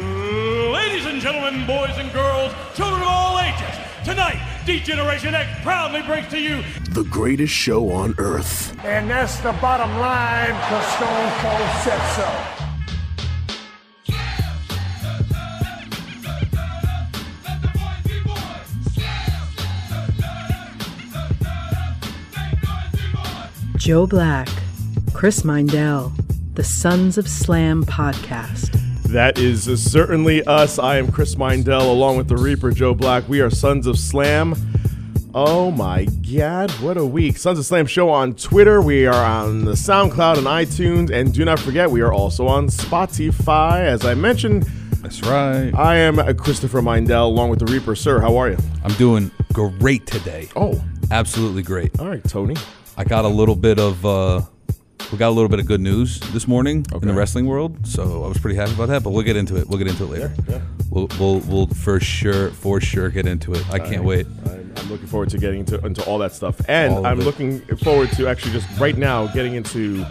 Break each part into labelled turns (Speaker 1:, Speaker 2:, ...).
Speaker 1: Ladies and gentlemen, boys and girls, children of all ages, tonight, D-Generation X proudly brings to you
Speaker 2: The greatest show on earth.
Speaker 3: And that's the bottom line, because Stone Cold said so.
Speaker 4: Joe Black, Chris Mindell, the Sons of Slam podcast.
Speaker 5: That is certainly us. I am Chris Mindell along with the Reaper Joe Black. We are Sons of Slam. Oh my God, what a week. Sons of Slam show on Twitter. We are on the SoundCloud and iTunes. And do not forget, we are also on Spotify. As I mentioned,
Speaker 6: That's right.
Speaker 5: I am Christopher Mindell along with the Reaper. Sir, how are you?
Speaker 6: I'm doing great today.
Speaker 5: Oh,
Speaker 6: Absolutely great.
Speaker 5: all right, Tony.
Speaker 6: I got a little bit of uh we got a little bit of good news this morning in the wrestling world, so I was pretty happy about that. But we'll get into it. We'll get into it later. We'll, we'll we'll for sure for sure get into it. I can't wait.
Speaker 5: I'm, I'm looking forward to getting into, into all that stuff. And
Speaker 6: All of
Speaker 5: I'm
Speaker 6: it.
Speaker 5: looking forward to actually just right now getting into,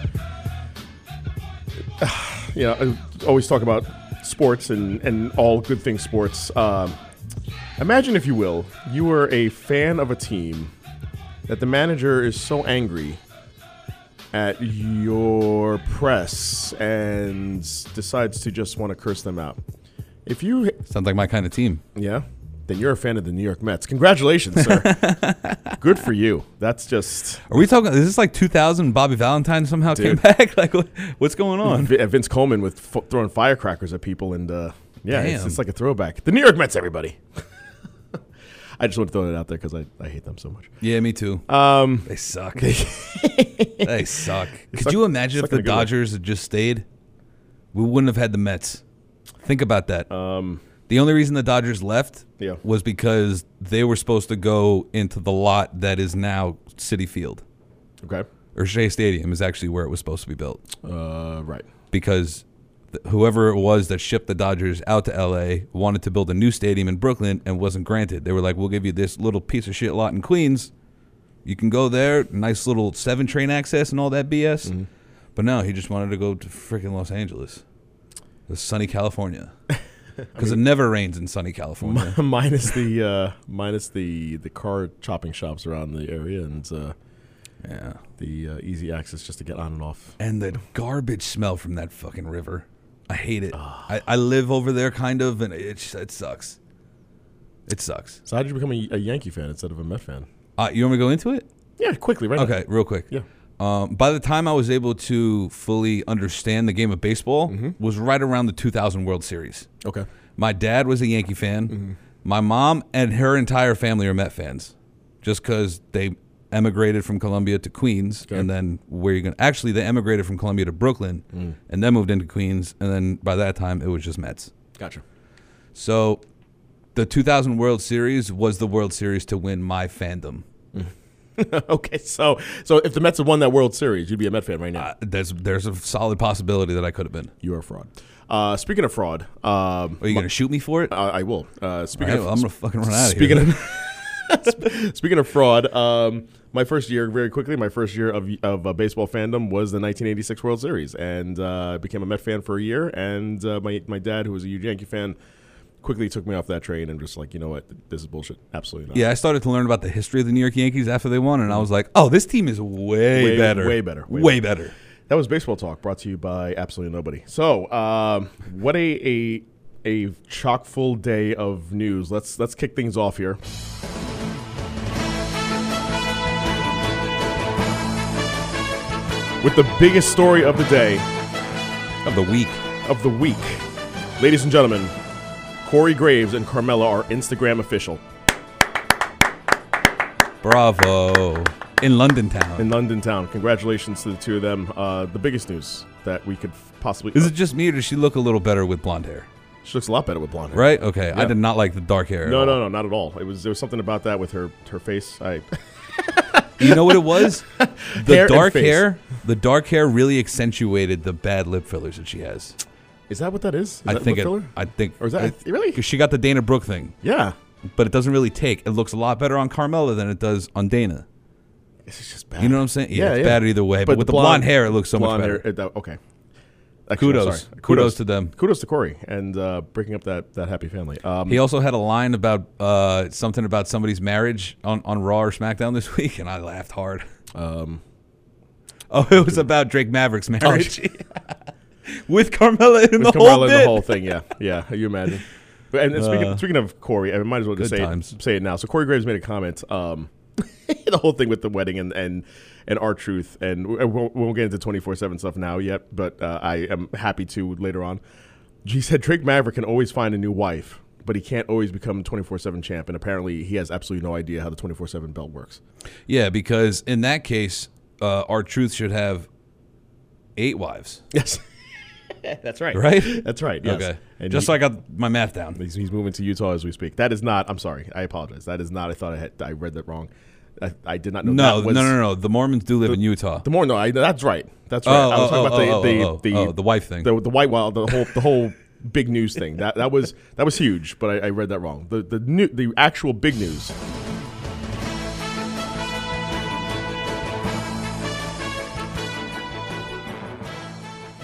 Speaker 5: you know, I always talk about sports and, and all good things sports. Um, imagine, if you will, you were a fan of a team that the manager is so angry at your press and decides to just want to curse them out. If you
Speaker 6: Sounds like my kind of team.
Speaker 5: yeah. Then you're a fan of the New York Mets. Congratulations, sir. Good for you. That's just
Speaker 6: Are we talking? Is this like 2000? Bobby Valentine somehow came
Speaker 5: Dude.
Speaker 6: back. like what, what's going on?
Speaker 5: Vi- Vince Coleman with f- throwing firecrackers at people, and uh, yeah, it's,
Speaker 6: Damn.
Speaker 5: it's like a throwback. The New York Mets, everybody. I just want to throw that out there because I, I hate them so much.
Speaker 6: Yeah, me too. Um, they suck. they suck. Could
Speaker 5: suck-
Speaker 6: you imagine
Speaker 5: suck
Speaker 6: if
Speaker 5: in a
Speaker 6: the
Speaker 5: good way.
Speaker 6: Dodgers had just stayed? We wouldn't have had the Mets. Think about that. Um, the only reason the Dodgers left
Speaker 5: Yeah.
Speaker 6: was because they were supposed to go into the lot that is now City Field
Speaker 5: Okay.
Speaker 6: or Shea Stadium is actually where it was supposed to be built
Speaker 5: Uh, right.
Speaker 6: because th- whoever it was that shipped the Dodgers out to LA wanted to build a new stadium in Brooklyn and wasn't granted. They were like, "We'll give you this little piece of shit lot in Queens. You can go there, nice little seven train access and all that BS." But no, he just wanted to go to freaking Los Angeles, the sunny California, because it never rains in sunny California.
Speaker 5: minus the uh, minus the the car chopping shops around the area and uh,
Speaker 6: yeah,
Speaker 5: the uh, easy access just to get on and off.
Speaker 6: and the garbage smell from that fucking river. I hate it. I, I live over there, kind of, and it it sucks. It sucks.
Speaker 5: So how did you become a, a Yankee fan instead of a Met fan?
Speaker 6: Uh, you want me to go into it?
Speaker 5: Yeah, quickly, right? now.
Speaker 6: Okay, real quick.
Speaker 5: Yeah.
Speaker 6: Um, by the time I was able to fully understand the game of baseball,
Speaker 5: Mm-hmm.
Speaker 6: was right around the 2000 World Series.
Speaker 5: Okay.
Speaker 6: My dad was a Yankee fan.
Speaker 5: Mm-hmm.
Speaker 6: My mom and her entire family are Met fans, just because they emigrated from Columbia to Queens, and then where you're going. to Actually, they emigrated from Columbia to Brooklyn,
Speaker 5: Mm.
Speaker 6: and then moved into Queens, and then by that time it was just Mets.
Speaker 5: Gotcha.
Speaker 6: So, the 2000 World Series was the World Series to win my fandom.
Speaker 5: Okay, so so if the Mets had won that World Series, you'd be a Met fan right now.
Speaker 6: Uh, there's there's a solid possibility that I could have been.
Speaker 5: you are a fraud. Uh, speaking of fraud, um,
Speaker 6: Are you gonna shoot me for it?
Speaker 5: I, I will. Uh, speaking
Speaker 6: Alright,
Speaker 5: of,
Speaker 6: well, I'm gonna fucking run out of
Speaker 5: speaking
Speaker 6: here.
Speaker 5: of speaking of fraud, um, my first year, very quickly, my first year of of uh, baseball fandom was the 1986 World Series, and uh, I became a Met fan for a year. And uh, my my dad, who was a huge Yankee fan, quickly took me off that train and just like, you know what, this is bullshit. Absolutely not.
Speaker 6: yeah, I started to learn about the history of the New York Yankees after they won, and I was like, oh, this team is way,
Speaker 5: Way-
Speaker 6: better,
Speaker 5: way better, way
Speaker 6: way, better.
Speaker 5: That was baseball talk brought to you by absolutely nobody. So, um, what a, a a chock full day of news. Let's let's kick things off here. With the biggest story of the day
Speaker 6: Of the week,
Speaker 5: of the week, ladies and gentlemen, Corey Graves and Carmella are Instagram official
Speaker 6: bravo, in London town.
Speaker 5: in London town. Congratulations to the two of them. Uh, the biggest news that we could possibly.
Speaker 6: is it just me or does she look a little better with blonde hair?
Speaker 5: she looks a lot better with blonde hair.
Speaker 6: Right? Okay, I
Speaker 5: Yeah.
Speaker 6: did not like the dark hair. at
Speaker 5: No,
Speaker 6: all.
Speaker 5: no, no, not at all. It was there was something about that with her her face. I
Speaker 6: You know what it was? The
Speaker 5: Hair and
Speaker 6: dark
Speaker 5: face.
Speaker 6: hair. The dark hair really accentuated the bad lip fillers that she has.
Speaker 5: is that what that is? is
Speaker 6: I
Speaker 5: that
Speaker 6: think.
Speaker 5: lip
Speaker 6: It,
Speaker 5: filler?
Speaker 6: I think.
Speaker 5: Or is that-
Speaker 6: it-
Speaker 5: really?
Speaker 6: 'cause she got the Dana Brooke thing.
Speaker 5: yeah.
Speaker 6: but it doesn't really take. It looks a lot better on Carmella than it does on Dana.
Speaker 5: It's just bad.
Speaker 6: You know what I'm saying? Yeah, it's bad either way, but with the blonde hair, it looks so much
Speaker 5: blonde
Speaker 6: better.
Speaker 5: hair, it- that- okay. Actually, no,
Speaker 6: Kudos.
Speaker 5: sorry.
Speaker 6: Kudos to them.
Speaker 5: Kudos to Corey and uh, breaking up that, that happy family. Um,
Speaker 6: He also had a line about uh, something about somebody's marriage on, on Raw or SmackDown this week, and I laughed hard.
Speaker 5: Um,
Speaker 6: oh, it was about Drake Maverick's marriage with Carmella in the
Speaker 5: Oh, with
Speaker 6: whole
Speaker 5: Kamala and
Speaker 6: bit. Uh.
Speaker 5: the whole thing, yeah, yeah. You imagine. But- And, and speaking, speaking of Corey, I might as well just
Speaker 6: good
Speaker 5: say it,
Speaker 6: times.
Speaker 5: say it now. So Corey Graves made a comment. Um, the whole thing with the wedding and and and our truth, and we we won't, we won't get into twenty four seven stuff now yet, but uh, I am happy to later on. He said Drake Maverick can always find a new wife, but he can't always become twenty four seven champ. And apparently, he has absolutely no idea how the twenty four seven belt works.
Speaker 6: yeah, because in that case, uh, our truth should have eight wives,
Speaker 5: Yes, that's right.
Speaker 6: right?
Speaker 5: That's right. Yes.
Speaker 6: Okay,
Speaker 5: And
Speaker 6: just
Speaker 5: he-
Speaker 6: so I got my math down.
Speaker 5: He's, he's moving to Utah as we speak. That is not. I'm sorry. I apologize. That is not. I thought I had. I read that wrong. I, I did not know.
Speaker 6: No,
Speaker 5: that
Speaker 6: no,
Speaker 5: was,
Speaker 6: no, no, The Mormons do live in Utah.
Speaker 5: The more no, I, that's right. That's right.
Speaker 6: Oh,
Speaker 5: I was
Speaker 6: oh,
Speaker 5: talking
Speaker 6: oh,
Speaker 5: about the
Speaker 6: oh, oh,
Speaker 5: the,
Speaker 6: oh,
Speaker 5: the
Speaker 6: oh, the wife thing.
Speaker 5: The, the white wild. The whole the whole big news thing. That that was that was huge. But I, I read that wrong. The the new the actual big news.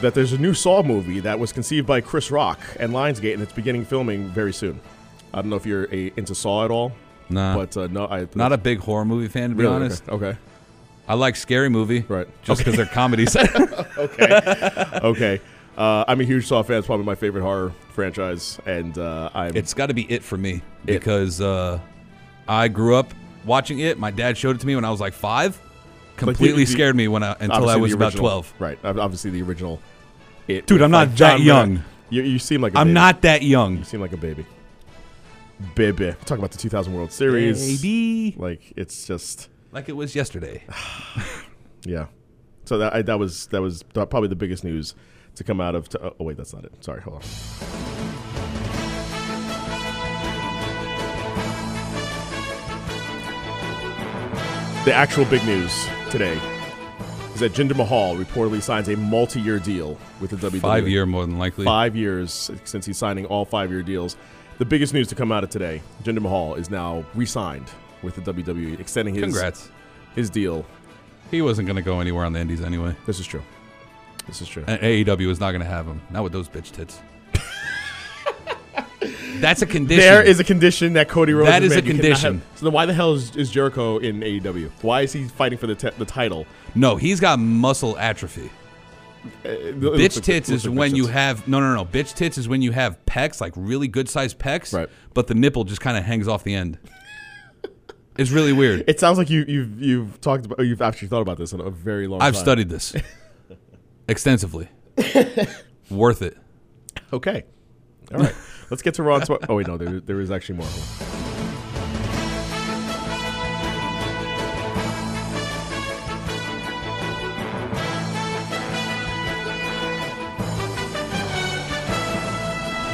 Speaker 5: That there's a new Saw movie that was conceived by Chris Rock and Lionsgate, and it's beginning filming very soon. I don't know if you're a, into Saw at all.
Speaker 6: Nah.
Speaker 5: But uh, no, I
Speaker 6: Not a big horror movie fan, to be
Speaker 5: really,
Speaker 6: honest.
Speaker 5: Okay. okay.
Speaker 6: I like scary movie,
Speaker 5: Right.
Speaker 6: Just because they're comedies.
Speaker 5: okay. okay. Uh, I'm a huge Saw fan. It's probably my favorite horror franchise, and uh, I'm
Speaker 6: It's got to be it for me because uh, I grew up watching it. My dad showed it to me when I was like five. Completely
Speaker 5: the-
Speaker 6: scared me when I until
Speaker 5: obviously
Speaker 6: I
Speaker 5: the
Speaker 6: was about
Speaker 5: original-
Speaker 6: twelve.
Speaker 5: Right, Ob- obviously the original. It
Speaker 6: Dude,
Speaker 5: with,
Speaker 6: I'm not
Speaker 5: like,
Speaker 6: that
Speaker 5: John
Speaker 6: young.
Speaker 5: Ritter. You, you seem like a
Speaker 6: I'm
Speaker 5: baby.
Speaker 6: not that young.
Speaker 5: You seem like a baby. Baby, We're talking about the 2000 World Series.
Speaker 6: Baby.
Speaker 5: Like it's just
Speaker 6: Like it was yesterday.
Speaker 5: yeah. So that I, that was that was th- probably the biggest news to come out of. T- oh wait, that's not it. Sorry, hold on. The actual big news today is that Jinder Mahal reportedly signs a multi-year deal with the WWE.
Speaker 6: Five year more than likely.
Speaker 5: Five years since he's signing all five-year deals. The biggest news to come out of today: Jinder Mahal is now re-signed with the WWE, extending his
Speaker 6: Congrats.
Speaker 5: his deal.
Speaker 6: He wasn't gonna go anywhere on the Indies anyway.
Speaker 5: This is true. This is true.
Speaker 6: And AEW is not gonna have him. Not with those bitch tits. That's a condition.
Speaker 5: There is a condition that Cody Rhodes.
Speaker 6: That
Speaker 5: has
Speaker 6: is a
Speaker 5: made. You cannot
Speaker 6: condition.
Speaker 5: have- so then why the hell is, is Jericho in AEW? Why is he fighting for the te- the title?
Speaker 6: no, he's got muscle atrophy.
Speaker 5: Uh,
Speaker 6: bitch tits is when you have no no no bitch tits is when you have pecs like really good sized pecs
Speaker 5: Right.
Speaker 6: but the nipple just kind of hangs off the end it's really weird
Speaker 5: It sounds like you you've you've talked about or you've actually thought about this in a very long.
Speaker 6: i've
Speaker 5: time.
Speaker 6: studied this extensively worth it
Speaker 5: Okay. All right. Let's get to Ron. Swa- oh wait, no, there, there is actually more.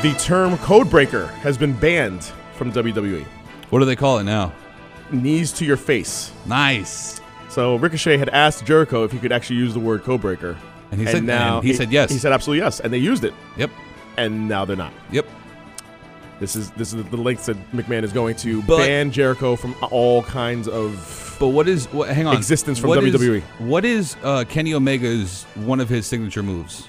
Speaker 5: The term codebreaker has been banned from WWE.
Speaker 6: what do they call it now
Speaker 5: Knees to your face.
Speaker 6: nice
Speaker 5: So Ricochet had asked Jericho if he could actually use the word codebreaker.
Speaker 6: And he said- and he said yes.
Speaker 5: He said absolutely yes, and they used it.
Speaker 6: yep
Speaker 5: And now they're not.
Speaker 6: yep
Speaker 5: This is this is the lengths that McMahon is going to
Speaker 6: But-
Speaker 5: ban Jericho from all kinds of.
Speaker 6: but what is what, hang on
Speaker 5: Existence from E.
Speaker 6: What is-
Speaker 5: WWE.
Speaker 6: what is uh, kenny omega's one of his signature moves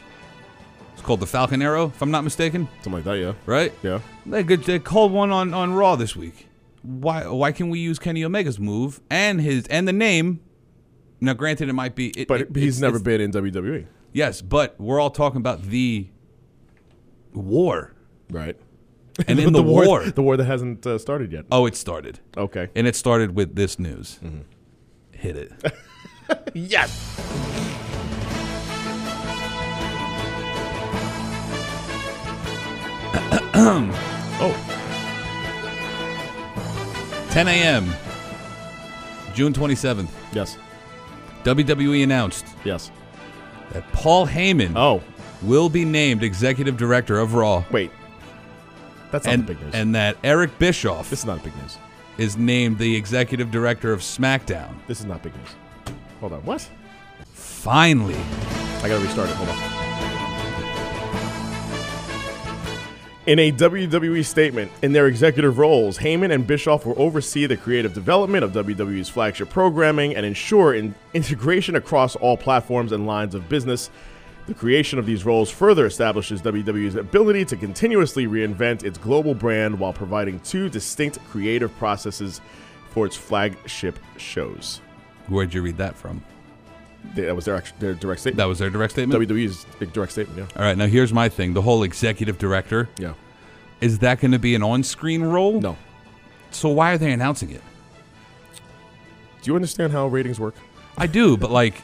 Speaker 6: it's called the falcon arrow if i'm not mistaken
Speaker 5: Something like that, yeah.
Speaker 6: right
Speaker 5: Yeah.
Speaker 6: They, good, they called one on, on Raw this week. Why why can we use Kenny Omega's move and his and the name? Now, granted, it might be, it,
Speaker 5: But
Speaker 6: it-
Speaker 5: he's
Speaker 6: it's-
Speaker 5: never
Speaker 6: it's-
Speaker 5: been in E. WWE.
Speaker 6: Yes, but we're all talking about the war,
Speaker 5: Right.
Speaker 6: and in the, war,
Speaker 5: The war that hasn't uh, started yet.
Speaker 6: oh, it started,
Speaker 5: Okay.
Speaker 6: and it started with this news.
Speaker 5: Mm-hmm.
Speaker 6: Hit it.
Speaker 5: Yes. oh,
Speaker 6: 10 a.m. June 27th.
Speaker 5: yes.
Speaker 6: WWE E announced
Speaker 5: Yes.
Speaker 6: that Paul Heyman
Speaker 5: Oh,
Speaker 6: will be named executive director of Raw,
Speaker 5: wait. That's not
Speaker 6: and
Speaker 5: the big news.
Speaker 6: and that Eric Bischoff
Speaker 5: this is not big news.
Speaker 6: is named the executive director of SmackDown.
Speaker 5: This is not big news. Hold on. What?
Speaker 6: Finally.
Speaker 5: I gotta restart it. Hold on. In a WWE statement, in their executive roles, Heyman and Bischoff will oversee the creative development of WWE's flagship programming and ensure in integration across all platforms and lines of business. The creation of these roles further establishes WWE's ability to continuously reinvent its global brand while providing two distinct creative processes for its flagship shows.
Speaker 6: Where'd you read that from?
Speaker 5: They- That was their, act- their direct
Speaker 6: That
Speaker 5: statement.
Speaker 6: was their direct statement.
Speaker 5: WWE's direct statement,
Speaker 6: All right, now here's my thing: the whole executive director
Speaker 5: yeah.
Speaker 6: is that going to be an on-screen role?
Speaker 5: Yeah. No.
Speaker 6: So why are they announcing it?
Speaker 5: Do you understand how ratings work?
Speaker 6: I do, but like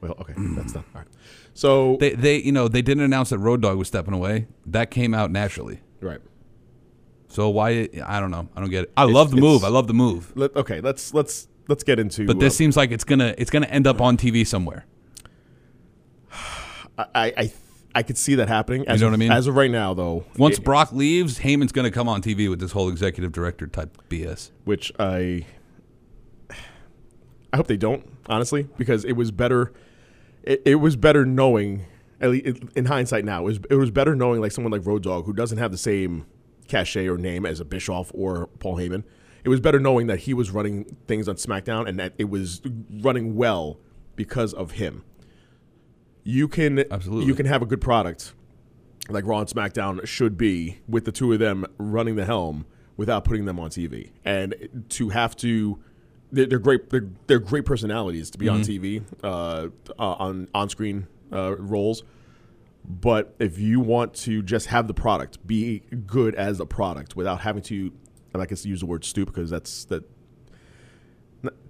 Speaker 5: Well, okay, that's not all right. So
Speaker 6: Mm. they, they, you know, they didn't announce that Road Dog was stepping away. That came out naturally.
Speaker 5: right.
Speaker 6: So why? I don't know. I don't get it. I love the
Speaker 5: it's-
Speaker 6: move. I love the move.
Speaker 5: Let, okay, let's let's let's get into.
Speaker 6: But this seems like it's gonna it's gonna end up on TV somewhere.
Speaker 5: uh, I I I could see that happening. As
Speaker 6: know
Speaker 5: of,
Speaker 6: what I mean?
Speaker 5: As of right now, though,
Speaker 6: Once
Speaker 5: it-
Speaker 6: Brock leaves, Heyman's gonna come on TV with this whole executive director type BS.
Speaker 5: which I I hope they don't honestly because it was better it, it was better knowing at least in hindsight now it was, it was better knowing like someone like Road Dogg who doesn't have the same cachet or name as a Bischoff or Paul Heyman it was better knowing that he was running things on SmackDown and that it was running well because of him you can
Speaker 6: Absolutely.
Speaker 5: you can have a good product like Raw and SmackDown should be with the two of them running the helm without putting them on TV. And to have to, they're, they're great. They're, they're great personalities to be on TV, uh, uh, on on screen uh, roles. But if you want to just have the product be good as a product without having to, and I guess use the word stoop because that's that.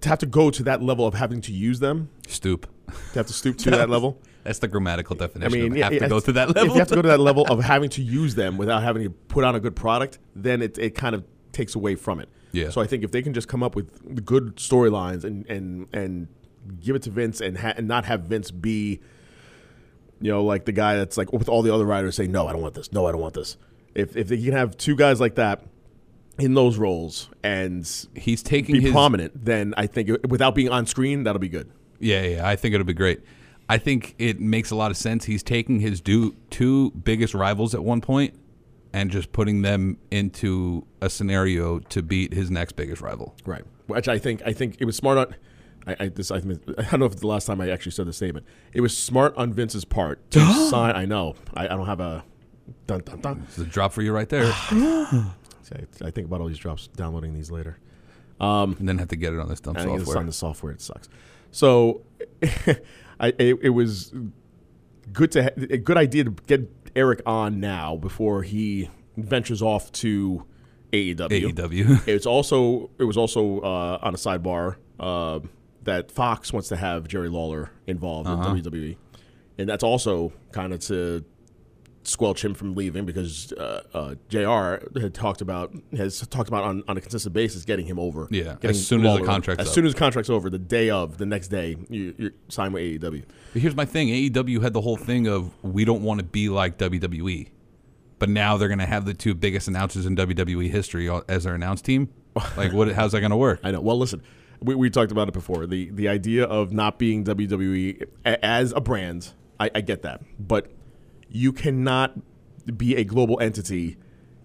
Speaker 5: To have to go to that level of having to use them,
Speaker 6: Stoop.
Speaker 5: to have to stoop to that level.
Speaker 6: That's the grammatical
Speaker 5: I
Speaker 6: definition. I
Speaker 5: mean,
Speaker 6: of
Speaker 5: yeah,
Speaker 6: have
Speaker 5: yeah,
Speaker 6: to go to that
Speaker 5: If
Speaker 6: level.
Speaker 5: you have to go to that level of having to use them without having to put on a good product, then it, it kind of takes away from it.
Speaker 6: Yeah.
Speaker 5: So I think if they can just come up with good storylines and and and give it to Vince and ha- and not have Vince be, you know, like the guy that's like with all the other writers saying, no, I don't want this, no, I don't want this. If if they can have two guys like that in those roles and
Speaker 6: He's taking
Speaker 5: be
Speaker 6: his
Speaker 5: prominent, then I think it- without being on screen, that'll be good.
Speaker 6: Yeah, yeah, I think it'll be great. I think it makes a lot of sense. He's taking his do, two biggest rivals at one point and just putting them into a scenario to beat his next biggest rival.
Speaker 5: Right. Which I think I think it was smart on. I, I this I, think- I don't know if it's the last time I actually said the statement. It was smart on Vince's part to sign. I know. I, I don't have a. Dun, dun, dun.
Speaker 6: It's a drop for you right there,
Speaker 5: See, I, I think about all these drops. Downloading these later.
Speaker 6: and then have to get it on this dumb
Speaker 5: I think it's
Speaker 6: software.
Speaker 5: on the software. It sucks. So, I it, it was good to ha- a good idea to get Eric on now before he ventures off to E
Speaker 6: E
Speaker 5: AEW.
Speaker 6: AEW.
Speaker 5: It's also it was also uh, on a sidebar uh, that Fox wants to have Jerry Lawler involved
Speaker 6: Uh-huh.
Speaker 5: in WWE, and that's also kind of to squelch him from leaving because uh, uh, Jr. had talked about has talked about on, on a consistent basis getting him over.
Speaker 6: Yeah,
Speaker 5: getting
Speaker 6: as soon as the
Speaker 5: Lawler-
Speaker 6: contract's
Speaker 5: as
Speaker 6: up.
Speaker 5: soon as the contract's over, the day of the next day you, you sign with E AEW.
Speaker 6: But here's my thing: AEW had the whole thing of we don't want to be like WWE, but now they're going to have the two biggest announcers in WWE history all- as their announce team. Like, what? How's that going to work?
Speaker 5: I know. Well, listen, we, we talked about it before. The the idea of not being WWE a- as a brand, I, I get that, but you cannot be a global entity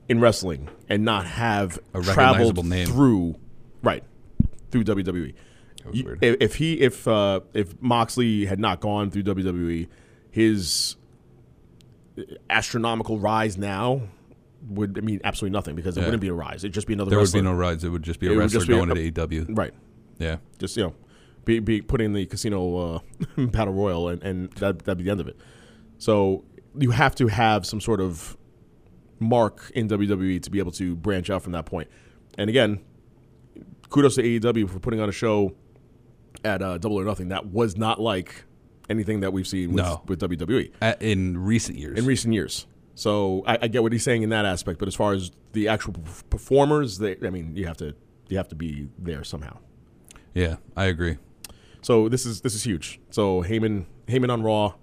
Speaker 5: in wrestling and not have
Speaker 6: A recognizable
Speaker 5: traveled
Speaker 6: name.
Speaker 5: through right through WWE.
Speaker 6: was
Speaker 5: You-
Speaker 6: weird.
Speaker 5: if, if he if uh, if Moxley had not gone through WWE, his astronomical rise now would mean absolutely nothing because it
Speaker 6: Yeah.
Speaker 5: wouldn't be a rise. It'd just be another
Speaker 6: There would
Speaker 5: wrestler.
Speaker 6: be no rides. It would just be
Speaker 5: It
Speaker 6: a
Speaker 5: would
Speaker 6: wrestler
Speaker 5: just be a-
Speaker 6: going to AEW.
Speaker 5: right
Speaker 6: Yeah.
Speaker 5: just you know, be be put in the casino uh, battle royal, and and that that'd be the end of it. So you have to have some sort of mark in WWE to be able to branch out from that point. And again, kudos to AEW for putting on a show at uh, Double or Nothing that was not like anything that we've seen with,
Speaker 6: No.
Speaker 5: with WWE
Speaker 6: At, in recent years.
Speaker 5: in recent years. So I, I get what he's saying in that aspect, but as far as the actual p- performers, they, I mean, you have to you have to be there somehow.
Speaker 6: yeah, I agree.
Speaker 5: So this is this is huge. So Heyman Heyman on Raw,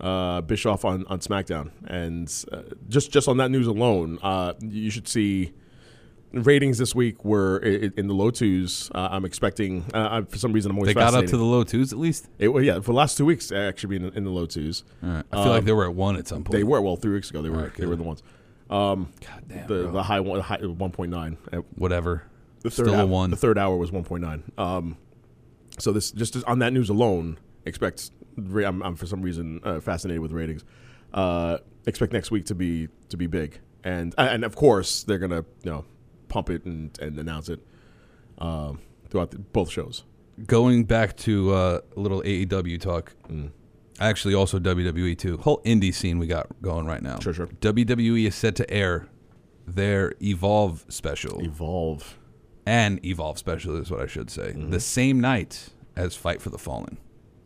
Speaker 5: uh, Bischoff on, on SmackDown, and uh, just just on that news alone, uh, you should see ratings this week were i- i- in the low twos. Uh, I'm expecting uh, I, for some reason I'm always
Speaker 6: They got up
Speaker 5: fascinated.
Speaker 6: to the low twos at least.
Speaker 5: It wa- yeah for the last two weeks uh, actually being in, in the low twos.
Speaker 6: All right. I feel like they were at one at some point.
Speaker 5: Um, They were well three weeks ago they were
Speaker 6: Alright,
Speaker 5: they were
Speaker 6: good.
Speaker 5: the ones
Speaker 6: God damn.
Speaker 5: the
Speaker 6: bro.
Speaker 5: the high one high one point nine. Uh,
Speaker 6: Whatever.
Speaker 5: The third
Speaker 6: Still
Speaker 5: hour,
Speaker 6: a one.
Speaker 5: The third hour was 1.9. Um, so this just on that news alone, expect ra- I'm, I'm for some reason uh, fascinated with ratings. Uh, expect next week to be to be big, and uh, and of course they're gonna you know pump it and, and announce it um, throughout the, both shows.
Speaker 6: Going back to uh, a little AEW talk,
Speaker 5: Mm.
Speaker 6: actually also WWE too. Whole indie scene we got going right now.
Speaker 5: Sure, sure.
Speaker 6: WWE is set to air their Evolve special
Speaker 5: Evolve.
Speaker 6: and Evolve special is what I should say.
Speaker 5: Mm-hmm.
Speaker 6: The same night as Fight for the Fallen.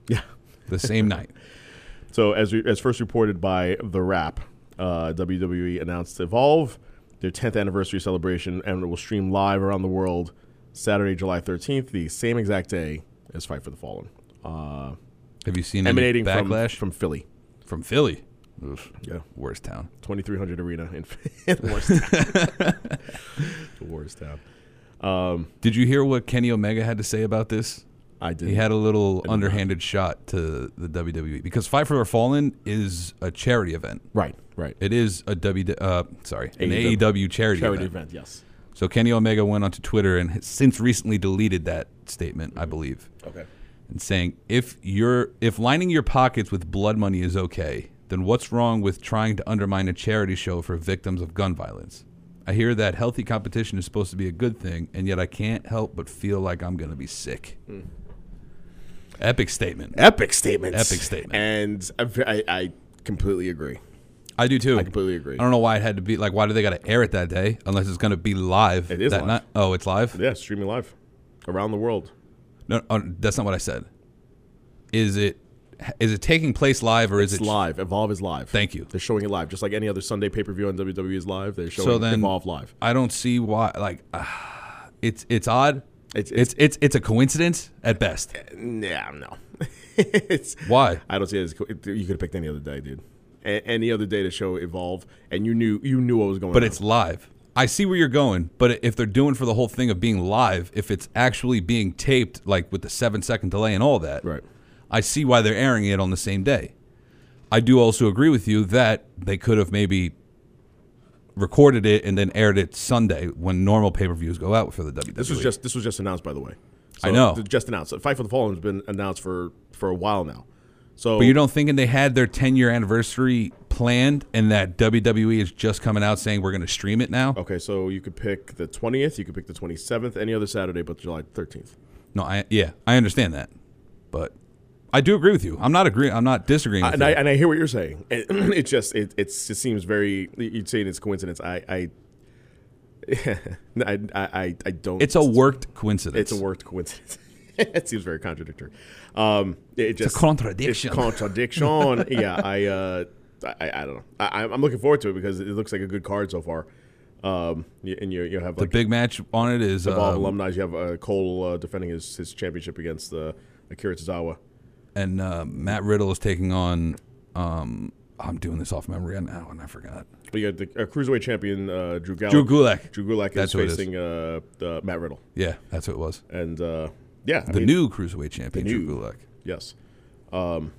Speaker 5: Yeah.
Speaker 6: The same night.
Speaker 5: So as we, as first reported by the Wrap, uh, WWE announced Evolve, their 10th anniversary celebration, and it will stream live around the world Saturday, July 13th, the same exact day as Fight for the Fallen, uh,
Speaker 6: Have you seen
Speaker 5: emanating
Speaker 6: any
Speaker 5: from
Speaker 6: backlash
Speaker 5: from Philly,
Speaker 6: from Philly? Oof.
Speaker 5: Yeah.
Speaker 6: worst town.
Speaker 5: 2300 Arena in the worst town. the worst town.
Speaker 6: Did you hear what Kenny Omega had to say about this?
Speaker 5: I did.
Speaker 6: He had a little underhanded shot to the WWE because Fight for the Fallen is a charity event.
Speaker 5: right, right.
Speaker 6: It is a W, uh, sorry, an
Speaker 5: AEW.
Speaker 6: AEW charity,
Speaker 5: Charity event,
Speaker 6: event.
Speaker 5: yes.
Speaker 6: So Kenny Omega went onto Twitter and has since recently deleted that statement, I believe,
Speaker 5: Okay.
Speaker 6: and saying if you're if lining your pockets with blood money is okay, then what's wrong with trying to undermine a charity show for victims of gun violence? I hear that healthy competition is supposed to be a good thing, and yet I can't help but feel like I'm gonna be sick. Epic statement.
Speaker 5: Epic statement.
Speaker 6: Epic statement.
Speaker 5: And I, I, I completely agree.
Speaker 6: I do too.
Speaker 5: I completely agree.
Speaker 6: I don't know why it had to be like. Why do they got to air it that day? Unless it's going to be live.
Speaker 5: It is
Speaker 6: that
Speaker 5: live.
Speaker 6: night- Oh, it's live.
Speaker 5: Yeah, streaming live around the world.
Speaker 6: No, oh, that's not what I said. Is it? Is it taking place live or is
Speaker 5: It's
Speaker 6: it?
Speaker 5: live. Evolve is live.
Speaker 6: Thank you.
Speaker 5: They're showing it live, just like any other Sunday pay per view on WWE is live. They're showing
Speaker 6: So then
Speaker 5: Evolve live.
Speaker 6: I don't see why. Like, uh, it's it's odd.
Speaker 5: It's-
Speaker 6: it's it's it's a coincidence at best.
Speaker 5: Nah, no. it's,
Speaker 6: Why?
Speaker 5: I don't see it as co- it- you could have picked any other day, dude. A- any other day to show Evolve, and you knew you knew what was going.
Speaker 6: But
Speaker 5: on.
Speaker 6: it's live. I see where you're going, but if they're doing for the whole thing of being live, if it's actually being taped, like with the seven second delay and all that,
Speaker 5: right.
Speaker 6: I see why they're airing it on the same day. I do also agree with you that they could have maybe recorded it and then aired it Sunday when normal pay per views go out for the E. WWE.
Speaker 5: This was just this was just announced, by the way.
Speaker 6: I know.
Speaker 5: th- Just announced. Fight for the Fallen has been announced for for a while now. So,
Speaker 6: But you don't thinking they had their 10 year anniversary planned and that WWE is just coming out saying we're going to stream it now?
Speaker 5: Okay, so you could pick the twentieth, you could pick the twenty seventh, any other Saturday, but July thirteenth.
Speaker 6: No, I yeah, I understand that, but I do agree with you. I'm not agree. I'm not disagreeing. With
Speaker 5: and I
Speaker 6: you.
Speaker 5: and I hear what you're saying. It, it just it it's, it seems very. You'd saying it's coincidence. I I, I, I I don't.
Speaker 6: it's a worked coincidence.
Speaker 5: It's a worked coincidence. it seems very contradictory. Um, it just,
Speaker 6: a contradiction.
Speaker 5: It's contradiction. yeah, I, uh, I, I don't know. I, I'm looking forward to it because it looks like a good card so far. Um, y- and you you have
Speaker 6: the
Speaker 5: like
Speaker 6: big match on it is
Speaker 5: Evolve
Speaker 6: um,
Speaker 5: alumni. You have uh, Cole uh, defending his, his championship against uh, Akira Tozawa.
Speaker 6: and uh, Matt Riddle is taking on. Um, I'm doing this off memory now, and I forgot.
Speaker 5: But you got the uh, cruiserweight champion uh, Drew Gulak.
Speaker 6: Drew Gulak.
Speaker 5: Drew Gulak
Speaker 6: That's
Speaker 5: is
Speaker 6: who it is.
Speaker 5: facing uh, uh, Matt Riddle,
Speaker 6: Yeah, that's what it was.
Speaker 5: and uh, yeah, I
Speaker 6: The
Speaker 5: mean,
Speaker 6: new cruiserweight champion,
Speaker 5: new-
Speaker 6: Drew Gulak.
Speaker 5: Yes. Um,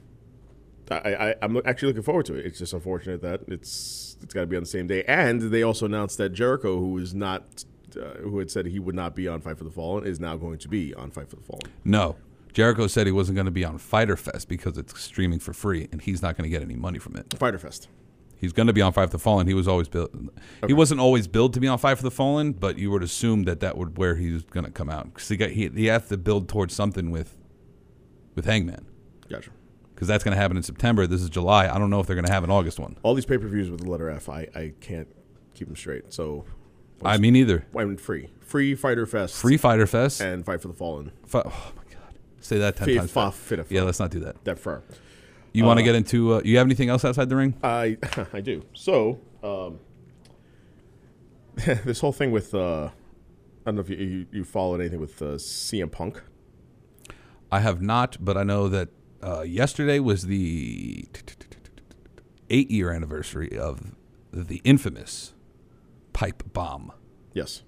Speaker 5: I, I, I'm actually looking forward to it. It's just unfortunate that it's it's got to be on the same day. And they also announced that Jericho, who is not, uh, who had said he would not be on Fight for the Fallen, is now going to be on Fight for the Fallen.
Speaker 6: No, Jericho said he wasn't going to be on Fighter Fest because it's streaming for free, and he's not going to get any money from it.
Speaker 5: Fighter Fest.
Speaker 6: He's going to be on Fight for the Fallen. He was always built. He wasn't always billed to be on Fight for the Fallen, but you would assume that that would where he's going to come out because he got he, he has to build towards something with with Hangman
Speaker 5: Gotcha.
Speaker 6: because that's going to happen in September. This is July. I don't know if they're going to have an August one.
Speaker 5: All these pay per views with the letter F, I, I can't keep them straight. So
Speaker 6: I mean, either
Speaker 5: I'm free. Free Fighter Fest.
Speaker 6: free Fighter Fest.
Speaker 5: And Fight for the Fallen.
Speaker 6: Fi- oh my god, say that ten
Speaker 5: Fi-
Speaker 6: times.
Speaker 5: fa-
Speaker 6: fast.
Speaker 5: fitta-
Speaker 6: yeah, let's not do that.
Speaker 5: That far.
Speaker 6: You want to get into? Uh, you have anything else outside the ring?
Speaker 5: I I do. So um, this whole thing with uh, I don't know if you, you, you followed anything with uh, CM Punk.
Speaker 6: I have not, but I know that uh, yesterday was the eight year anniversary of the infamous pipe bomb.
Speaker 5: Yes,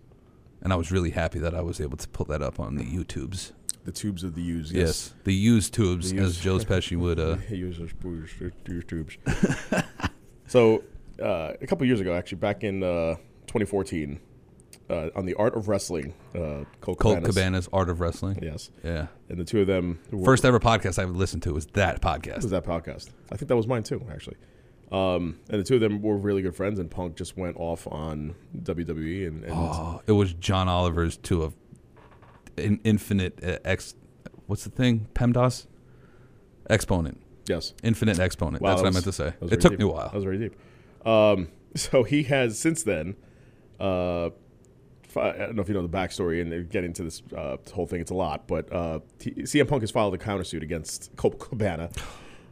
Speaker 6: And I was really happy that I was able to pull that up on the YouTubes.
Speaker 5: the tubes of the U's.
Speaker 6: Yes. The used tubes, as Joe Pesci would. Uh,
Speaker 5: He uses booze, uh, use tubes. so uh, a couple years ago, actually, back in uh, 2014, uh, on the Art of Wrestling. Uh, Colt,
Speaker 6: Colt
Speaker 5: Cabana's.
Speaker 6: Cabana's Art of Wrestling.
Speaker 5: Yes.
Speaker 6: Yeah.
Speaker 5: And the two of them. were-
Speaker 6: First ever podcast I would listen to was that
Speaker 5: was
Speaker 6: podcast.
Speaker 5: that podcast. I think that was mine too, actually. Um, and the two of them were really good friends, and Punk just went off on WWE and, and
Speaker 6: Oh, it was John Oliver's to a an infinite uh, ex. What's the thing? PEMDAS exponent.
Speaker 5: yes,
Speaker 6: Infinite exponent.
Speaker 5: Wow,
Speaker 6: That's
Speaker 5: that
Speaker 6: what I
Speaker 5: was-
Speaker 6: meant to say.
Speaker 5: that was very
Speaker 6: It took
Speaker 5: deep.
Speaker 6: me a
Speaker 5: That
Speaker 6: while.
Speaker 5: was very deep. Um, so he has since then. Uh, fi- I don't know if you know the backstory and get into this uh, whole thing. It's a lot, but uh, T- CM Punk has filed a countersuit against Colt Cabana.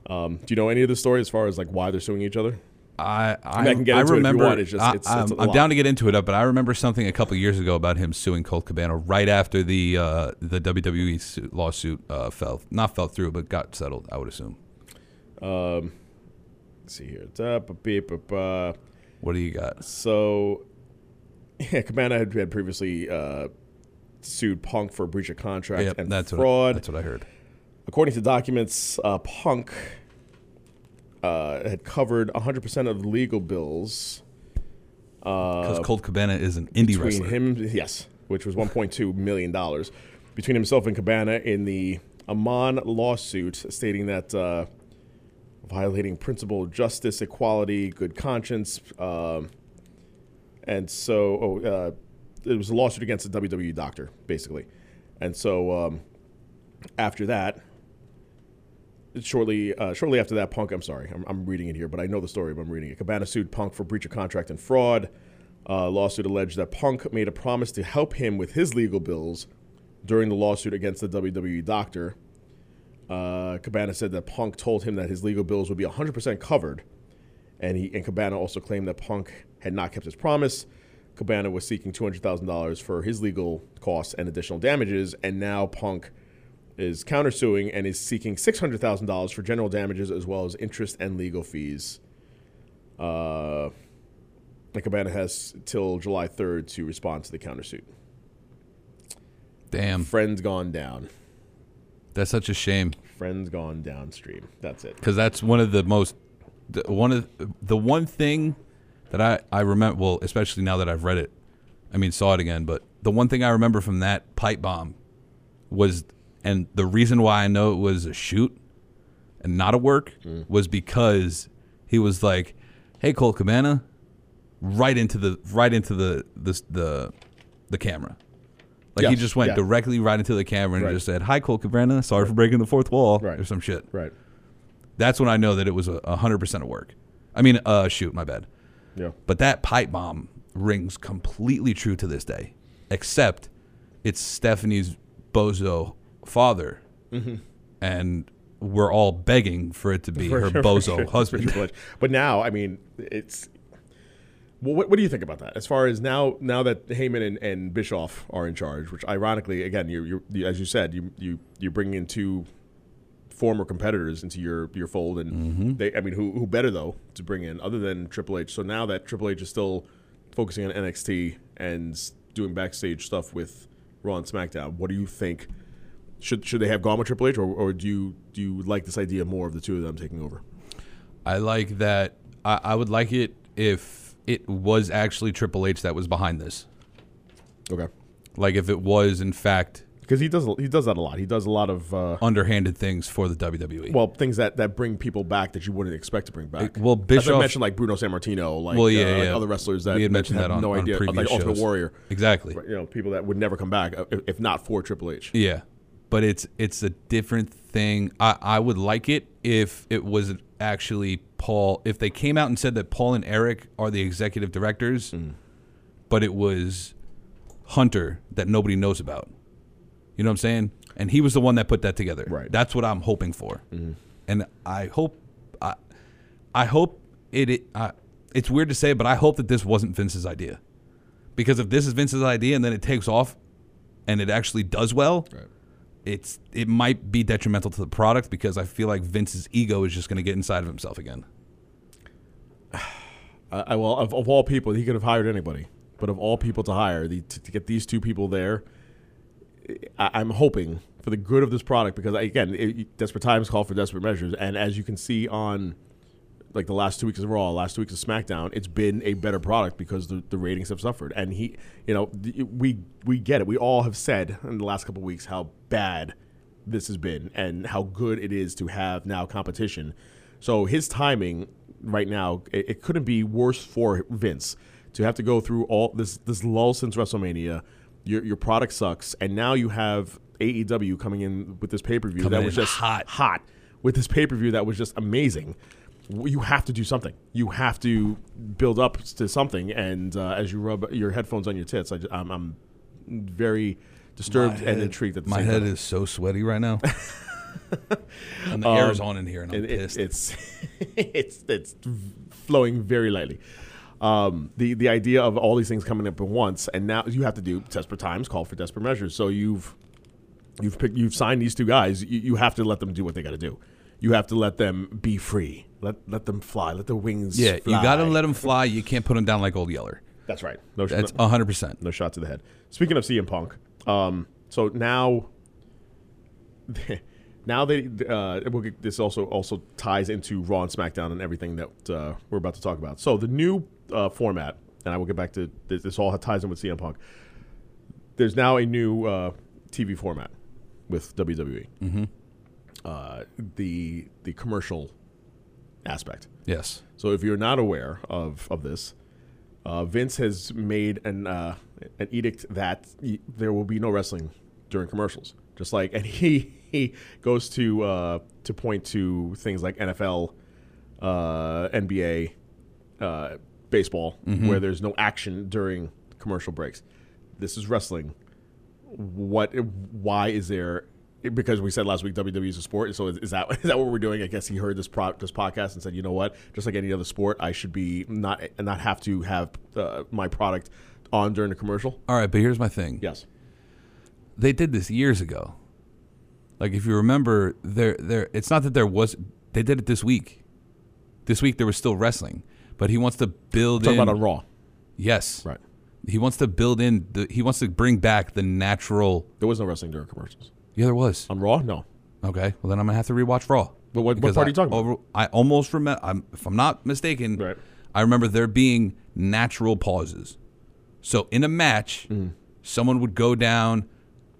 Speaker 5: Um, do you know any of the story as far as like why they're suing each other?
Speaker 6: I I,
Speaker 5: mean, I can get
Speaker 6: I
Speaker 5: into it if you
Speaker 6: remember.
Speaker 5: want. It's just-
Speaker 6: I,
Speaker 5: it's- it's a
Speaker 6: am
Speaker 5: lot.
Speaker 6: down to get into it, but I remember something a couple years ago about him suing Colt Cabana right after the uh, the WWE su- lawsuit uh, fell not fell through, but got settled. I would assume.
Speaker 5: Let's see here. Da- ba- be- ba- ba.
Speaker 6: What do you got?
Speaker 5: So, yeah, Cabana had, had previously uh, sued Punk for breach of contract
Speaker 6: Yep,
Speaker 5: and
Speaker 6: that's What I,
Speaker 5: fraud.
Speaker 6: that's what I heard.
Speaker 5: According to documents, uh, Punk uh, had covered 100% of legal bills
Speaker 6: Because Colt Cabana is an indie
Speaker 5: Uh, between
Speaker 6: wrestler.
Speaker 5: him, yes, which was 1.2 million dollars between himself and Cabana in the Amon lawsuit, stating that uh, violating principle of justice, equality, good conscience, um, and so oh, uh, it was a lawsuit against a WWE doctor, basically, and so um, after that. Shortly, uh, shortly after that, Punk. I'm sorry, I'm, I'm reading it here, but I know the story, but I'm reading it. Cabana sued Punk for breach of contract and fraud. Uh, lawsuit alleged that Punk made a promise to help him with his legal bills during the lawsuit against the WWE doctor. Uh, Cabana said that Punk told him that his legal bills would be 100% covered, and he and Cabana also claimed that Punk had not kept his promise. Cabana was seeking $200,000 for his legal costs and additional damages, and now Punk is countersuing and is seeking $600,000 for general damages as well as interest and legal fees. Uh, and Cabana has till July 3rd to respond to the countersuit.
Speaker 6: Damn,
Speaker 5: Friends gone down.
Speaker 6: that's such a shame.
Speaker 5: Friends gone downstream. That's it.
Speaker 6: because that's one of the most the, one of the one thing that I I remember well especially now that I've read it I mean saw it again but the one thing I remember from that pipe bomb was and the reason why I know it was a shoot and not a work
Speaker 5: Mm.
Speaker 6: was because he was like hey Colt Cabana right into the right into the the the, the camera like he
Speaker 5: Yes,
Speaker 6: just went
Speaker 5: yeah.
Speaker 6: directly right into the camera and
Speaker 5: Right.
Speaker 6: just said hi Colt Cabana sorry for breaking the fourth wall
Speaker 5: Right.
Speaker 6: or some shit
Speaker 5: Right.
Speaker 6: that's when I know that it was a a hundred percent of work. I mean, uh, shoot, my bad.
Speaker 5: Yeah.
Speaker 6: But that pipe bomb rings completely true to this day, except it's Stephanie's bozo father,
Speaker 5: Mm-hmm.
Speaker 6: and we're all begging for it to be her bozo
Speaker 5: Pretty
Speaker 6: husband.
Speaker 5: much. But now, I mean, it's. Well, what, what do you think about that? As far as now, now that Heyman and, and Bischoff are in charge, which ironically, again, you, you, you as you said, you you you bring in two former competitors into your your fold, and they, I mean, who who better though to bring in other than Triple H? So now that Triple H is still focusing on NXT and doing backstage stuff with Raw and SmackDown, what do you think? Should should they have gone with Triple H, or, or do you do you like this idea more of the two of them taking over?
Speaker 6: I like that. I, I would like it if it was actually Triple H that was behind this.
Speaker 5: Okay.
Speaker 6: Like if it was in fact
Speaker 5: because he does he does that a lot. He does a lot of uh,
Speaker 6: underhanded things for the E. WWE.
Speaker 5: well things that, that bring people back that you wouldn't expect to bring back.
Speaker 6: Uh, well,
Speaker 5: As I
Speaker 6: Bischoff-
Speaker 5: mentioned like Bruno Sammartino, like,
Speaker 6: Well,
Speaker 5: uh,
Speaker 6: yeah,
Speaker 5: like
Speaker 6: yeah.
Speaker 5: other wrestlers that
Speaker 6: we had
Speaker 5: that
Speaker 6: mentioned
Speaker 5: have
Speaker 6: that on,
Speaker 5: no
Speaker 6: on
Speaker 5: idea,
Speaker 6: previous
Speaker 5: like Ultimate
Speaker 6: shows.
Speaker 5: Warrior,
Speaker 6: Exactly.
Speaker 5: you know, people that would never come back uh, if- if not for Triple H.
Speaker 6: Yeah, but it's it's a different thing. I I would like it if it was actually Paul. If they came out and said that Paul and Eric are the executive directors,
Speaker 5: Mm.
Speaker 6: but it was Hunter that nobody knows about. You know what I'm saying? And he was the one that put that together.
Speaker 5: Right. Mm-hmm.
Speaker 6: That's what I'm hoping for. And I hope I I hope it, it I, it's weird to say, but I hope that this wasn't Vince's idea. Because if this is Vince's idea and then it takes off and it actually does well, it's it might be detrimental to the product because I feel like Vince's ego is just going to get inside of himself again.
Speaker 5: I, I, well, of, of all people, he could have hired anybody, but of all people to hire, the, to, to get these two people there, I, I'm hoping for the good of this product because I, again, it, it- desperate times call for desperate measures, and as you can see on like the last two weeks of Raw, last two weeks of SmackDown, it's been a better product because the, the ratings have suffered. And he, you know, th- we we get it. We all have said in the last couple of weeks how bad this has been and how good it is to have now competition. So his timing right now, it, it couldn't be worse for Vince to have to go through all this this lull since WrestleMania. Your your product sucks, and now you have AEW coming in with this pay per view
Speaker 6: Coming
Speaker 5: that was
Speaker 6: in
Speaker 5: just
Speaker 6: hot.
Speaker 5: hot with this pay per view that was just amazing. w- You have to do something. You have to build up to something. And uh, as you rub your headphones on your tits, I, am I'm very disturbed and intrigued. At the
Speaker 6: My
Speaker 5: same
Speaker 6: head
Speaker 5: time.
Speaker 6: is so sweaty right now. and the air is on in here, and I'm
Speaker 5: Um, It- it-
Speaker 6: pissed.
Speaker 5: it's it's it's flowing very lightly. Um, the the idea of all these things coming up at once, and now you have to do desperate times call for desperate measures. So you've you've picked you've signed these two guys. You, you have to let them do what they got to do. You have to let them be free. Let let them fly. Let their wings.
Speaker 6: yeah, you got to
Speaker 5: fly.
Speaker 6: let them fly. You can't put them down like Old Yeller.
Speaker 5: That's right. No, sh-
Speaker 6: That's
Speaker 5: no,
Speaker 6: 100%.
Speaker 5: no shot to the head. Speaking of CM Punk, um, so now, now they uh, we'll get, this also also ties into Raw and SmackDown and everything that uh, we're about to talk about. So the new uh, format, and I will get back to this. This all ties in with CM Punk. There's now a new uh, TV format with WWE. Uh, the the commercial aspect.
Speaker 6: Yes.
Speaker 5: So if you're not aware of, of this, uh, Vince has made an uh, an edict that y- there will be no wrestling during commercials. Just like, and he he goes to uh, to point to things like NFL, uh, NBA, uh, baseball, where there's no action during commercial breaks. This is wrestling. What? Why is there? Because we said last week WWE is a sport, so is is that is that what we're doing? I guess he heard this pro, this podcast and said, you know what? Just like any other sport, I should be not and not have to have uh, my product on during a commercial.
Speaker 6: All right, but here's my thing.
Speaker 5: Yes,
Speaker 6: they did this years ago. Like if you remember, there there it's not that there was they did it this week. This week there was still wrestling, but he wants to build
Speaker 5: talking
Speaker 6: in
Speaker 5: about on Raw,
Speaker 6: yes
Speaker 5: right?
Speaker 6: He wants to build in the he wants to bring back the natural.
Speaker 5: There was no wrestling during commercials
Speaker 6: Yeah, there was.
Speaker 5: on Raw. No,
Speaker 6: Okay, well then I'm gonna have to rewatch Raw.
Speaker 5: But what- what
Speaker 6: Because
Speaker 5: part are you
Speaker 6: I
Speaker 5: talking about?
Speaker 6: over- I almost remember. I'm, if I'm not mistaken,
Speaker 5: Right.
Speaker 6: I remember there being natural pauses. So in a match,
Speaker 5: Mm-hmm.
Speaker 6: someone would go down,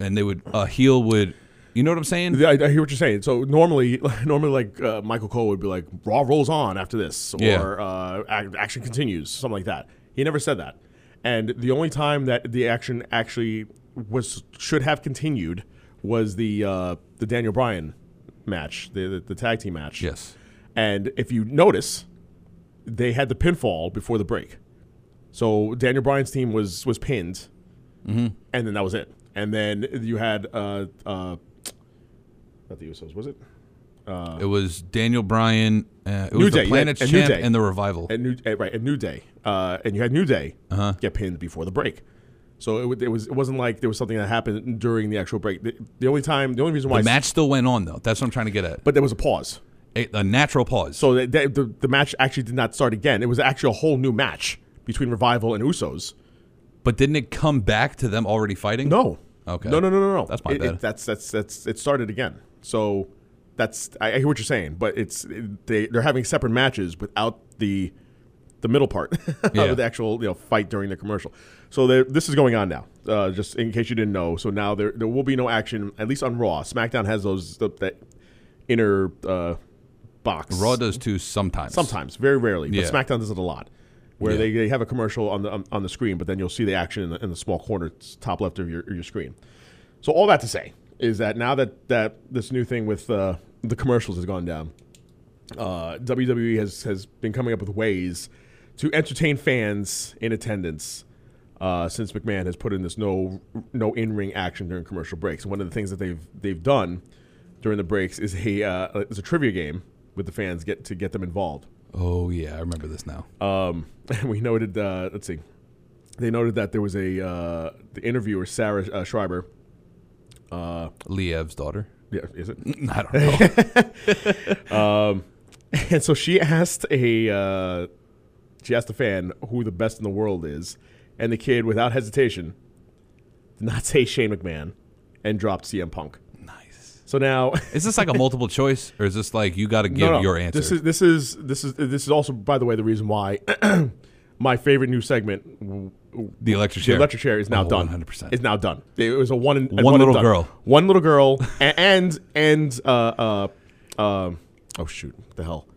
Speaker 6: and they would a heel would. You know what I'm saying?
Speaker 5: Yeah, I, I hear what you're saying. So normally, normally like uh, Michael Cole would be like, "Raw rolls on after this," or
Speaker 6: Yeah.
Speaker 5: uh, ac- "Action continues," something like that. He never said that. And the only time that the action actually was should have continued was the uh, the Daniel Bryan match, the, the the tag team match.
Speaker 6: Yes.
Speaker 5: And if you notice, they had the pinfall before the break. So Daniel Bryan's team was was pinned,
Speaker 6: Mm-hmm.
Speaker 5: and then that was it. And then you had uh, uh, not the Usos, was it?
Speaker 6: It was Daniel Bryan. Uh, it
Speaker 5: New
Speaker 6: was
Speaker 5: Day,
Speaker 6: the
Speaker 5: yeah,
Speaker 6: Planets
Speaker 5: and New
Speaker 6: Champ
Speaker 5: Day.
Speaker 6: and the Revival.
Speaker 5: At New at, right at New Day, uh, and you had New Day
Speaker 6: Uh-huh.
Speaker 5: get pinned before the break. So it, wa- it was it wasn't like there was something that happened during the actual break. The, the only time, the only reason why,
Speaker 6: the
Speaker 5: I s-
Speaker 6: match still went on though. That's what I'm trying to get at.
Speaker 5: but there was a pause.
Speaker 6: A, a natural pause.
Speaker 5: So the, the, the, the match actually did not start again. It was actually a whole new match between Revival and Usos.
Speaker 6: but didn't it come back to them already fighting?
Speaker 5: No.
Speaker 6: Okay.
Speaker 5: No, no, no, no, no.
Speaker 6: That's my
Speaker 5: It- it-
Speaker 6: bad.
Speaker 5: that's that's that's it started again. So that's I, I hear what you're saying, but it's it, they they're having separate matches without the the middle part
Speaker 6: Yeah.
Speaker 5: of the actual you know fight during the commercial. So there- this is going on now. Uh, just in case you didn't know, so now there there will be no action at least on Raw. SmackDown has those the, that inner uh, box.
Speaker 6: Raw does too Oh, sometimes.
Speaker 5: Sometimes, very rarely. But
Speaker 6: Yeah.
Speaker 5: SmackDown does it a lot, where
Speaker 6: Yeah.
Speaker 5: they, they have a commercial on the on, on the screen, but then you'll see the action in the, in the small corner s- top left of your of your screen. So all that to say is that now that that this new thing with uh, the commercials has gone down, uh, WWE has has been coming up with ways to entertain fans in attendance. Uh, since McMahon has put in this no no in ring action during commercial breaks, one of the things that they've they've done during the breaks is a uh, is a trivia game with the fans get to get them involved.
Speaker 6: Oh yeah, I remember this now.
Speaker 5: Um, we noted, uh, let's see, they noted that there was a uh, the interviewer Sarah uh, Schreiber.
Speaker 6: Liev's daughter.
Speaker 5: Yeah, is it?
Speaker 6: I don't know.
Speaker 5: and so she asked a uh, she asked a fan who the best in the world is, and the kid, without hesitation, did not say Shane McMahon, and dropped CM Punk.
Speaker 6: nice.
Speaker 5: So now.
Speaker 6: Is this like a multiple choice, or is this like you got to give
Speaker 5: No, no.
Speaker 6: your answer?
Speaker 5: This is this is this is this is also, by the way, the reason why my favorite new segment, w- w-
Speaker 6: the electric chair.
Speaker 5: the electric chair, is now
Speaker 6: Oh,
Speaker 5: done.
Speaker 6: 100%.
Speaker 5: It's now done. It was a one and
Speaker 6: One
Speaker 5: and and
Speaker 6: little
Speaker 5: done.
Speaker 6: girl.
Speaker 5: one little girl, a- and and uh uh um oh shoot, what the hell,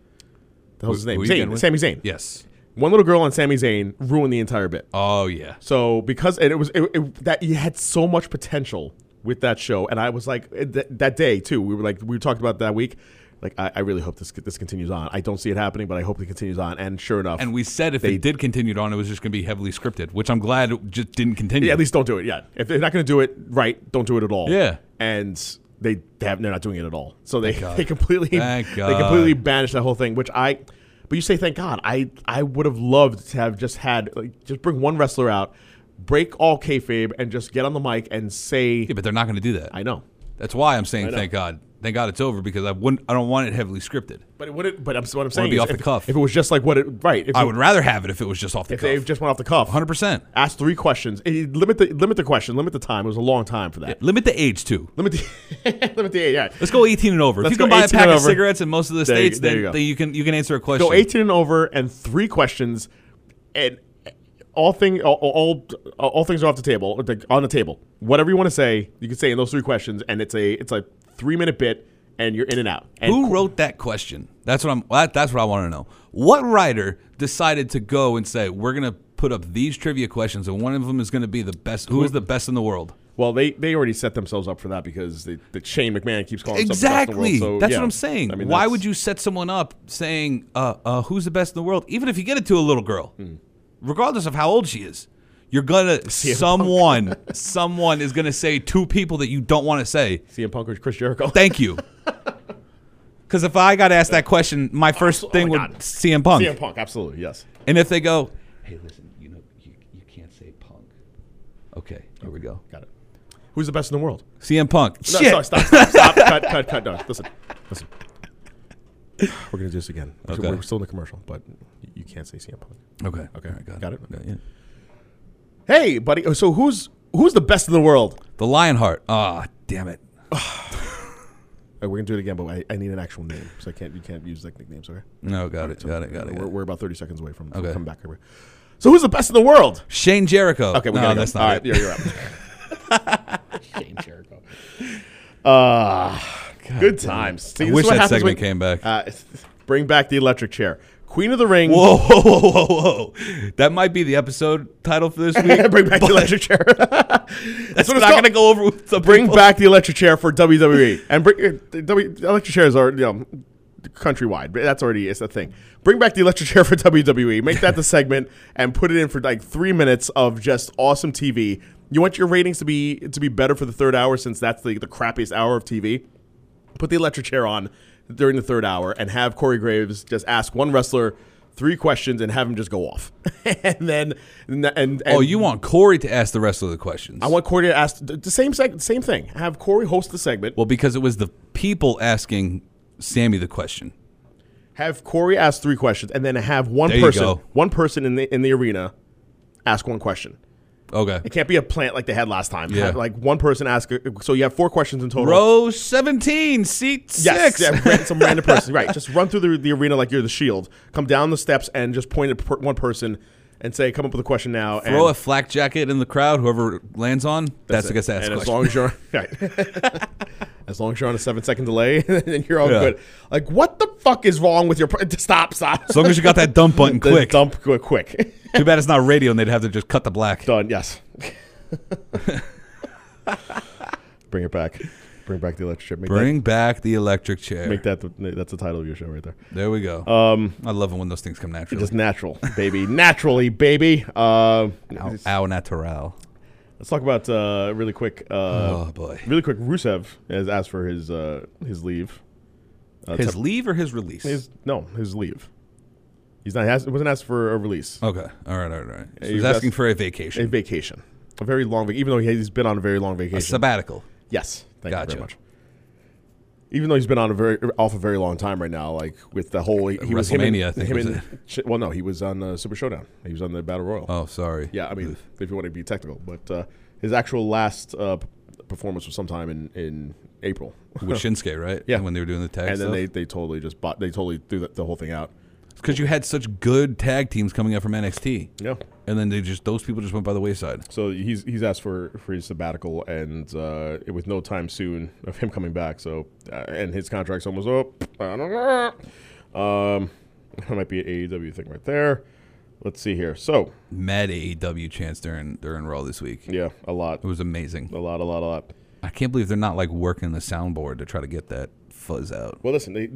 Speaker 5: the hell's his name?
Speaker 6: Who you getting
Speaker 5: Zayn,
Speaker 6: with?
Speaker 5: Sami Zayn.
Speaker 6: Yes.
Speaker 5: one little girl and Sami Zayn ruined the entire bit.
Speaker 6: Oh yeah.
Speaker 5: So because and it was it, it, that you had so much potential with that show, and I was like eh, th- that day too. We were like we talked about that week. Like I, I really hope this this continues on. I don't see it happening, but I hope it continues on. And sure enough,
Speaker 6: And we said if
Speaker 5: They-
Speaker 6: it did continue on, it was just going to be heavily scripted, which I'm glad it just didn't continue.
Speaker 5: yeah, at least don't do it yet. If they're not going to do it right, don't do it at all.
Speaker 6: Yeah.
Speaker 5: and they, they have, they're not doing it at all. So they
Speaker 6: God.
Speaker 5: they completely
Speaker 6: Thank
Speaker 5: they
Speaker 6: God.
Speaker 5: completely banished that whole thing. Which I, but you say thank God. I I would have loved to have just had like just bring one wrestler out, break all kayfabe, and just get on the mic and say
Speaker 6: yeah, but they're not going to do that.
Speaker 5: I know.
Speaker 6: That's why I'm saying
Speaker 5: know.
Speaker 6: thank God. Thank God it's over because I wouldn't. I don't want it heavily scripted.
Speaker 5: But it wouldn't. But I'm, what I'm saying
Speaker 6: be
Speaker 5: is
Speaker 6: off the
Speaker 5: if,
Speaker 6: cuff.
Speaker 5: if it was just like what it right, if
Speaker 6: I
Speaker 5: it-
Speaker 6: would rather have it if it was just off the
Speaker 5: if they
Speaker 6: cuff.
Speaker 5: just went off the cuff,
Speaker 6: 100%.
Speaker 5: Ask three questions. Eh, limit the limit the question. Limit the time. It was a long time for that.
Speaker 6: Limit the age too.
Speaker 5: Limit the limit the yeah.
Speaker 6: Let's go 18 and over.
Speaker 5: Let's
Speaker 6: if you can
Speaker 5: go
Speaker 6: buy a
Speaker 5: 18
Speaker 6: pack
Speaker 5: and
Speaker 6: of
Speaker 5: over.
Speaker 6: cigarettes in most of the
Speaker 5: There you-
Speaker 6: states,
Speaker 5: there
Speaker 6: then,
Speaker 5: you go.
Speaker 6: then you can you can answer a question.
Speaker 5: Go 18 and over and three questions, and all thing all all, all things are off the table like, on the table. Whatever you want to say, you can say in those three questions, and it's a it's a three minute bit, and you're in and out. And
Speaker 6: Who wrote that question? That's what I'm. That, that's what I want to know. What writer decided to go and say we're gonna put up these trivia questions, and one of them is gonna be the best. Who is the best in the world?
Speaker 5: Well, they, they already set themselves up for that because they, the Shane McMahon keeps calling himself the best in the world,
Speaker 6: Exactly.
Speaker 5: so,
Speaker 6: that's
Speaker 5: yeah.
Speaker 6: what I'm saying.
Speaker 5: I mean,
Speaker 6: Why
Speaker 5: that's-
Speaker 6: would you set someone up saying uh, uh, who's the best in the world, even if you get it to a little girl,
Speaker 5: Hmm.
Speaker 6: regardless of how old she is? You're gonna someone someone is gonna say two people that you don't want to say.
Speaker 5: CM Punk or Chris Jericho?
Speaker 6: Thank you. Because if I got asked that question, my first
Speaker 5: Absol- oh
Speaker 6: thing
Speaker 5: my
Speaker 6: would
Speaker 5: God.
Speaker 6: CM Punk.
Speaker 5: CM Punk, absolutely, yes.
Speaker 6: And if they go, hey, listen, you know, you, you can't say punk. Okay, here we go.
Speaker 5: Got it. Who's the best in the world?
Speaker 6: CM Punk.
Speaker 5: No,
Speaker 6: Shit.
Speaker 5: sorry, stop, stop, stop, cut, cut, cut. No, listen, listen. We're gonna do this again. We're-
Speaker 6: Okay.
Speaker 5: We're still in the commercial, but y- you can't say CM Punk.
Speaker 6: Okay.
Speaker 5: Okay,
Speaker 6: all right, got,
Speaker 5: got
Speaker 6: it.
Speaker 5: it.
Speaker 6: yeah.
Speaker 5: Hey, buddy. oh, So who's who's the best in the world?
Speaker 6: The Lionheart. Ah, damn it.
Speaker 5: Uh, we're gonna do it again, but I, I need an actual name, so I can't. You can't use like nicknames, okay?
Speaker 6: No, got it. Got it. Got it.
Speaker 5: We're,
Speaker 6: Got it.
Speaker 5: we're about thirty seconds away from
Speaker 6: Okay.
Speaker 5: coming back. here. So who's the best in the world?
Speaker 6: Shane Jericho.
Speaker 5: Okay, we gotta
Speaker 6: no,
Speaker 5: go.
Speaker 6: that's not
Speaker 5: All
Speaker 6: it.
Speaker 5: right, you're, you're up. Shane Jericho. Uh, good times. See, this
Speaker 6: wish
Speaker 5: is what
Speaker 6: that
Speaker 5: happens
Speaker 6: segment
Speaker 5: when-
Speaker 6: came back.
Speaker 5: Uh, bring back the electric chair. Queen of the Ring.
Speaker 6: Whoa, whoa, whoa, whoa, whoa. That might be the episode title for this week.
Speaker 5: bring back the
Speaker 6: but
Speaker 5: electric chair. That's
Speaker 6: That's not going to go over with the
Speaker 5: Bring
Speaker 6: people.
Speaker 5: back the electric chair for WWE. And bring uh, the w, the electric chairs are you know, countrywide. But that's already it's a thing. Bring back the electric chair for WWE. Make that the segment and put it in for like three minutes of just awesome TV. You want your ratings to be to be better for the third hour since that's the, the crappiest hour of TV. Put the electric chair on during the third hour and have Corey Graves just ask one wrestler three questions and have him just go off. and then and, and
Speaker 6: Oh, you want Corey to ask the rest of the questions?
Speaker 5: I want Corey to ask the the same seg- same thing. Have Corey host the segment.
Speaker 6: Well, because it was the people asking Sammy the question.
Speaker 5: Have Corey ask three questions, and then have one
Speaker 6: There you
Speaker 5: person,
Speaker 6: go.
Speaker 5: one person in the in the arena, ask one question.
Speaker 6: Okay.
Speaker 5: It can't be a plant like they had last time.
Speaker 6: Yeah.
Speaker 5: Have, like one person ask. So you have four questions in total.
Speaker 6: Row 17, seat
Speaker 5: Yes,
Speaker 6: 6.
Speaker 5: yeah, ran- some random person. Right, just run through the, the arena like you're the shield. Come down the steps and just point at per- one person and say, "Come up with a question now."
Speaker 6: Throw a
Speaker 5: and
Speaker 6: flak jacket in the crowd, whoever lands on, that's,
Speaker 5: it.
Speaker 6: I guess that's
Speaker 5: and
Speaker 6: the
Speaker 5: as
Speaker 6: question.
Speaker 5: long as you're right. as long as you're on a seven second delay, then you're all
Speaker 6: Yeah.
Speaker 5: good. Like, what the fuck is wrong with your? Pr- stop! Stop!
Speaker 6: As long as you got that dump button
Speaker 5: The
Speaker 6: quick.
Speaker 5: Dump quick, quick.
Speaker 6: Too bad it's not radio and they'd have to just cut the black.
Speaker 5: Done. Yes. Bring it back. Bring back the electric chair. Make
Speaker 6: Bring back the electric chair.
Speaker 5: That, make that. The, that's the title of your show right there.
Speaker 6: There we go. Um, I love it when those things come naturally.
Speaker 5: Just natural, baby. Naturally, baby. Uh,
Speaker 6: Ow, ow, natural.
Speaker 5: let's talk about uh, really quick. Uh,
Speaker 6: Oh, boy.
Speaker 5: Really quick. Rusev has asked for his uh, his leave. Uh,
Speaker 6: His leave or his release?
Speaker 5: His no, his leave. He's not. He wasn't asked for a release.
Speaker 6: okay. All right, all right, all right.
Speaker 5: he
Speaker 6: So he's
Speaker 5: was
Speaker 6: asking
Speaker 5: asked-
Speaker 6: for a
Speaker 5: A
Speaker 6: vacation.
Speaker 5: vacation. A very long. vac- Even though he's been on a very long
Speaker 6: A
Speaker 5: vacation.
Speaker 6: sabbatical.
Speaker 5: Yes, thank you
Speaker 6: Gotcha.
Speaker 5: very much. Even though he's been on a very off a very long time right now, like with the whole he, he was him and-
Speaker 6: WrestleMania, I think
Speaker 5: him
Speaker 6: was
Speaker 5: and- sh- well, no, he was on uh, Super Showdown. He was on the Battle Royal.
Speaker 6: Oh, sorry.
Speaker 5: yeah, I mean, if you want to be technical, but uh, his actual last uh, p- performance was sometime in in April.
Speaker 6: with Shinsuke, right?
Speaker 5: Yeah.
Speaker 6: when they were doing the tag.
Speaker 5: and then they, they totally just bought they totally threw the, the whole thing out.
Speaker 6: because you had such good tag teams coming up from NXT.
Speaker 5: Yeah.
Speaker 6: and then they just those people just went by the wayside.
Speaker 5: So he's he's asked for, for his sabbatical and uh, with no time soon of him coming back. So uh, and his contract's almost up. I don't know. Um, that might be an AEW thing right there. Let's see here. So
Speaker 6: Mad E AEW chance during during Raw this week.
Speaker 5: yeah, a lot,
Speaker 6: It was amazing.
Speaker 5: a lot, a lot, a lot.
Speaker 6: I can't believe they're not like working the soundboard to try to get that fuzz out.
Speaker 5: Well, listen, they,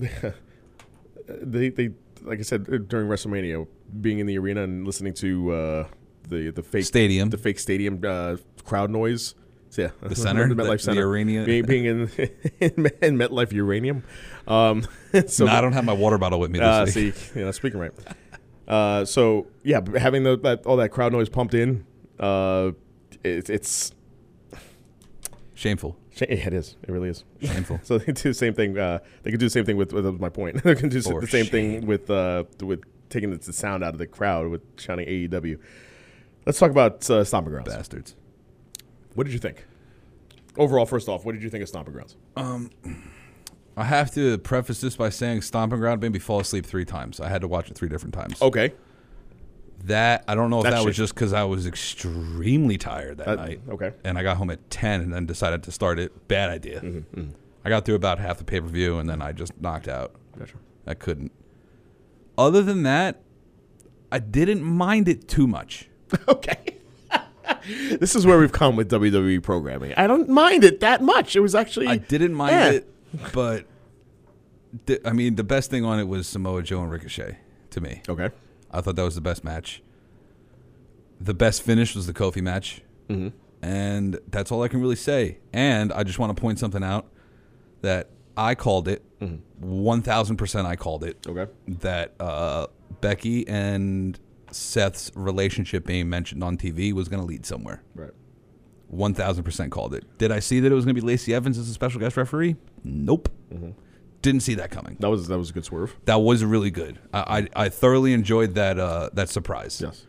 Speaker 5: they, they, like I said uh, during WrestleMania, being in the arena and listening to uh, the the fake
Speaker 6: Stadium.
Speaker 5: the fake stadium uh, crowd noise. So, yeah, the
Speaker 6: center?
Speaker 5: MetLife
Speaker 6: The- the
Speaker 5: Center,
Speaker 6: arena?
Speaker 5: being, being in, in MetLife Uranium. Um, so
Speaker 6: No, I don't have my water bottle with me this
Speaker 5: uh,
Speaker 6: week.
Speaker 5: see, you know, speaking right. Uh, so yeah, but having the, that all that crowd noise pumped in, uh, it, it's
Speaker 6: Shameful.
Speaker 5: Sh- Yeah, it is. It really is.
Speaker 6: Shameful.
Speaker 5: so they do the same thing. Uh, they could do the same thing with. with that was my point. they can do s-
Speaker 6: For
Speaker 5: the same thing with uh, with taking the, the sound out of the crowd with shouting AEW. Let's talk about uh, Stomping Grounds.
Speaker 6: Bastards.
Speaker 5: What did you think? Overall, first off, what did you think of Stomping Grounds?
Speaker 6: I have to preface this by saying Stomping Ground made me fall asleep three times. I had to watch it three different times.
Speaker 5: Okay.
Speaker 6: That I don't know if
Speaker 5: That
Speaker 6: that, was
Speaker 5: shit.
Speaker 6: just because I was extremely tired that
Speaker 5: That-
Speaker 6: night.
Speaker 5: okay.
Speaker 6: And I got home at ten and then decided to start it. Bad idea.
Speaker 5: Mm-hmm,
Speaker 6: I got through about half the pay per view and then I just knocked out.
Speaker 5: Gotcha.
Speaker 6: I couldn't. Other than that, I didn't mind it too much.
Speaker 5: Okay. this is where we've come with WWE programming. I don't mind it that much. It was actually
Speaker 6: I didn't mind
Speaker 5: Yeah.
Speaker 6: it, but di- I mean, the best thing on it was Samoa Joe and Ricochet to me.
Speaker 5: Okay.
Speaker 6: I thought that was the best match. The best finish was the Kofi match. And that's all I can really say. And I just want to point something out that I called it. 1000% I called it.
Speaker 5: Okay.
Speaker 6: That uh, Becky and Seth's relationship being mentioned on TV was going to lead somewhere.
Speaker 5: Right.
Speaker 6: 1000% called it. Did I see that it was going to be Lacey Evans as a special guest referee? Nope. Didn't see that coming.
Speaker 5: That was that was a good swerve.
Speaker 6: That was really good. I, I, I thoroughly enjoyed that uh, that surprise.
Speaker 5: Yes.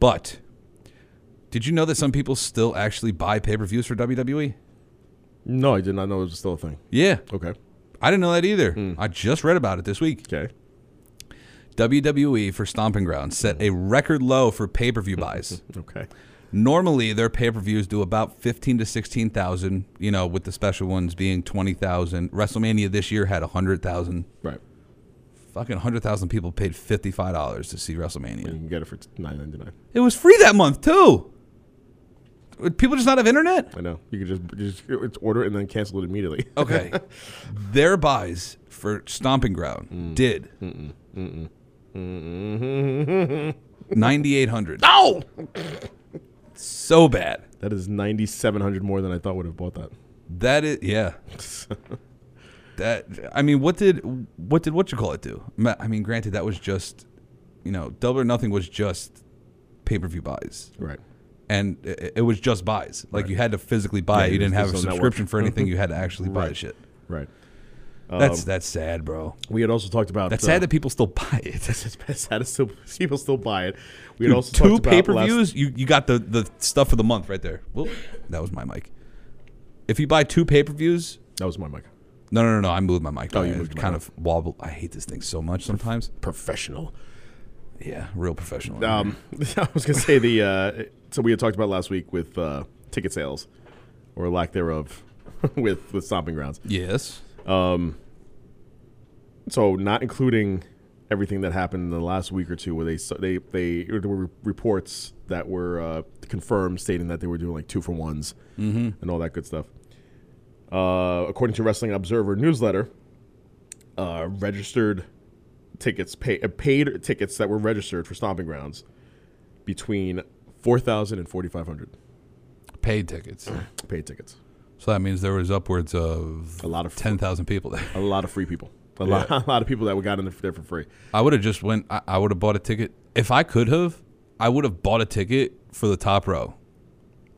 Speaker 6: But did you know that some people still actually buy pay per views for WWE?
Speaker 5: No, I did not know it was still a thing.
Speaker 6: Yeah.
Speaker 5: Okay.
Speaker 6: I didn't know that either. I just read about it this week.
Speaker 5: Okay.
Speaker 6: WWE for Stomping Ground set a record low for pay per view buys.
Speaker 5: Okay.
Speaker 6: Normally, their pay per views do about fifteen to sixteen thousand. You know, with the special ones being twenty thousand. WrestleMania this year had hundred thousand.
Speaker 5: Right.
Speaker 6: Fucking hundred thousand people paid fifty five dollars to see WrestleMania.
Speaker 5: You can get it for nine ninety nine.
Speaker 6: It was free that month too. Would people just not have internet?
Speaker 5: I know. You can just just it's order it and then cancel it immediately.
Speaker 6: Okay. Their buys for Stomping Ground did. 9,800. No! so bad.
Speaker 5: that is ninety seven hundred more than I thought would have bought that.
Speaker 6: That is, yeah. that, I mean, what did, what did, what you call it do? Ma- I mean, granted, that was just, you know, Double or Nothing was just pay per view buys.
Speaker 5: Right.
Speaker 6: And it, it was just buys. Like, you had to physically
Speaker 5: Yeah,
Speaker 6: buy it. You
Speaker 5: there's-
Speaker 6: didn't have a
Speaker 5: there's no network.
Speaker 6: subscription for anything. You had to actually buy the
Speaker 5: Right.
Speaker 6: shit.
Speaker 5: Right.
Speaker 6: That's that's sad, bro.
Speaker 5: We had also talked about
Speaker 6: That's
Speaker 5: uh,
Speaker 6: sad that people still buy it.
Speaker 5: It's bad. sad. as Still, people still buy it. We had also
Speaker 6: Two
Speaker 5: talked about
Speaker 6: pay per
Speaker 5: last-
Speaker 6: views, you, you got the, the stuff for the month right there. Well, that was my mic. If you buy two pay per views,
Speaker 5: That was my mic.
Speaker 6: no, no, no, no, I moved my mic.
Speaker 5: Oh, you
Speaker 6: I
Speaker 5: moved your
Speaker 6: kind
Speaker 5: mic.
Speaker 6: of wobble. I hate this thing so much sometimes.
Speaker 5: Professional.
Speaker 6: Yeah, real professional.
Speaker 5: Um, I was gonna say the uh, so we had talked about last week with uh, ticket sales or lack thereof with with stomping grounds.
Speaker 6: yes,
Speaker 5: So not including everything that happened in the last week or two, where they so they they there were reports that were uh, confirmed stating that they were doing like two for ones and all that good stuff. Uh, according to Wrestling Observer newsletter, uh, registered tickets, pay, uh, paid tickets that were registered for Stomping Grounds, between four thousand and forty five hundred
Speaker 6: paid tickets.
Speaker 5: paid tickets.
Speaker 6: So that means there was upwards of
Speaker 5: A lot of
Speaker 6: ten thousand people there.
Speaker 5: a lot of free people, a lot, a lot of people that got in there for free.
Speaker 6: I would have just went. I, I would have bought a ticket if I could have. I would have bought a ticket for the top row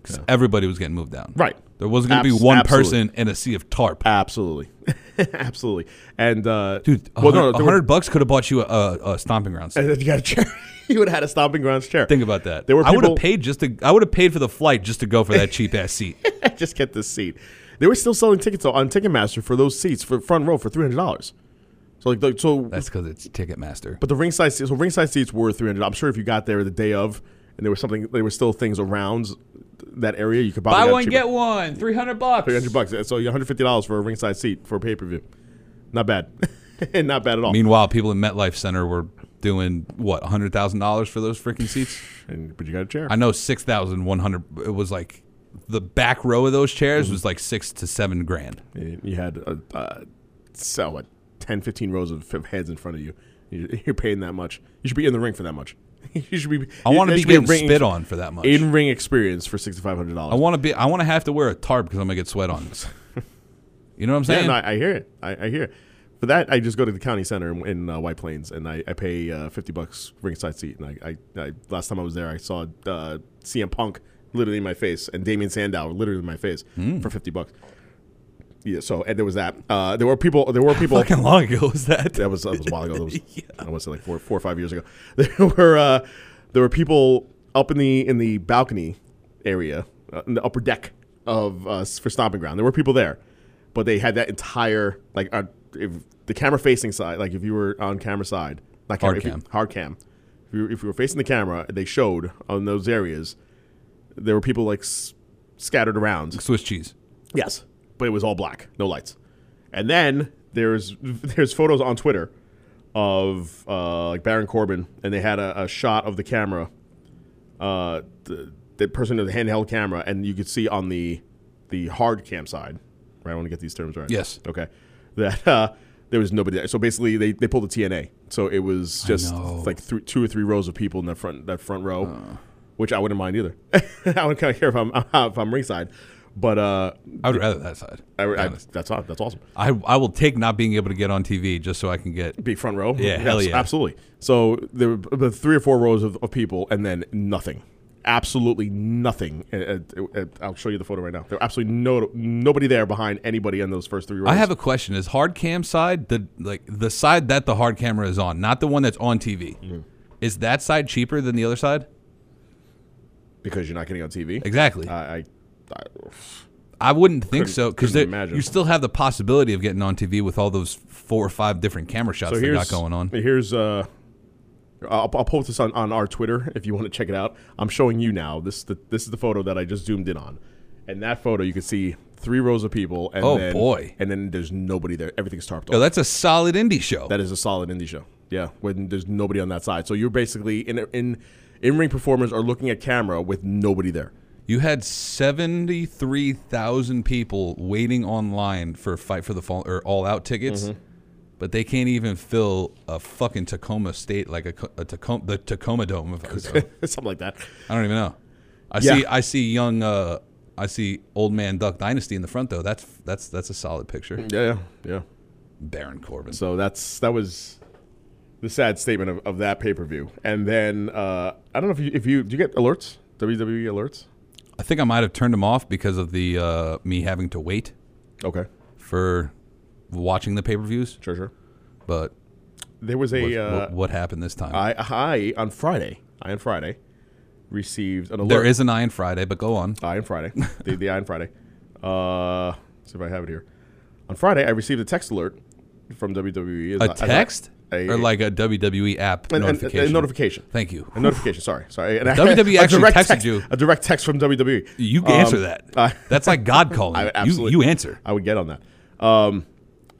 Speaker 6: because everybody was getting moved down.
Speaker 5: Right.
Speaker 6: There wasn't going to
Speaker 5: Abs-
Speaker 6: be one
Speaker 5: absolutely.
Speaker 6: person in a sea of tarp.
Speaker 5: Absolutely. Absolutely. And uh,
Speaker 6: Dude,
Speaker 5: well, no, no,
Speaker 6: a
Speaker 5: there were-
Speaker 6: hundred bucks could have bought you a, a, a stomping ground. Set.
Speaker 5: And if you got a chair, you would have had a stomping grounds chair.
Speaker 6: Think about that.
Speaker 5: There were
Speaker 6: I would have
Speaker 5: people-
Speaker 6: paid just to. I would have paid for the flight just to go for that cheap ass seat.
Speaker 5: just get this seat. They were still selling tickets on Ticketmaster for those seats for front row for three hundred dollars. So like, like so,
Speaker 6: That's because it's Ticketmaster.
Speaker 5: but the ringside seats, so ringside seats were three hundred. I'm sure if you got there the day of, and there was something, there were still things around that area you could buy,
Speaker 6: buy one get one, three hundred bucks.
Speaker 5: three hundred bucks. So one hundred fifty dollars for a ringside seat for a pay per view. Not bad, not bad at all.
Speaker 6: Meanwhile, people in MetLife Center were doing what hundred thousand dollars for those freaking seats.
Speaker 5: And- but you got a chair.
Speaker 6: I know six thousand one hundred. It was like the back row of those
Speaker 5: Mm-hmm.
Speaker 6: chairs was like six to seven grand.
Speaker 5: And you had a, uh, so what, 10, 15 rows of f- heads in front of you. You- You're paying that much. You should be in the ring for that much. you should be.
Speaker 6: I want to
Speaker 5: that
Speaker 6: be
Speaker 5: should
Speaker 6: getting
Speaker 5: a ring-
Speaker 6: spit on for that much.
Speaker 5: In ring experience for sixty five hundred dollars.
Speaker 6: I want to be. I want to have to wear a tarp because I'm gonna get sweat on. You know what I'm saying?
Speaker 5: Yeah, no, I, I hear it. I, I hear it. For that, I just go to the county center in, in uh, White Plains, and I, I pay uh, fifty bucks ringside seat. And I, I, I last time I was there, I saw uh, CM Punk literally in my face, and Damian Sandow literally in my face
Speaker 6: Hmm.
Speaker 5: for fifty bucks. Yeah. So and there was that. Uh, there were people. There were people.
Speaker 6: Fucking long ago was that?
Speaker 5: That was, that was a while ago. That was, I want to say like four, four or five years ago. There were uh, there were people up in the in the balcony area, uh, in the upper deck of uh, for stomping ground. There were people there, but they had that entire like uh, if the camera facing side. Like if you were on camera side, not camera,
Speaker 6: Hard
Speaker 5: if you-
Speaker 6: cam.
Speaker 5: hard cam. If you, if you were facing the camera, they showed on those areas. There were people like s- scattered around.
Speaker 6: Swiss cheese.
Speaker 5: Yes, but it was all black, no lights. And then there's there's photos on Twitter of uh, like Baron Corbin, and they had a, a shot of the camera, uh, the, the person with the handheld camera, and you could see on the the hard cam side, right? I want to get these terms right.
Speaker 6: Yes.
Speaker 5: Okay. That uh, there was nobody there. So basically, they, they pulled the TNA. So it was just
Speaker 6: know. Uh.
Speaker 5: like three, two or three rows of people in that front that front row, which I wouldn't mind either. I wouldn't kind of care if I'm if I'm ringside, but uh,
Speaker 6: I would rather that side.
Speaker 5: I,
Speaker 6: to be
Speaker 5: I,
Speaker 6: honest.
Speaker 5: that's aw- that's awesome.
Speaker 6: I, I will take not being able to get on TV just so I can get.
Speaker 5: Be front row.
Speaker 6: Yeah, hell yeah.
Speaker 5: absolutely. So there were b- three or four rows of, of people, and then nothing, absolutely nothing. Uh, uh, uh, I'll show you the photo right now. There were absolutely no nobody there behind anybody in those first three rows.
Speaker 6: I have a question: Is hard cam side the like the side that the hard camera is on, not the one that's on TV?
Speaker 5: Mm.
Speaker 6: Is that side cheaper than the other side?
Speaker 5: because you're not getting on TV.
Speaker 6: Exactly.
Speaker 5: I, I, I
Speaker 6: I wouldn't think
Speaker 5: couldn't-
Speaker 6: so because
Speaker 5: couldn't imagine.
Speaker 6: you still have the possibility of getting on TV with all those four or five different camera shots
Speaker 5: so
Speaker 6: they
Speaker 5: here's
Speaker 6: got going on.
Speaker 5: Here's uh. I'll, I'll post this on, on our Twitter if you want to check it out. I'm showing you now. This the, this is the photo that I just zoomed in on, and that photo you can see three rows of people. And
Speaker 6: Oh,
Speaker 5: then,
Speaker 6: boy.
Speaker 5: And then there's nobody there. Everything's tarped off.
Speaker 6: Yo, that's a solid indie show.
Speaker 5: That is a solid indie show. Yeah, when there's nobody on that side, so you're basically in in in ring performers are looking at camera with nobody there.
Speaker 6: you had seventy three thousand people waiting online for Fight for the Fall or All Out tickets,
Speaker 5: Mm-hmm.
Speaker 6: but they can't even fill a fucking Tacoma State like a, co- a Tacoma the Tacoma Dome. If I was there.
Speaker 5: Something like that.
Speaker 6: I don't even know. I
Speaker 5: Yeah.
Speaker 6: see. I see young. Uh, I see old man Duck Dynasty in the front though. That's that's that's a solid picture.
Speaker 5: Yeah, yeah, yeah.
Speaker 6: Baron Corbin.
Speaker 5: So that's that was the sad statement of, of that pay per view. And then uh, I don't know if you if you do you get alerts WWE alerts.
Speaker 6: I think I might have turned him off because of the uh, me having to wait
Speaker 5: Okay,
Speaker 6: for watching the pay per views.
Speaker 5: sure, sure.
Speaker 6: But
Speaker 5: There was
Speaker 6: what,
Speaker 5: a uh,
Speaker 6: what, what happened this time?
Speaker 5: I I on Friday. I on Friday received an alert.
Speaker 6: there is an Iron Friday, but go on.
Speaker 5: Iron Friday. the, the Iron Friday. Uh, let's see if I have it here. On Friday, I received a text alert from WWE. as
Speaker 6: A
Speaker 5: I- as I-
Speaker 6: text
Speaker 5: uh, a-
Speaker 6: or like a WWE app
Speaker 5: an- an-
Speaker 6: notification.
Speaker 5: A, notification.
Speaker 6: Thank you.
Speaker 5: A notification. Sorry, sorry. And I-
Speaker 6: WWE
Speaker 5: a
Speaker 6: E actually
Speaker 5: direct
Speaker 6: texted
Speaker 5: text-
Speaker 6: you.
Speaker 5: a direct text from WWE.
Speaker 6: You
Speaker 5: Um,
Speaker 6: answer that.
Speaker 5: I-
Speaker 6: That's like God calling.
Speaker 5: I
Speaker 6: You-
Speaker 5: absolutely-
Speaker 6: you answer.
Speaker 5: I would get on that. Um,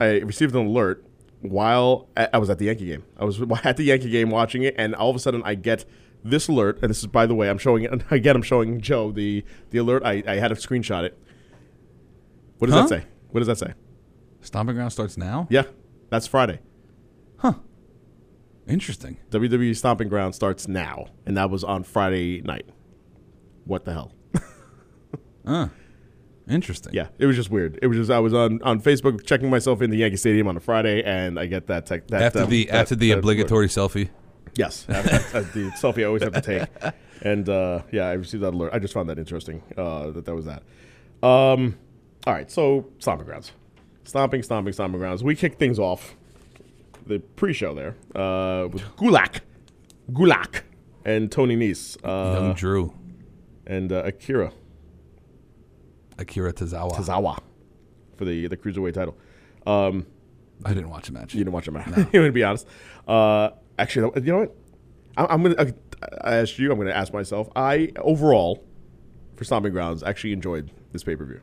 Speaker 5: I received an alert while I I was at the Yankee game. I was at the Yankee game watching it, and all of a sudden I get this alert. And this is, by the way, I'm showing it again. I'm showing Joe the the alert. I, I had to screenshot it. What does
Speaker 6: Huh?
Speaker 5: that say? What does that say?
Speaker 6: Stomping Ground starts now.
Speaker 5: Yeah, that's Friday.
Speaker 6: Interesting.
Speaker 5: WWE E Stomping Ground starts now, and that was on Friday night. What the hell?
Speaker 6: Interesting.
Speaker 5: Yeah, it was just weird. It was just I was on, on Facebook checking myself into Yankee Stadium on a Friday, and I get that text. That,
Speaker 6: After
Speaker 5: that-
Speaker 6: the
Speaker 5: that-
Speaker 6: after the
Speaker 5: that-
Speaker 6: obligatory selfie.
Speaker 5: Yes, that's, that's- that's the selfie I always have to take. And uh, yeah, I received that alert. I just found that interesting uh, that that was that. Um, all right, so stomping grounds. Stomping, stomping, stomping grounds. We kick things off the pre-show there uh, with Gulak, Gulak, and Tony Nese uh,
Speaker 6: Young Drew,
Speaker 5: and uh, Akira
Speaker 6: Akira Tozawa.
Speaker 5: Tazawa for the the cruiserweight title. Um,
Speaker 6: I didn't watch the match.
Speaker 5: you didn't watch it, man. you to be honest. Uh, actually, you know what? I, I'm gonna. I, I asked you. I'm gonna ask myself. I overall, for stomping grounds, actually enjoyed this pay per view,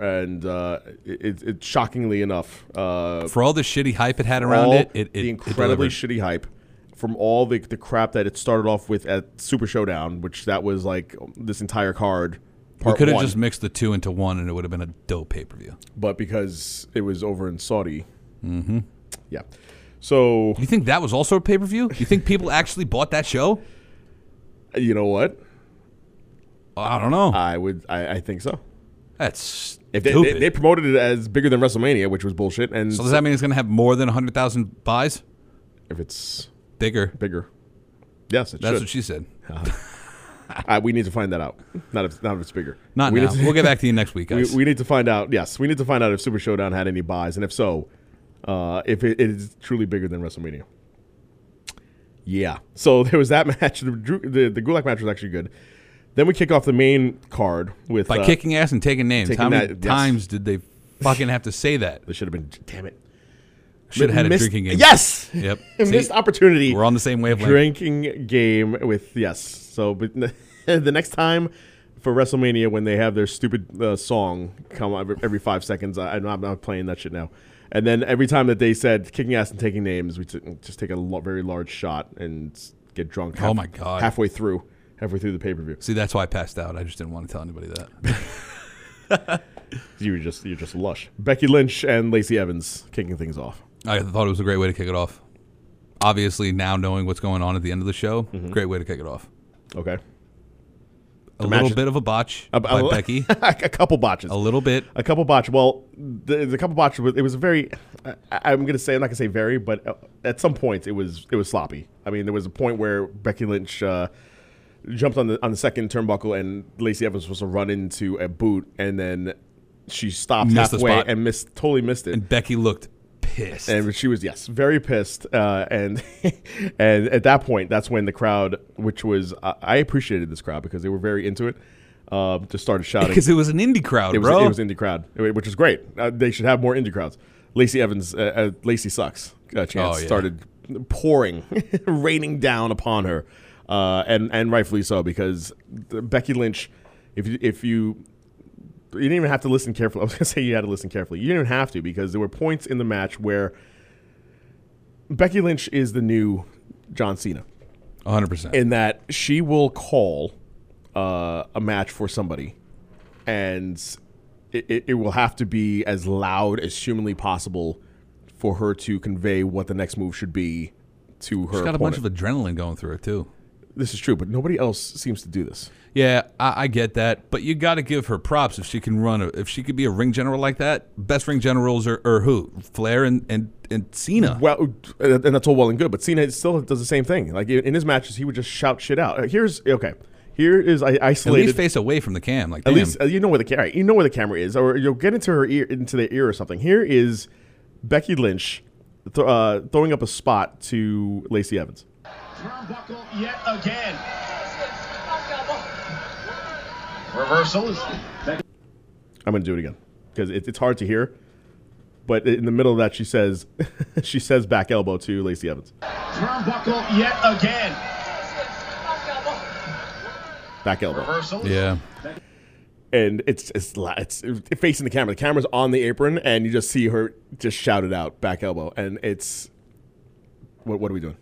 Speaker 5: and uh, it, it, it shockingly enough, uh,
Speaker 6: For all the shitty hype it had around
Speaker 5: all
Speaker 6: it, it, it
Speaker 5: the
Speaker 6: it
Speaker 5: incredibly
Speaker 6: delivered.
Speaker 5: shitty hype from all the, the crap that it started off with at Super Showdown, which that was like this entire card.
Speaker 6: we
Speaker 5: Part
Speaker 6: could have
Speaker 5: one,
Speaker 6: just mixed the two into one, and it would have been a dope pay per view.
Speaker 5: but because it was over in Saudi, mm-hmm. yeah. So
Speaker 6: You think that was also a pay per view? You think people actually bought that show?
Speaker 5: you know what?
Speaker 6: I don't know.
Speaker 5: I would. I, I think so.
Speaker 6: That's
Speaker 5: Uh, If they,
Speaker 6: stupid.
Speaker 5: they, they promoted it as bigger than WrestleMania, which was bullshit, and
Speaker 6: so does that mean it's gonna have more than hundred thousand buys?
Speaker 5: if it's
Speaker 6: Bigger.
Speaker 5: bigger, yes, it
Speaker 6: That's
Speaker 5: should.
Speaker 6: what she said.
Speaker 5: Uh, we need to find that out. Not if not if it's bigger.
Speaker 6: Not
Speaker 5: we
Speaker 6: now.
Speaker 5: Need to,
Speaker 6: we'll get back to you next week,
Speaker 5: we,
Speaker 6: guys.
Speaker 5: we need to find out. Yes, we need to find out if Super Showdown had any buys, and if so, uh, if it, it is truly bigger than WrestleMania. Yeah. So there was that match. The, Drew- the, the Gulak match was actually good. Then we kick off the main card with
Speaker 6: By
Speaker 5: uh,
Speaker 6: kicking ass and taking names.
Speaker 5: taking
Speaker 6: How many
Speaker 5: that- yes.
Speaker 6: times did they fucking have to say that?
Speaker 5: There should have been. Damn it.
Speaker 6: Should have had a
Speaker 5: Missed-
Speaker 6: drinking game.
Speaker 5: Yes.
Speaker 6: Yep.
Speaker 5: A
Speaker 6: See?
Speaker 5: missed opportunity.
Speaker 6: We're on the same wavelength.
Speaker 5: Drinking game with yes. So, but the next time for WrestleMania when they have their stupid uh, song come out every, every five seconds, I, I'm, not, I'm not playing that shit now. And then every time that they said kicking ass and taking names, we t- just take a lo- very large shot and s- get drunk.
Speaker 6: Oh my God.
Speaker 5: Halfway through, halfway through the pay per view,
Speaker 6: See, that's why I passed out. I just didn't want to tell anybody that.
Speaker 5: you were just you're just lush. Becky Lynch and Lacey Evans kicking things off.
Speaker 6: I thought it was a great way to kick it off. Obviously, now knowing what's going on at the end of the show,
Speaker 5: Mm-hmm.
Speaker 6: great way to kick it off.
Speaker 5: Okay,
Speaker 6: A
Speaker 5: Imagine-
Speaker 6: little bit of a botch
Speaker 5: A-
Speaker 6: by
Speaker 5: a-
Speaker 6: Becky.
Speaker 5: a couple botches.
Speaker 6: A little bit.
Speaker 5: A couple botch. Well, the, the couple botch. was- It was a very. I, I'm gonna say I'm not gonna say very, but uh, at some point it was it was sloppy. I mean, there was a point where Becky Lynch uh, jumped on the on the second turnbuckle, and Lacey Evans was supposed to run into a boot, and then she stopped
Speaker 6: Missed the
Speaker 5: halfway
Speaker 6: spot.
Speaker 5: and missed totally missed it.
Speaker 6: And Becky looked pissed.
Speaker 5: And she was yes, very pissed. Uh, and and at that point, that's when the crowd, which was I, I appreciated this crowd because they were very into it, uh, just started shouting
Speaker 6: Because it was an indie crowd,
Speaker 5: it was,
Speaker 6: bro.
Speaker 5: It was indie crowd, which is great. Uh, they should have more indie crowds. Lacey Evans, uh, uh, Lacey sucks. Uh, chance
Speaker 6: Oh, yeah.
Speaker 5: started pouring, raining down upon her, uh, and and rightfully so because the- Becky Lynch, if you, if you you didn't even have to listen carefully. I was gonna say you had to listen carefully. You didn't even have to because there were points in the match where Becky Lynch is the new John Cena
Speaker 6: 100%.
Speaker 5: in that she will call uh, a match for somebody, and it, it, it will have to be as loud as humanly possible for her to convey what the next move should be to her.
Speaker 6: She's got a bunch of
Speaker 5: opponent.
Speaker 6: adrenaline going through it, too.
Speaker 5: this is true, but nobody else seems to do this.
Speaker 6: Yeah, I, I get that, but you got to give her props if she can run. A, if she could be a ring general like that, best ring generals are, are who? Flair and and and Cena.
Speaker 5: Well, and that's all well and good, but Cena still does the same thing. Like in in his matches, he would just shout shit out. Uh, Here's okay. Here is I
Speaker 6: At
Speaker 5: isolated.
Speaker 6: least face away from the cam. Like
Speaker 5: At
Speaker 6: damn.
Speaker 5: least uh, you know where the camera. You know where the camera is, or you'll get into her ear, into their ear, or something. Here is Becky Lynch th- uh, throwing up a spot to Lacey Evans.
Speaker 7: Turnbuckle yet again. Reversal is
Speaker 5: I'm going to do it again because it, it's hard to hear. But in the middle of that, she says, she says back elbow to Lacey Evans.
Speaker 7: turnbuckle yet again.
Speaker 5: Back elbow,
Speaker 7: Reversal.
Speaker 6: yeah,
Speaker 5: and it's it's la- it's facing the camera. The camera's on the apron, and you just see her just shout it out, back elbow, and it's what what are we doing?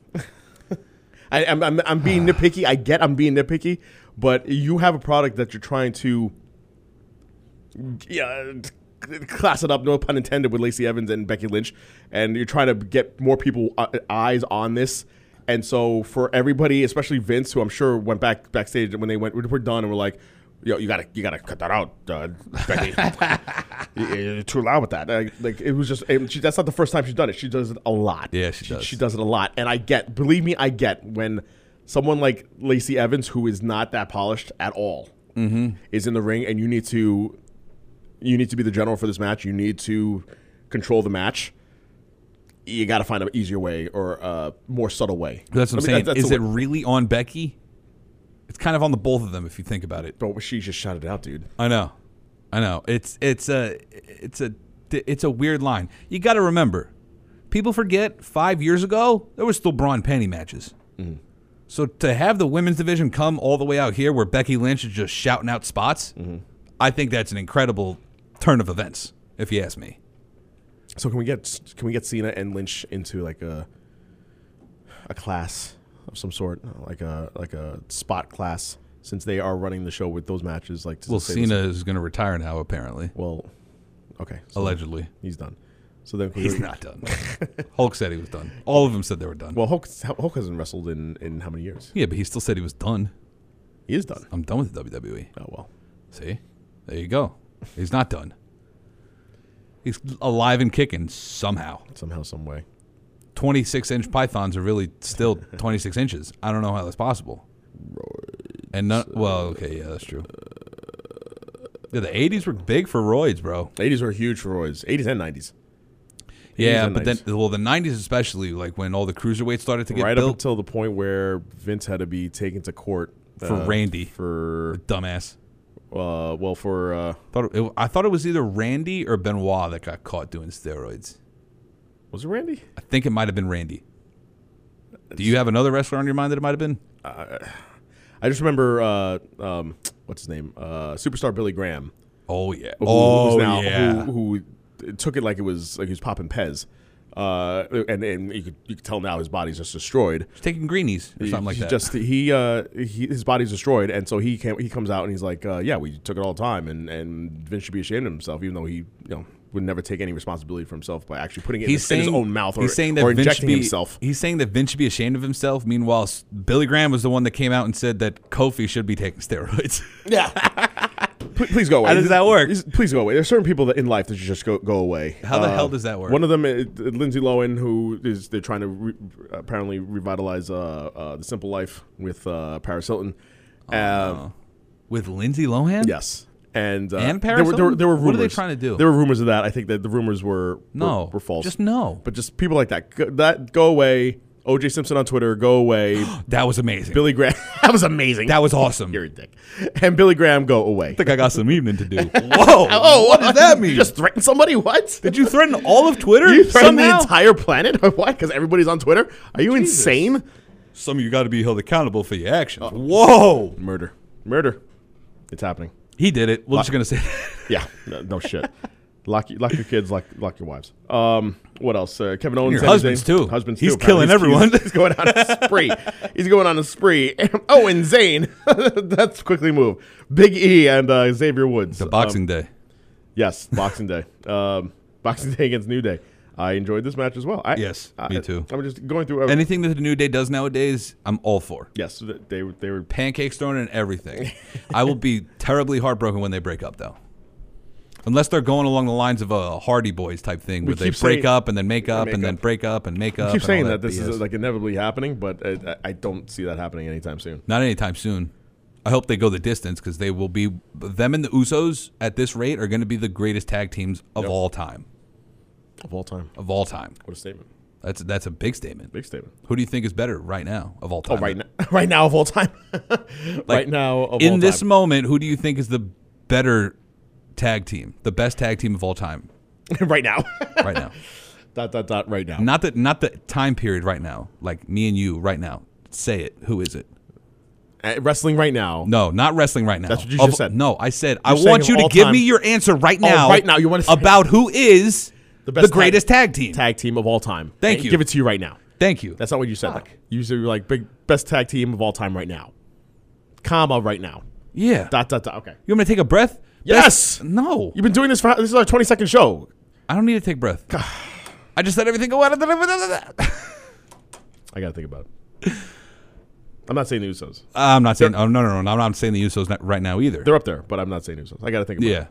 Speaker 5: I, I'm, I'm, I'm being nitpicky. I get I'm being nitpicky, but you have a product that you're trying to yeah, c- class it up, no pun intended, with Lacey Evans and Becky Lynch, and you're trying to get more people uh, eyes on this. And so for everybody, especially Vince, who I'm sure went back backstage when they went, we're done, and we're like, yo, you gotta, you gotta cut that out, uh, Becky. You- You're too loud with that. Like, like, it was just, and she, that's not the first time she's done it. She does it a lot.
Speaker 6: Yeah, she does.
Speaker 5: She does it a lot, and I get. Believe me, I get when someone like Lacey
Speaker 6: Mm-hmm.
Speaker 5: Evans, who is not that polished at all, is in the ring, and you need to you need to be the general for this match. You need to control the match. You got to find an easier way or a more subtle way.
Speaker 6: That's what I'm
Speaker 5: I mean,
Speaker 6: saying.
Speaker 5: that- that's
Speaker 6: is
Speaker 5: the
Speaker 6: it
Speaker 5: way-
Speaker 6: really on Becky? It's kind of on the both of them if you think about it.
Speaker 5: But she just shot it out, dude.
Speaker 6: I know, I know. It's it's a it's a it's a weird line. You got to remember, people forget five years ago there was still bra and panty matches.
Speaker 5: Mm.
Speaker 6: So to have the women's division come all the way out here where Becky Lynch is just shouting out spots,
Speaker 5: Mm-hmm.
Speaker 6: I think that's an incredible turn of events, if you ask me.
Speaker 5: So can we get can we get Cena and Lynch into like a a class of some sort, Uh, like a like a spot class, since they are running the show with those matches? Like, to
Speaker 6: Well,
Speaker 5: say
Speaker 6: Cena is going to retire now, apparently,
Speaker 5: well, okay, so
Speaker 6: allegedly.
Speaker 5: he's done. So then
Speaker 6: He's not done. Hulk said he was done. All of them said they were done.
Speaker 5: Well, Hulk Hulk hasn't wrestled in in how many years?
Speaker 6: yeah, but he still said he was done.
Speaker 5: He is done.
Speaker 6: I'm done with the E. WWE.
Speaker 5: Oh well.
Speaker 6: See? There you go. He's not done. He's alive and kicking somehow.
Speaker 5: somehow, some way.
Speaker 6: 26 inch pythons are really still 26 inches. I don't know how that's possible. And not, well, okay, yeah, that's true. Yeah, the 80s were big for roids, bro.
Speaker 5: 80s were huge for Roy's. 80s and 90s.
Speaker 6: Yeah,
Speaker 5: and
Speaker 6: but then, well, the 90s especially, like when all the cruiserweights started to get
Speaker 5: Right up
Speaker 6: built.
Speaker 5: until the point where Vince had to be taken to court uh,
Speaker 6: For Randy.
Speaker 5: for
Speaker 6: dumbass.
Speaker 5: uh, well for uh,
Speaker 6: Thought it, I thought it was either Randy or Benoit that got caught doing steroids.
Speaker 5: was it Randy?
Speaker 6: I think it might have been Randy. Do you have another wrestler on your mind that it might have been?
Speaker 5: I just remember uh, um, what's his name? Uh, superstar Billy Graham.
Speaker 6: Oh yeah.
Speaker 5: who
Speaker 6: oh
Speaker 5: was now-
Speaker 6: yeah.
Speaker 5: Who, who took it like it was like he was popping Pez. Uh, and and you could you could tell now his body's just destroyed.
Speaker 6: He's taking greenies or something like
Speaker 5: He's
Speaker 6: that.
Speaker 5: Just he, uh, he his body's destroyed, and so he came, he comes out and he's like, uh, "Yeah, we took it all the time," and and Vince should be ashamed of himself, even though he you know would never take any responsibility for himself by actually putting it
Speaker 6: he's
Speaker 5: in,
Speaker 6: saying
Speaker 5: his, in his own mouth or,
Speaker 6: he's saying that
Speaker 5: or
Speaker 6: Vince should
Speaker 5: injecting
Speaker 6: be,
Speaker 5: himself.
Speaker 6: He's saying that Vince should be ashamed of himself. Meanwhile, s- Billy Graham was the one that came out and said that Kofi should be taking steroids.
Speaker 5: Please, please go away.
Speaker 6: How does that work?
Speaker 5: Please, please go away. There's certain people that in life that should just go go away. Uh,
Speaker 6: How the hell does that work?
Speaker 5: One of them, is Lindsay Lohan, who is they're trying to re, apparently revitalize uh, uh, the Simple Life with uh, Paris Hilton.
Speaker 6: Oh,
Speaker 5: Um,
Speaker 6: With Lindsay Lohan?
Speaker 5: Yes. And, uh,
Speaker 6: And
Speaker 5: there were, there, were, there were
Speaker 6: Paris Hilton?
Speaker 5: rumors.
Speaker 6: What are they trying to do?
Speaker 5: There were rumors of that. I think that the rumors were
Speaker 6: No.
Speaker 5: were, were false.
Speaker 6: Just no.
Speaker 5: But just people like that. Go, that go away. OJ Simpson on Twitter. Go away.
Speaker 6: That was amazing.
Speaker 5: Billy Graham. that was amazing.
Speaker 6: that was awesome.
Speaker 5: You're
Speaker 6: I
Speaker 5: a dick. And Billy Graham, go away.
Speaker 6: think I got some evening to do. Whoa. oh, what does that mean?
Speaker 5: You just threaten somebody? What?
Speaker 6: Did you threaten all of Twitter?
Speaker 5: You threaten
Speaker 6: somehow?
Speaker 5: the entire planet? Why? Because everybody's on Twitter? Are you insane?
Speaker 6: Some of you got to be held accountable for your actions.
Speaker 5: Uh,
Speaker 6: Whoa.
Speaker 5: Murder. Murder. It's happening.
Speaker 6: He did it. We're just going to say
Speaker 5: Yeah. No, no shit. Lock, y- lock your kids, lock, lock your wives. Um, what else? Uh, Kevin Owens.
Speaker 6: Your
Speaker 5: said
Speaker 6: husbands,
Speaker 5: Zayn-
Speaker 6: too.
Speaker 5: Husbands
Speaker 6: He's
Speaker 5: too, apparently. He's-
Speaker 6: killing everyone.
Speaker 5: He's, he's going on a spree. he's going on a spree. oh, and Zayn. That's quickly move. Big E and uh, Xavier Woods.
Speaker 6: the
Speaker 5: Um,
Speaker 6: Boxing Day.
Speaker 5: Yes, Boxing Day. Um, Boxing Day against New Day. I enjoyed this match as well. I,
Speaker 6: Yes,
Speaker 5: I-
Speaker 6: me too.
Speaker 5: I'm just going through. every
Speaker 6: Anything that the New Day does nowadays, I'm all for.
Speaker 5: yes, they were. They were.
Speaker 6: Pancakes thrown and everything. I will be terribly heartbroken when they break up, though. Unless they're going along the lines of a Hardy Boys type thing, where they
Speaker 5: keep
Speaker 6: break
Speaker 5: saying-
Speaker 6: up and then make up
Speaker 5: make
Speaker 6: and then
Speaker 5: up.
Speaker 6: break up and make up.
Speaker 5: I keep
Speaker 6: and
Speaker 5: saying
Speaker 6: all
Speaker 5: that this
Speaker 6: BS.
Speaker 5: is like inevitably happening, but I, I- I don't see that happening anytime soon.
Speaker 6: not anytime soon. I hope they go the distance because they will be them and the Usos at this rate are going to be the greatest tag teams of all time.
Speaker 5: Of all time.
Speaker 6: Of all time.
Speaker 5: What a statement.
Speaker 6: That's that's a big statement.
Speaker 5: Big statement.
Speaker 6: Who do you think is better right now of all
Speaker 5: Oh,
Speaker 6: time?
Speaker 5: right now, right now of all time.
Speaker 6: Like,
Speaker 5: right now of
Speaker 6: in
Speaker 5: all
Speaker 6: this
Speaker 5: time.
Speaker 6: moment, who do you think is the better tag team, the best tag team of all time
Speaker 5: right now.
Speaker 6: right now?
Speaker 5: dot dot dot. Right now.
Speaker 6: not the not the time period right now. Like me and you right now. Say it. Who is it?
Speaker 5: Uh, wrestling right now.
Speaker 6: No, not wrestling right now.
Speaker 5: That's what you
Speaker 6: Of-
Speaker 5: just said.
Speaker 6: No, I said I
Speaker 5: You're
Speaker 6: want
Speaker 5: saying
Speaker 6: you
Speaker 5: of
Speaker 6: to
Speaker 5: all
Speaker 6: give me
Speaker 5: time.
Speaker 6: your answer right
Speaker 5: Oh,
Speaker 6: now.
Speaker 5: right now, you wanna say-
Speaker 6: about who is the,
Speaker 5: best
Speaker 6: greatest tag, team.
Speaker 5: Tag team of all time.
Speaker 6: Thank
Speaker 5: I
Speaker 6: you.
Speaker 5: Give it to you right now.
Speaker 6: Thank you.
Speaker 5: That's not what you said. Though. You said you were like big best tag team of all time right now. Comma right now.
Speaker 6: yeah.
Speaker 5: Dot dot dot. Okay.
Speaker 6: you want me to take a breath?
Speaker 5: Yes.
Speaker 6: No.
Speaker 5: You've been doing this for this is our 20 second show.
Speaker 6: I don't need to take breath. I just let everything go out.
Speaker 5: I gotta think about it. I'm not saying the Usos.
Speaker 6: I'm not saying. Oh no, no, no. I'm not saying the Usos not- right now either.
Speaker 5: They're up there, but I'm not saying Usos. I gotta think about
Speaker 6: Yeah.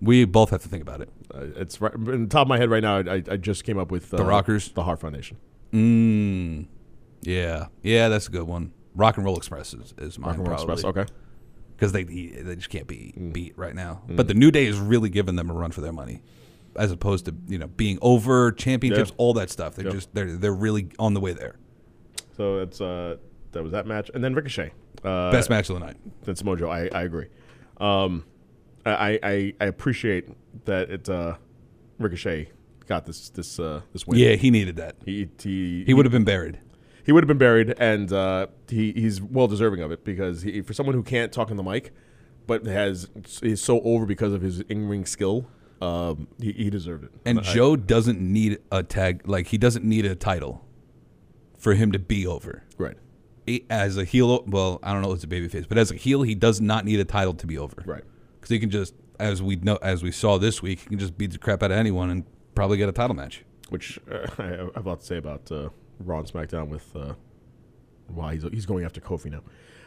Speaker 6: We both have to think about it.
Speaker 5: it. Uh, It's right in the top of my head right now. I, I just came up with uh, the
Speaker 6: Rockers?
Speaker 5: the Heart Foundation.
Speaker 6: Yeah. Yeah, that's a good one. Rock and Roll Express is, is mine.
Speaker 5: Rock and Roll
Speaker 6: probably.
Speaker 5: Express. Okay. Mm.
Speaker 6: because they he- they just can't be beat right now. But the New Day is really giving them a run for their money, as opposed to you know being over championships,
Speaker 5: Yeah.
Speaker 6: all that stuff. They're
Speaker 5: Yep.
Speaker 6: just they're they're really on the way there.
Speaker 5: So that's uh, that was that match, and then Ricochet. Uh,
Speaker 6: Best match of the night.
Speaker 5: That's Mojo. I, I agree. Um, I, I I appreciate that it uh, Ricochet got this this uh, this win.
Speaker 6: Yeah, he needed that.
Speaker 5: he he,
Speaker 6: He would have been buried.
Speaker 5: he would have been buried, and uh, he he's well deserving of it because he, for someone who can't talk in the mic, but has is so over because of his in ring skill, um, he, he deserved it.
Speaker 6: And
Speaker 5: I-
Speaker 6: Joe doesn't need a tag like he doesn't need a title for him to be over.
Speaker 5: right,
Speaker 6: He- As a heel, well, I don't know if it's a babyface, but as a heel, he does not need a title to be over.
Speaker 5: right.
Speaker 6: Because he can just, as we know, as we saw this week, he can just beat the crap out of anyone and probably get a title match.
Speaker 5: Which uh, I I have a lot to say about uh, Raw and SmackDown with uh, why he's he's going after Kofi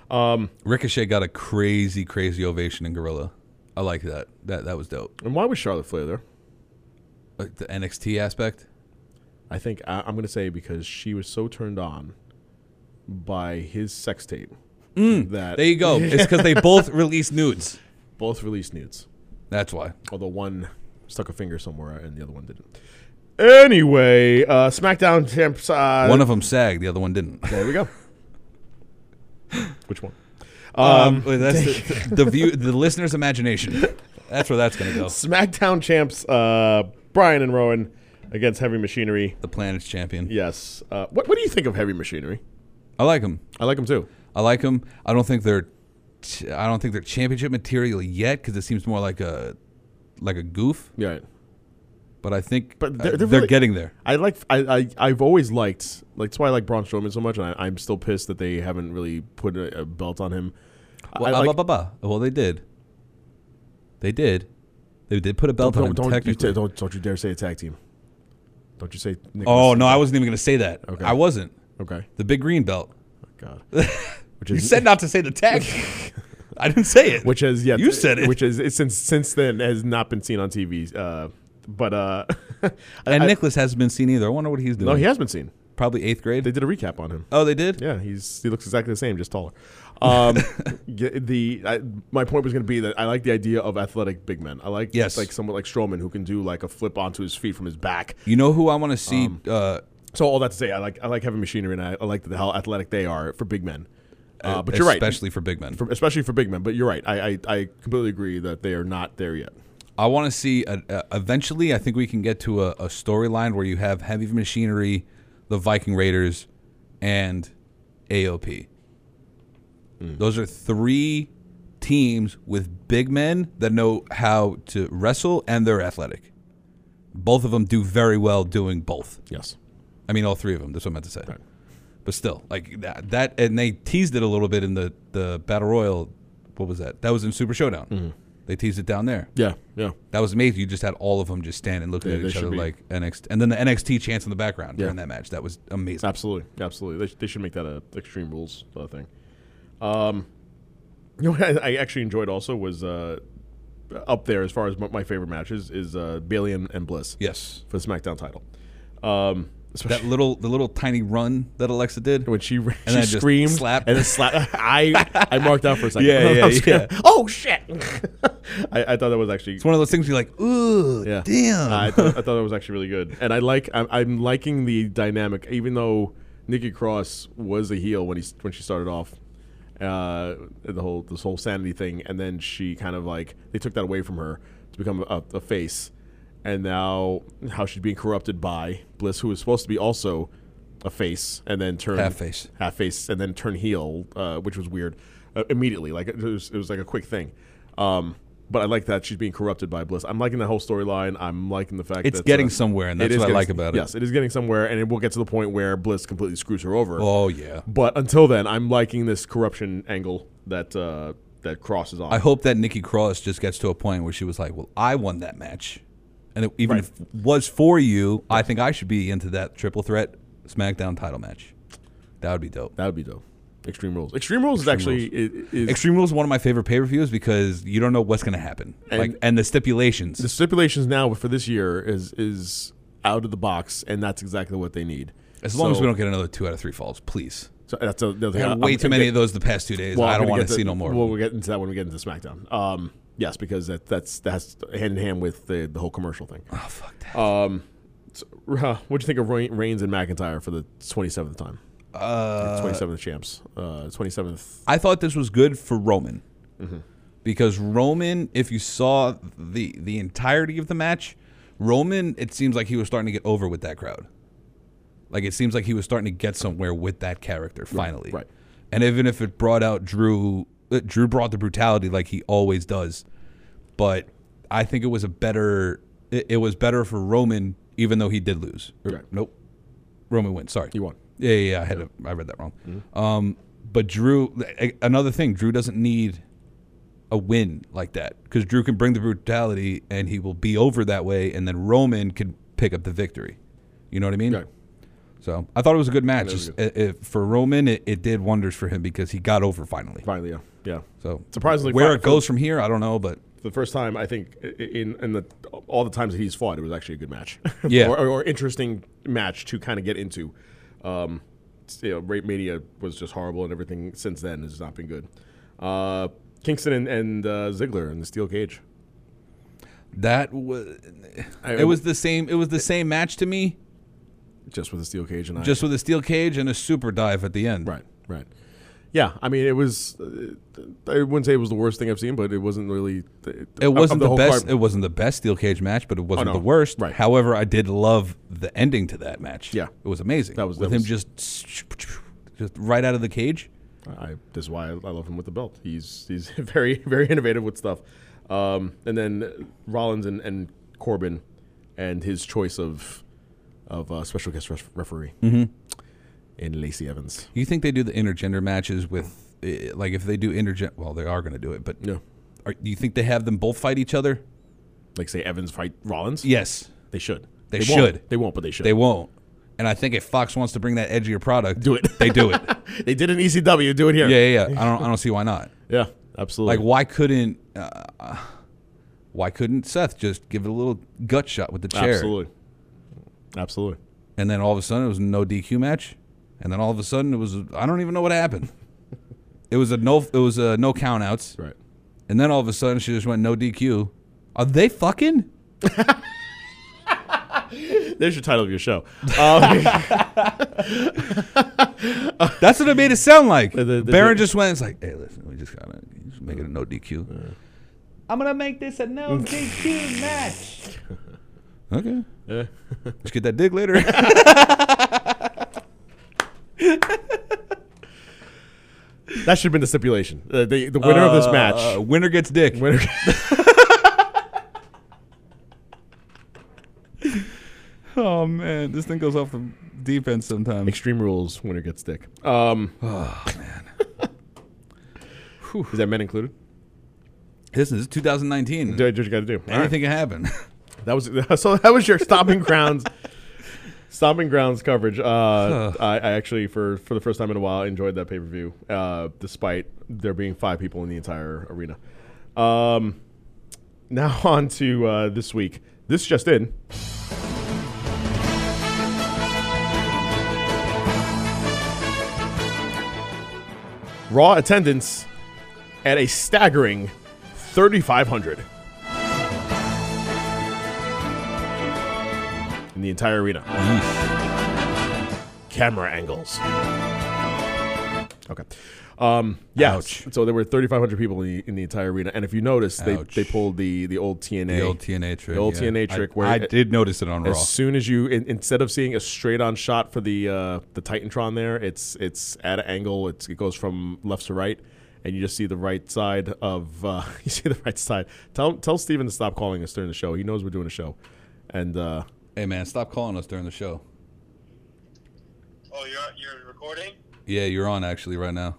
Speaker 5: now. Um,
Speaker 6: Ricochet got a crazy, crazy ovation in Gorilla. I like that. That that was dope.
Speaker 5: and why was Charlotte Flair there?
Speaker 6: Like the NXT aspect.
Speaker 5: I think I, I'm going to say because she was so turned on by his sex tape that
Speaker 6: There you go. It's because Mm. they both released nudes.
Speaker 5: both released nudes.
Speaker 6: That's why.
Speaker 5: Although one stuck a finger somewhere and the other one didn't. Anyway, uh, SmackDown champs. Uh,
Speaker 6: One of them sagged, the other one didn't.
Speaker 5: there we go. Which one?
Speaker 6: Um, wait, that's the, the view, the listener's imagination. That's where that's gonna go.
Speaker 5: SmackDown champs. Uh, Brian and Rowan against Heavy Machinery.
Speaker 6: The planet's champion.
Speaker 5: Yes. Uh, what What do you think of Heavy Machinery?
Speaker 6: I like him.
Speaker 5: I like them too.
Speaker 6: I like him. I don't think they're, t- I don't think they're championship material yet because it seems more like a, like a goof.
Speaker 5: Yeah. Right.
Speaker 6: But I think
Speaker 5: But
Speaker 6: uh,
Speaker 5: they're-
Speaker 6: they're,
Speaker 5: they're really-
Speaker 6: getting there.
Speaker 5: I like I, I I've always liked like that's why I like Braun Strowman so much, and I, I'm still pissed that they haven't really put a, a belt on him. I-
Speaker 6: Well,
Speaker 5: I
Speaker 6: uh,
Speaker 5: like-
Speaker 6: bah, bah, bah. well, they did. They did. They did put a belt on
Speaker 5: don't,
Speaker 6: him
Speaker 5: don't, you
Speaker 6: technically.
Speaker 5: ta- don't don't you dare say a tag team. Don't you say? Nick
Speaker 6: oh
Speaker 5: was-
Speaker 6: no, I wasn't even gonna say that.
Speaker 5: Okay.
Speaker 6: I wasn't.
Speaker 5: Okay.
Speaker 6: The big green belt.
Speaker 5: God. Which
Speaker 6: You said not to say the tag. I didn't say it.
Speaker 5: Which has yeah.
Speaker 6: You said it.
Speaker 5: Which is it's since since then has not been seen on TV. Uh, but uh,
Speaker 6: and
Speaker 5: I-
Speaker 6: Nicholas hasn't been seen either. I wonder what he's doing.
Speaker 5: no, he has been seen.
Speaker 6: probably eighth grade.
Speaker 5: They did a recap on him.
Speaker 6: oh, they did.
Speaker 5: Yeah, he's he looks exactly the same, just taller. Um, g- the I, my point was going to be that I like the idea of athletic big men. I like
Speaker 6: Yes.
Speaker 5: like someone like Strowman who can do like a flip onto his feet from his back.
Speaker 6: You know who I want to see?
Speaker 5: Um,
Speaker 6: uh,
Speaker 5: So all that to say, I like I like heavy machinery, and I, I like the, how athletic they are for big men. Uh, but you're right,
Speaker 6: especially for big men.
Speaker 5: for, especially for big men. But you're right. I, I I completely agree that they are not there yet.
Speaker 6: I want to see. A, a, eventually, I think we can get to a, a storyline where you have heavy machinery, the Viking Raiders, and AOP. Those are three teams with big men that know how to wrestle and they're athletic. Both of them do very well doing both.
Speaker 5: Yes.
Speaker 6: I mean, all three of them. That's what I meant to say. But still, like that, that, and they teased it a little bit in the the battle royal. What was that? That was in Super Showdown.
Speaker 5: Mm-hmm.
Speaker 6: They teased it down there.
Speaker 5: Yeah. Yeah.
Speaker 6: That was amazing. You just had all of them just standing, looking
Speaker 5: Yeah,
Speaker 6: at
Speaker 5: they
Speaker 6: each
Speaker 5: should
Speaker 6: other
Speaker 5: be.
Speaker 6: like NXT, and then the NXT chants in the background
Speaker 5: Yeah.
Speaker 6: during that match. That was amazing.
Speaker 5: Absolutely, absolutely. They, sh- they should make that a extreme rules uh, thing. Um, you know, what I, I actually enjoyed also was uh, up there as far as m- my favorite matches is uh, Bailey and, and Bliss
Speaker 6: Yes,
Speaker 5: for the SmackDown title. Um, especially
Speaker 6: that little the little tiny run that Alexa did.
Speaker 5: when she ran-
Speaker 6: then
Speaker 5: she
Speaker 6: just
Speaker 5: screamed
Speaker 6: slap.
Speaker 5: and then slap. I I marked out for a second.
Speaker 6: Yeah, yeah,
Speaker 5: I was
Speaker 6: yeah.
Speaker 5: gonna- Oh shit! I, I thought that was actually
Speaker 6: It's one of those things you're like, ooh,
Speaker 5: Yeah.
Speaker 6: damn.
Speaker 5: I thought, I thought it was actually really good, and I like. I'm, I'm liking the dynamic, even though Nikki Cross was a heel when he when she started off, uh, the whole this whole sanity thing, and then she kind of like they took that away from her to become a, a face, and now how she's being corrupted by Bliss, who was supposed to be also a face, and then turn
Speaker 6: Half face.
Speaker 5: half face, and then turn heel, uh, which was weird uh, immediately. Like it was, it was like a quick thing. Um, but I like that she's being corrupted by Bliss. I'm liking the whole storyline. I'm liking the fact
Speaker 6: It's
Speaker 5: that
Speaker 6: getting somewhere, and that's
Speaker 5: is
Speaker 6: what I
Speaker 5: getting-
Speaker 6: like about it.
Speaker 5: Yes, it is getting somewhere, and it will get to the point where Bliss completely screws her over.
Speaker 6: oh yeah.
Speaker 5: But until then, I'm liking this corruption angle that uh, that crosses on.
Speaker 6: I hope that Nikki Cross just gets to a point where she was like, well, I won that match, and it, even
Speaker 5: Right.
Speaker 6: if it was for you, I think I should be into that triple threat SmackDown title match. That would be dope.
Speaker 5: that would be dope. Extreme Rules. Extreme Rules is actually i- is,
Speaker 6: Extreme Rules is one of my favorite pay per views because you don't know what's going to happen,
Speaker 5: And-
Speaker 6: like and the stipulations.
Speaker 5: the stipulations now for this year is is out of the box, and that's exactly what they need.
Speaker 6: as long as
Speaker 5: So-
Speaker 6: we don't get another two out of three falls, please.
Speaker 5: So that's a, that's
Speaker 6: Had way too many of those the past two days. I don't want to see no more.
Speaker 5: Well, we'll get into that when we get into SmackDown. Um, yes, because that that's that's hand in hand with the, the whole commercial thing.
Speaker 6: oh, fuck that.
Speaker 5: So, uh, what'd you think of Re- Reigns and McIntyre for the twenty seventh time?
Speaker 6: Uh,
Speaker 5: Twenty seventh champs. Uh, Twenty seventh.
Speaker 6: I thought this was good for Roman
Speaker 5: Mm-hmm.
Speaker 6: because Roman, if you saw the the entirety of the match, Roman, it seems like he was starting to get over with that crowd. Like it seems like he was starting to get somewhere with that character finally.
Speaker 5: right.
Speaker 6: And even if it brought out Drew, uh, Drew brought the brutality like he always does, but I think it was a better. It, it was better for Roman, even though he did lose. Or-
Speaker 5: Right.
Speaker 6: Nope. Roman wins. Sorry,
Speaker 5: He won. Mm-hmm.
Speaker 6: Yeah, yeah, yeah, I had a, I read that wrong. Um, but Drew, a- another thing, Drew doesn't need a win like that because Drew can bring the brutality and he will be over that way, and then Roman can pick up the victory. You know what I mean?
Speaker 5: Right.
Speaker 6: So I thought it was a good match.
Speaker 5: it was
Speaker 6: Just, uh, uh, for Roman, it, it did wonders for him because he got over finally.
Speaker 5: Finally, yeah, yeah.
Speaker 6: So
Speaker 5: Surprisingly,
Speaker 6: where
Speaker 5: fi-
Speaker 6: it goes from here, I don't know, but
Speaker 5: for the first time, I think i- in in the all the times that he's fought, it was actually a good match.
Speaker 6: Yeah.
Speaker 5: or, or interesting match to kind of get into. Um, s- you know, Rape Mania was just horrible, and everything since then has not been good. Uh, Kingston and, and uh, Ziggler in the steel cage.
Speaker 6: that was
Speaker 5: I-
Speaker 6: it was the same. It was the same match to me,
Speaker 5: just with a steel cage and I.
Speaker 6: just with a steel cage and a super dive at the end.
Speaker 5: Right, right. Yeah, I mean, it was. Uh, I wouldn't say it was the worst thing I've seen, but it wasn't really. It,
Speaker 6: It wasn't the, best. It
Speaker 5: It,
Speaker 6: wasn't the best steel cage match, but it wasn't
Speaker 5: Oh, no.
Speaker 6: the worst.
Speaker 5: Right.
Speaker 6: However, I did love the ending to that match.
Speaker 5: Yeah.
Speaker 6: it was amazing.
Speaker 5: That was-
Speaker 6: with
Speaker 5: that
Speaker 6: him
Speaker 5: was-
Speaker 6: just just right out of the cage.
Speaker 5: I, this is why I, I love him with the belt. He's he's very very innovative with stuff. Um, and then Rollins and, and Corbin, and his choice of of uh, special guest ref- referee
Speaker 6: Mm-hmm.
Speaker 5: in Lacey Evans.
Speaker 6: You think they do the intergender matches with eh, like if they do intergen? Well, they are going to do it, but
Speaker 5: No,
Speaker 6: are, do you think they have them both fight each other?
Speaker 5: like say Evans fight Rollins.
Speaker 6: Yes,
Speaker 5: they should.
Speaker 6: They
Speaker 5: won't.
Speaker 6: should.
Speaker 5: They won't, but they should.
Speaker 6: they won't. And I think if Fox wants to bring that edgier product,
Speaker 5: Do it.
Speaker 6: They do it. yeah,
Speaker 5: they did an ECW. Do it here.
Speaker 6: yeah, yeah. I don't. I don't see why not.
Speaker 5: yeah, absolutely.
Speaker 6: Like, why couldn't? Uh, why couldn't Seth just give it a little gut shot with the chair?
Speaker 5: Absolutely. Absolutely.
Speaker 6: and then all of a sudden it was a no DQ match, and then all of a sudden it was I don't even know what happened. it was a no it was a no countouts,
Speaker 5: Right.
Speaker 6: and then all of a sudden she just went no DQ. Are they fucking?
Speaker 5: There's your title of your show. Um,
Speaker 6: That's what it made it sound like.
Speaker 5: the- the-
Speaker 6: Baron just went. It's like, hey, listen, we just gotta just make it a no DQ. I'm gonna make this a no DQ match. Okay. Let's get that dig later.
Speaker 5: that should have been the stipulation. Uh, the, the winner of this
Speaker 6: Uh,
Speaker 5: match.
Speaker 6: winner gets dick.
Speaker 5: Winner.
Speaker 6: Oh man, this thing goes off the deep end sometimes.
Speaker 5: Extreme rules. Winner gets dick. Um, oh man. Is that men included?
Speaker 6: Listen, this is 2019.
Speaker 5: Do I just got to do All right.
Speaker 6: Anything can happen.
Speaker 5: That was so. That was your stomping grounds. Stomping grounds coverage. Uh, I, I actually, for for the first time in a while, enjoyed that pay per view, uh, despite there being five people in the entire arena. Um, now on to uh, this week. This just in. Raw attendance at a staggering 3,500 in the entire arena. Camera angles. Okay. Um, yeah.
Speaker 6: Ouch.
Speaker 5: So there were 3,500 people in the, in the entire arena. And if you notice, they,
Speaker 6: Ouch.
Speaker 5: they pulled the, the old TNA.
Speaker 6: the old TNA trick.
Speaker 5: The old
Speaker 6: yeah.
Speaker 5: TNA trick
Speaker 6: I,
Speaker 5: where
Speaker 6: I
Speaker 5: it-
Speaker 6: did notice it on Raw.
Speaker 5: As soon as you, in, instead of seeing a straight on shot for the uh, the Titantron, there it's it's at an angle. It's, it goes from left to right, and you just see the right side of uh, you see the right side. Tell tell Steven to stop calling us during the show. He knows we're doing a show, and uh,
Speaker 6: hey man, stop calling us during the show.
Speaker 8: Oh, you're you're recording?
Speaker 6: Yeah, you're on actually right now.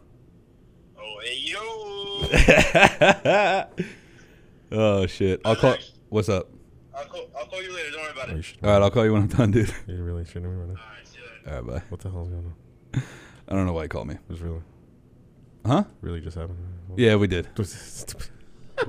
Speaker 8: Oh, hey yo!
Speaker 6: Oh shit. I'll call. What's up?
Speaker 8: I'll call, I'll call you later. Don't worry about
Speaker 5: you
Speaker 8: it.
Speaker 5: should
Speaker 6: All right, I'll call you when I'm done, dude.
Speaker 5: you really shouldn't right now.
Speaker 8: All right, see you later.
Speaker 6: All right, bye.
Speaker 5: What the hell's going on?
Speaker 6: I don't know why you called me.
Speaker 5: It's really
Speaker 6: Huh?
Speaker 5: really just happened.
Speaker 6: Yeah, we did.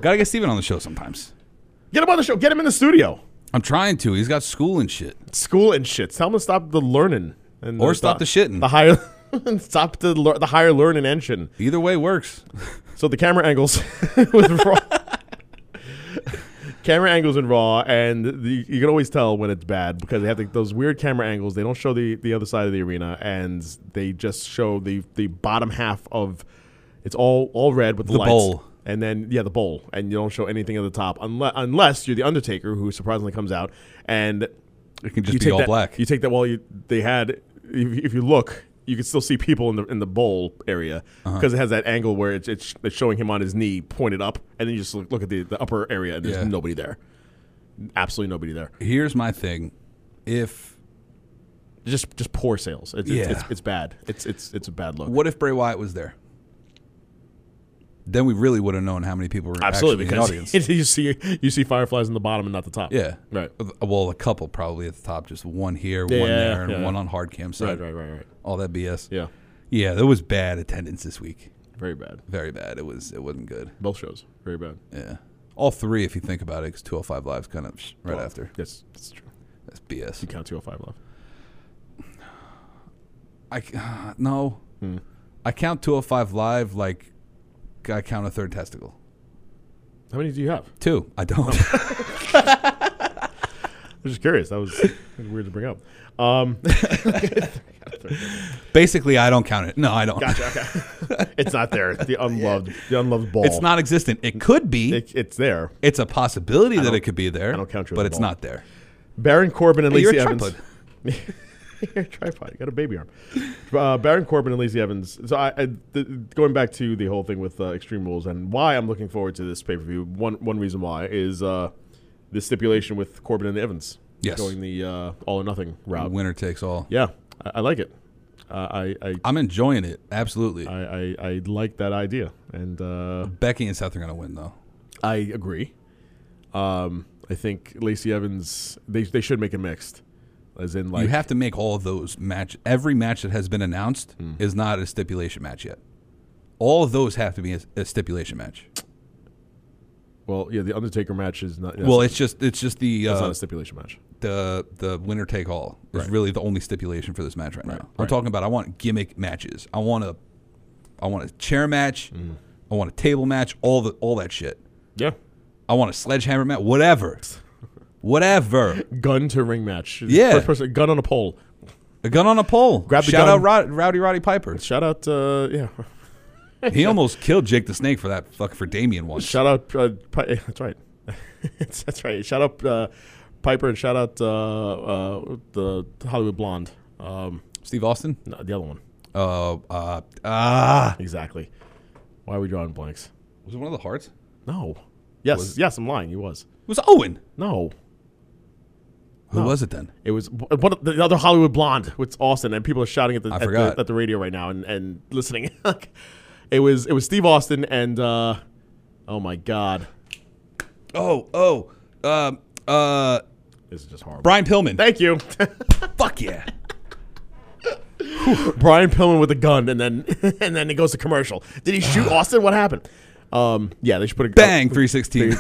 Speaker 6: Gotta get Steven on the show sometimes.
Speaker 5: Get him on the show. Get him in the studio.
Speaker 6: I'm trying to. He's got school and shit.
Speaker 5: School and shit. Tell him to stop the learning and
Speaker 6: Or
Speaker 5: the-
Speaker 6: stop the shitting.
Speaker 5: The higher. Stop the lear- the higher learning engine.
Speaker 6: Either way works.
Speaker 5: So the camera angles with Raw. camera angles in Raw, and the, you can always tell when it's bad because they have like, those weird camera angles. They don't show the, the other side of the arena, and they just show the the bottom half of it's all all red with the,
Speaker 6: The
Speaker 5: lights.
Speaker 6: bowl.
Speaker 5: And then yeah, the bowl, and you don't show anything at the top unless unless you're the Undertaker, who surprisingly comes out, and
Speaker 6: It can just
Speaker 5: you
Speaker 6: be
Speaker 5: take
Speaker 6: all
Speaker 5: that,
Speaker 6: black.
Speaker 5: You take that while you they had. If, if you look, you can still see people in the in the bowl area
Speaker 6: Uh-huh.
Speaker 5: because it has that angle where it's, it's it's showing him on his knee pointed up, and then you just look, look at the, the upper area and there's
Speaker 6: Yeah.
Speaker 5: nobody there, absolutely nobody there.
Speaker 6: Here's my thing. If
Speaker 5: Just just poor sales. It's,
Speaker 6: Yeah.
Speaker 5: it's, it's it's bad. It's it's it's a bad look.
Speaker 6: what if Bray Wyatt was there? Then we really would have known how many people were
Speaker 5: Absolutely,
Speaker 6: actually in the
Speaker 5: because
Speaker 6: audience.
Speaker 5: you see you see fireflies in the bottom and not the top.
Speaker 6: Yeah.
Speaker 5: right,
Speaker 6: Well, a couple probably at the top, just one here,
Speaker 5: Yeah,
Speaker 6: one there, and
Speaker 5: yeah.
Speaker 6: one on hard cam side.
Speaker 5: right, right, right, right.
Speaker 6: All that BS.
Speaker 5: Yeah,
Speaker 6: Yeah, there was bad attendance this week.
Speaker 5: very bad.
Speaker 6: Very bad. It was. It wasn't good.
Speaker 5: Both shows very bad.
Speaker 6: Yeah. All three, if you think about it, because 205 Live's kind of right
Speaker 5: Well,
Speaker 6: after.
Speaker 5: yes, that's true.
Speaker 6: That's BS.
Speaker 5: You count two hundred five left.
Speaker 6: I c- uh, no.
Speaker 5: Hmm.
Speaker 6: I count 205 live like I count a third testicle.
Speaker 5: How many do you have?
Speaker 6: Two. I don't.
Speaker 5: Oh. I was just curious. That was, that was weird to bring up. Um,
Speaker 6: Basically, I don't count it. No, I don't.
Speaker 5: it's not there. The unloved, the unloved ball.
Speaker 6: It's non-existent. It could be.
Speaker 5: It, it's there.
Speaker 6: it's a possibility that
Speaker 5: don't-
Speaker 6: it could be there.
Speaker 5: I don't count you as
Speaker 6: but
Speaker 5: a
Speaker 6: it's
Speaker 5: ball.
Speaker 6: not there.
Speaker 5: Baron Corbin and
Speaker 6: Hey, you're
Speaker 5: Lacey
Speaker 6: a
Speaker 5: Evans. You're a tripod. You got a baby arm. Uh, Baron Corbin and Lacey Evans. So I, I th- going back to the whole thing with uh, Extreme Rules and why I'm looking forward to this pay per view. One one reason why is uh, the stipulation with Corbin and Evans.
Speaker 6: Yes.
Speaker 5: Going the uh, all or nothing route.
Speaker 6: Winner takes all.
Speaker 5: Yeah, I, I like it. Uh, I, I,
Speaker 6: I'm enjoying it. Absolutely.
Speaker 5: I I I like that idea and. Uh,
Speaker 6: Becky and Seth are gonna win though.
Speaker 5: I agree. Um, I think Lacey Evans. They they should make it mixed, as in like
Speaker 6: you have to make all of those match. Every match that has been announced
Speaker 5: Hmm.
Speaker 6: is not a stipulation match yet. All of those have to be a, a stipulation match.
Speaker 5: Well, yeah, the Undertaker match is not.
Speaker 6: well, it's just it's just the
Speaker 5: that's
Speaker 6: uh,
Speaker 5: not a stipulation match.
Speaker 6: the the winner take all is
Speaker 5: Right.
Speaker 6: really the only stipulation for this match right, now. I'm
Speaker 5: right.
Speaker 6: talking about I want gimmick matches. I want a I want a chair match.
Speaker 5: Hmm.
Speaker 6: I want a table match. All the all that shit.
Speaker 5: Yeah,
Speaker 6: I want a sledgehammer match. Whatever, whatever.
Speaker 5: gun to ring match.
Speaker 6: Yeah.
Speaker 5: first person gun on a pole.
Speaker 6: A gun on a pole.
Speaker 5: Grab the
Speaker 6: Shout
Speaker 5: gun.
Speaker 6: out Rod, Rowdy Roddy Piper.
Speaker 5: Shout out, uh, yeah,
Speaker 6: He almost killed Jake the Snake for that fuck for Damien once.
Speaker 5: shout out. Uh, Pi- that's right. It's- that's right. Shout out uh, Piper and shout out uh, uh, the Hollywood Blonde. Um,
Speaker 6: Steve Austin.
Speaker 5: no, the other one
Speaker 6: Uh, uh, ah.
Speaker 5: exactly. Why are we drawing blanks?
Speaker 6: Was it one of the hearts?
Speaker 5: No. Yes, yes, I'm lying. He was.
Speaker 6: It was Owen.
Speaker 5: No,
Speaker 6: Who was it then?
Speaker 5: It was one of the other Hollywood blonde with Austin, and people are shouting at the,
Speaker 6: I
Speaker 5: at the,
Speaker 6: forgot.
Speaker 5: at the radio right now and, and listening. it was it was Steve Austin and uh, oh my god,
Speaker 6: Oh, oh, um, uh,
Speaker 5: this is just horrible.
Speaker 6: Brian Pillman.
Speaker 5: Thank you,
Speaker 6: Fuck yeah.
Speaker 5: Brian Pillman with a gun, and then and then it goes to commercial. Did he shoot Austin? What happened? Um, yeah, they should put a
Speaker 6: Bang, 316.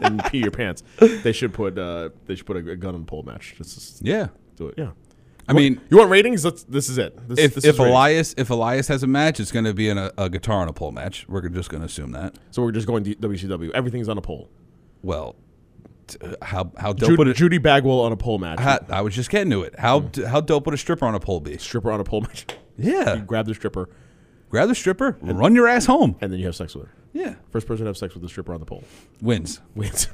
Speaker 5: and pee your pants. They should put uh, they should put a, a gun and pole match. Just, just
Speaker 6: yeah.
Speaker 5: do it. Yeah.
Speaker 6: I mean,
Speaker 5: You want ratings? Let's, this is it. This,
Speaker 6: if,
Speaker 5: this
Speaker 6: if
Speaker 5: is ratings.
Speaker 6: Elias if Elias has a match, it's going to be in a, a guitar on a pole match. We're just going to assume that.
Speaker 5: so we're just going to WCW. Everything's on a pole.
Speaker 6: Well, t- uh, how how dope
Speaker 5: Judy,
Speaker 6: would it?
Speaker 5: Judy Bagwell on a pole match.
Speaker 6: how, I was just getting to it. How d how dope would a Mm. stripper on a pole be?
Speaker 5: stripper on a pole match.
Speaker 6: Yeah,
Speaker 5: You grab the stripper
Speaker 6: grab the stripper, run your ass home.
Speaker 5: and then you have sex with her.
Speaker 6: Yeah,
Speaker 5: First person to have sex with the stripper on the pole
Speaker 6: wins.
Speaker 5: wins,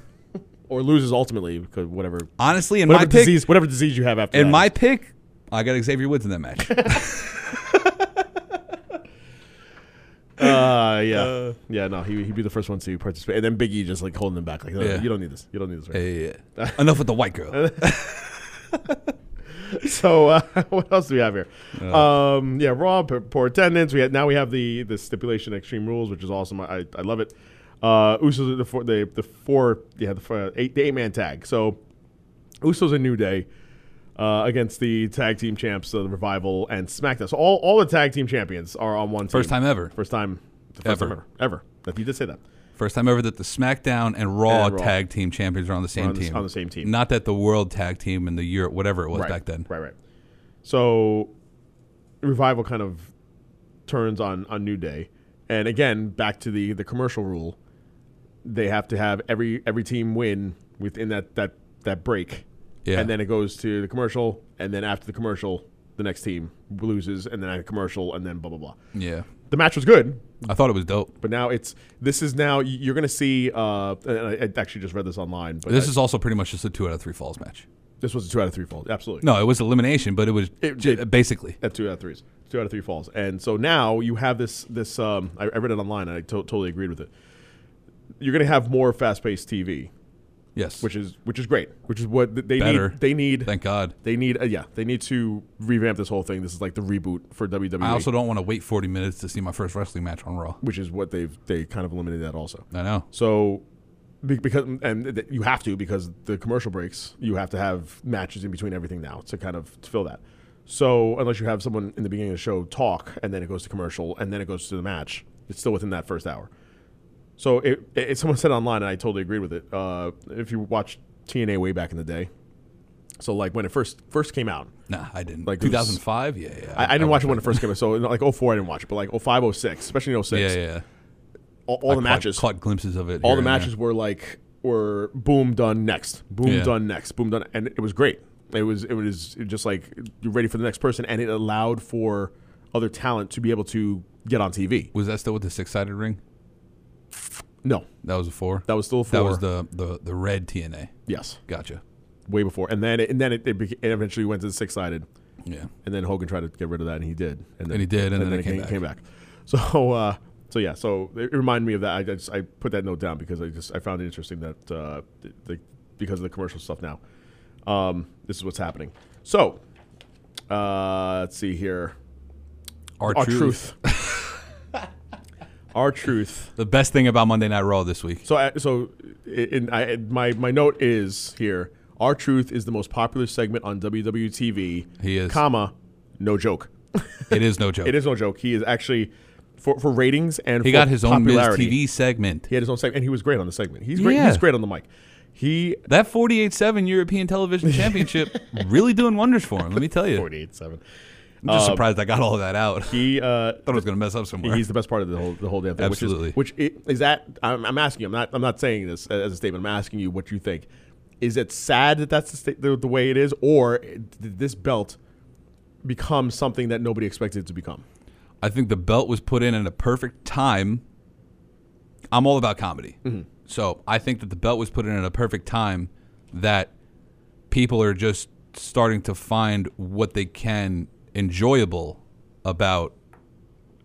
Speaker 5: or loses ultimately because whatever
Speaker 6: Honestly, in
Speaker 5: whatever
Speaker 6: my pick,
Speaker 5: disease whatever disease you have after.
Speaker 6: in
Speaker 5: that.
Speaker 6: my pick, I got Xavier Woods in that match.
Speaker 5: uh, yeah yeah no he he'd be the first one to participate and then Biggie just like holding him back like "No,
Speaker 6: Yeah.
Speaker 5: you don't need this you don't need this right
Speaker 6: Yeah. Enough with the white girl.
Speaker 5: now." so uh, what else do we have here
Speaker 6: Uh,
Speaker 5: um yeah raw p- poor attendance we had now we have the the stipulation extreme rules which is awesome I I, I love it uh Usos are the four the the four yeah the four, eight the eight man tag so Usos and New Day uh, against the tag team champs, uh, the Revival and SmackDown. So all, all the tag team champions are on one.
Speaker 6: First
Speaker 5: team.
Speaker 6: time ever.
Speaker 5: First time. The first
Speaker 6: Ever.
Speaker 5: time ever. Ever. That- You did say that.
Speaker 6: First time ever that the SmackDown and Raw,
Speaker 5: And Raw.
Speaker 6: tag team champions are on the same
Speaker 5: on the-
Speaker 6: team.
Speaker 5: on the same team.
Speaker 6: Not that the World tag team and the Europe, whatever it was
Speaker 5: right
Speaker 6: back then.
Speaker 5: Right. Right. So revival kind of turns on on New Day, and again back to the the commercial rule, they have to have every every team win within that that that break,
Speaker 6: Yeah.
Speaker 5: and then it goes to the commercial, and then after the commercial, the next team loses, and then a commercial, and then blah blah blah.
Speaker 6: Yeah.
Speaker 5: The match was good,
Speaker 6: I thought it was dope.
Speaker 5: but now it's this is now you're going to see. Uh, and I, I actually just read this online, but
Speaker 6: This
Speaker 5: I-
Speaker 6: is also pretty much just a two out of three falls match.
Speaker 5: this was a two out of three fold. Absolutely,
Speaker 6: No, it was elimination, but it was
Speaker 5: It-
Speaker 6: j-
Speaker 5: it-
Speaker 6: basically.
Speaker 5: at two out of threes, two out of three falls, and so now you have this. This um, I, I read it online, and I to- totally agreed with it. You're going to have more fast-paced TV,
Speaker 6: Yes.
Speaker 5: which is which is great, which is what th- they
Speaker 6: Better.
Speaker 5: need. They need.
Speaker 6: Thank God.
Speaker 5: They need. Uh, yeah, they need to revamp this whole thing. This is like the reboot for WWE,
Speaker 6: I also don't want to wait 40 minutes to see my first wrestling match on Raw.
Speaker 5: which is what they've they kind of eliminated that also.
Speaker 6: I know.
Speaker 5: So, be- because and th- you have to because the commercial breaks, you have to have matches in between everything now to kind of fill that. So unless you have someone in the beginning of the show talk and then it goes to commercial and then it goes to the match, it's still within that first hour. So it, it someone said online and I totally agreed with it. Uh, if you watched TNA way back in the day, so like when it first first came out,
Speaker 6: Nah, I didn't.
Speaker 5: Like
Speaker 6: Like
Speaker 5: it was-
Speaker 6: 2005? Yeah, yeah.
Speaker 5: I, I didn't watch it when it
Speaker 6: watched
Speaker 5: first came out. So like 04, I didn't watch it, but like 05, 06, especially in 06,
Speaker 6: Yeah, yeah. yeah.
Speaker 5: all, all
Speaker 6: I
Speaker 5: the
Speaker 6: caught-
Speaker 5: matches
Speaker 6: Caught glimpses of it.
Speaker 5: all
Speaker 6: here
Speaker 5: the
Speaker 6: and there.
Speaker 5: matches were like were boom done next boom
Speaker 6: Yeah.
Speaker 5: done next boom done and it was great it was it was just like you're ready for the next person and it allowed for other talent to be able to get on tv
Speaker 6: Was that still with the six sided ring?
Speaker 5: no
Speaker 6: That was a four?
Speaker 5: that was still
Speaker 6: That
Speaker 5: four
Speaker 6: was the, the, the red TNA.
Speaker 5: yes
Speaker 6: Gotcha.
Speaker 5: way before and then it, and then it, it, beca- it eventually went to the six-sided
Speaker 6: Yeah.
Speaker 5: and then hogan tried to get rid of that and he did then,
Speaker 6: And he did, and then it came
Speaker 5: came, back. so uh so yeah, so it reminded me of that. I, just, I put that note down because I just I found it interesting that uh, th- the, because of the commercial stuff now, um, this is what's happening. So uh, let's see here.
Speaker 6: Our,
Speaker 5: Our
Speaker 6: truth.
Speaker 5: truth. Our truth.
Speaker 6: The best thing about Monday Night Raw this week.
Speaker 5: So I, so in, I, my my note is here. Our truth is the most popular segment on WWE TV.
Speaker 6: He is.
Speaker 5: comma, no joke.
Speaker 6: It is no joke.
Speaker 5: It is no joke. He is actually for, for ratings and
Speaker 6: He
Speaker 5: for
Speaker 6: got his own Miz
Speaker 5: popularity,
Speaker 6: TV segment.
Speaker 5: He had his own segment, and he was great on the segment. He's great.
Speaker 6: Yeah.
Speaker 5: He's great on the mic. He
Speaker 6: That 48 7 European Television Championship really doing wonders for him, let me tell you. I'm
Speaker 5: forty-eight seven.
Speaker 6: just surprised I got all of that out. I
Speaker 5: He uh,
Speaker 6: thought I was going to mess up somewhere.
Speaker 5: he's the best part of the whole the whole damn thing.
Speaker 6: Absolutely.
Speaker 5: Which is, which i- is that? I'm, I'm asking. you, I'm not. I'm not saying this as a statement. I'm asking you what you think. Is it sad that that's the, sta- the, the way it is, or did this belt become something that nobody expected it to become?
Speaker 6: I think the belt was put in at a perfect time. I'm all about comedy.
Speaker 5: Mm-hmm.
Speaker 6: So I think that the belt was put in at a perfect time that people are just starting to find what they can enjoyable about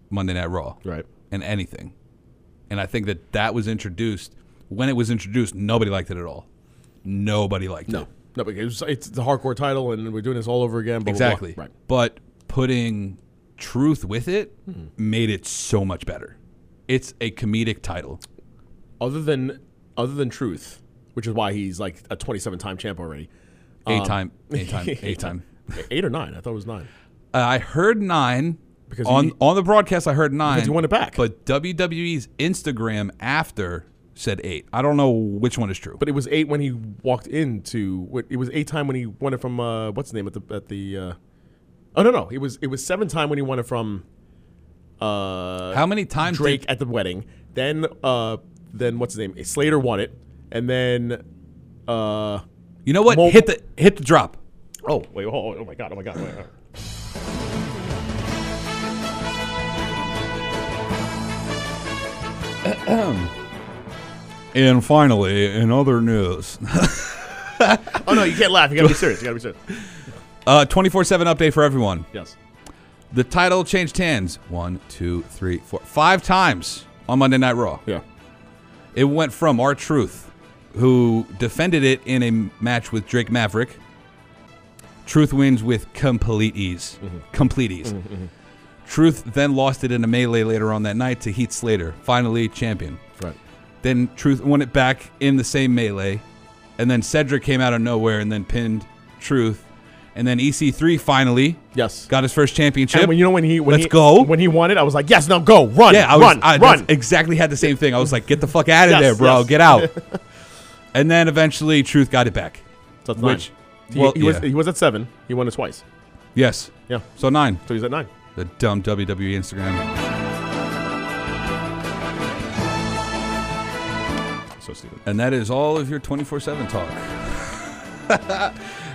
Speaker 6: Monday Night Raw.
Speaker 5: Right.
Speaker 6: And anything. And I think that that was introduced. When it was introduced, nobody liked it at all. Nobody liked it.
Speaker 5: No. No, because it's the hardcore title, and we're doing this all over again. blah, blah, blah.
Speaker 6: Exactly.
Speaker 5: Right.
Speaker 6: But putting truth with it
Speaker 5: Hmm.
Speaker 6: made it so much better. It's a comedic title.
Speaker 5: other than other than truth, which is why he's like a 27 time champ already.
Speaker 6: Eight
Speaker 5: Um.
Speaker 6: time, eight time, eight time.
Speaker 5: Eight or nine? I thought it was nine.
Speaker 6: Uh, I heard nine
Speaker 5: Because
Speaker 6: on
Speaker 5: he-
Speaker 6: on the broadcast. I heard nine.
Speaker 5: he won it back.
Speaker 6: But WWE's Instagram after said eight. I don't know which one is true.
Speaker 5: But it was eight when he walked into. what- It was eight time when he won it from uh, what's the name at the at the. Uh, oh no no! It was it was seven time when he won it from. Uh,
Speaker 6: How many times
Speaker 5: Drake
Speaker 6: did-
Speaker 5: at the wedding? Then uh, then what's his name? Slater won it, and then. Uh,
Speaker 6: you know what?
Speaker 5: Mo-
Speaker 6: hit the hit the drop.
Speaker 5: oh wait! Oh, oh my god! Oh my god! wait, wait.
Speaker 6: And finally, in other news,
Speaker 5: Oh no! You can't laugh. You gotta be serious. You gotta be serious.
Speaker 6: uh, 24/7 update for everyone.
Speaker 5: Yes.
Speaker 6: The title changed hands one, two, three, four, five times on Monday Night Raw.
Speaker 5: Yeah.
Speaker 6: It went from our Truth, who defended it in a m- match with Drake Maverick. Truth wins with complete ease. Complete ease. Truth then lost it in a melee later on that night to Heat Slater, finally champion.
Speaker 5: Right.
Speaker 6: Then Truth won it back in the same melee. And then Cedric came out of nowhere and then pinned Truth. And then EC3 finally
Speaker 5: Yes.
Speaker 6: got his first championship.
Speaker 5: And when you know when he when
Speaker 6: Let's
Speaker 5: he,
Speaker 6: go.
Speaker 5: when he won it, I was like, yes, now go run,
Speaker 6: Yeah, I was,
Speaker 5: run,
Speaker 6: I
Speaker 5: run.
Speaker 6: that's exactly had the same thing. I was like, get the fuck out of
Speaker 5: Yes,
Speaker 6: there, bro.
Speaker 5: yes.
Speaker 6: Get out. and then eventually Truth got it back.
Speaker 5: So that's
Speaker 6: which-
Speaker 5: nine. He,
Speaker 6: well,
Speaker 5: he was
Speaker 6: yeah.
Speaker 5: he was at seven. He won it twice.
Speaker 6: Yes.
Speaker 5: Yeah.
Speaker 6: So nine.
Speaker 5: So he's at nine.
Speaker 6: The dumb WWE Instagram.
Speaker 5: So stupid.
Speaker 6: And that is all of your 24 7 talk.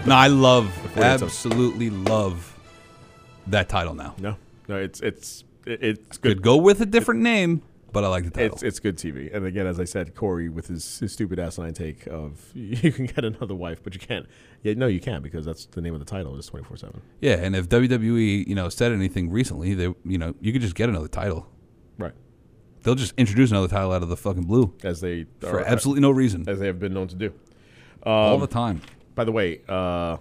Speaker 6: no, I love,
Speaker 5: it's up.
Speaker 6: absolutely love that title now.
Speaker 5: No, no, it's it's it- it's
Speaker 6: Could
Speaker 5: good.
Speaker 6: go with a different name, but I like the title.
Speaker 5: It's it's good TV. And again, as I said, Corey with his, his stupid asinine take of you can get another wife, but you can't. Yeah, no, you can't because that's the name of the title. It's twenty four seven.
Speaker 6: yeah, and if WWE, you know, said anything recently, they, you know, you could just get another title.
Speaker 5: Right.
Speaker 6: They'll just introduce another title out of the fucking blue
Speaker 5: As they
Speaker 6: for
Speaker 5: are-
Speaker 6: absolutely no reason
Speaker 5: as they have been known to do.
Speaker 6: all the time.
Speaker 5: By the way, uh,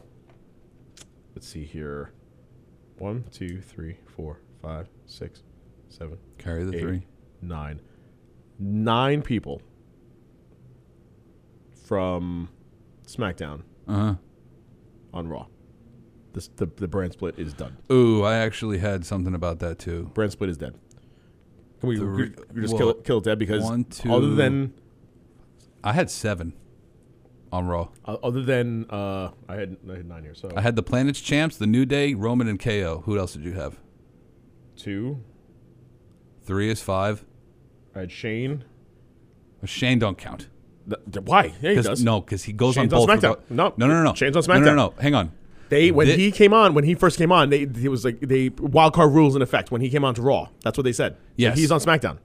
Speaker 5: let's see here. One, two, three, four, five, six, seven,
Speaker 6: Carry the
Speaker 5: eight,
Speaker 6: three.
Speaker 5: nine. Nine people from SmackDown
Speaker 6: Uh
Speaker 5: on Raw. This, the, the brand split is done.
Speaker 6: huh. Ooh, I actually had something about that too.
Speaker 5: Brand split is dead. Can we,
Speaker 6: The
Speaker 5: we-
Speaker 6: re-
Speaker 5: we just
Speaker 6: well,
Speaker 5: kill, it- kill it dead? Because
Speaker 6: one, two-
Speaker 5: other than
Speaker 6: I had seven on Raw.
Speaker 5: uh, other than uh, I had I had nine here. So
Speaker 6: I had the Planets champs, the New Day, Roman, and KO. Who else did you have?
Speaker 5: two.
Speaker 6: Three is five.
Speaker 5: I had Shane.
Speaker 6: Shane don't count.
Speaker 5: Th- th- why? Yeah, he does.
Speaker 6: Because no, because he goes
Speaker 5: Shane's
Speaker 6: on
Speaker 5: on
Speaker 6: both.
Speaker 5: SmackDown.
Speaker 6: without-
Speaker 5: No.
Speaker 6: no, no, no, no.
Speaker 5: Shane's on
Speaker 6: No, no,
Speaker 5: SmackDown.
Speaker 6: no. Hang on.
Speaker 5: They when
Speaker 6: Thi-
Speaker 5: he came on when he first came on they it was like they wild card rules in effect when he came on to Raw that's what they said.
Speaker 6: Yes.
Speaker 5: he's on SmackDown.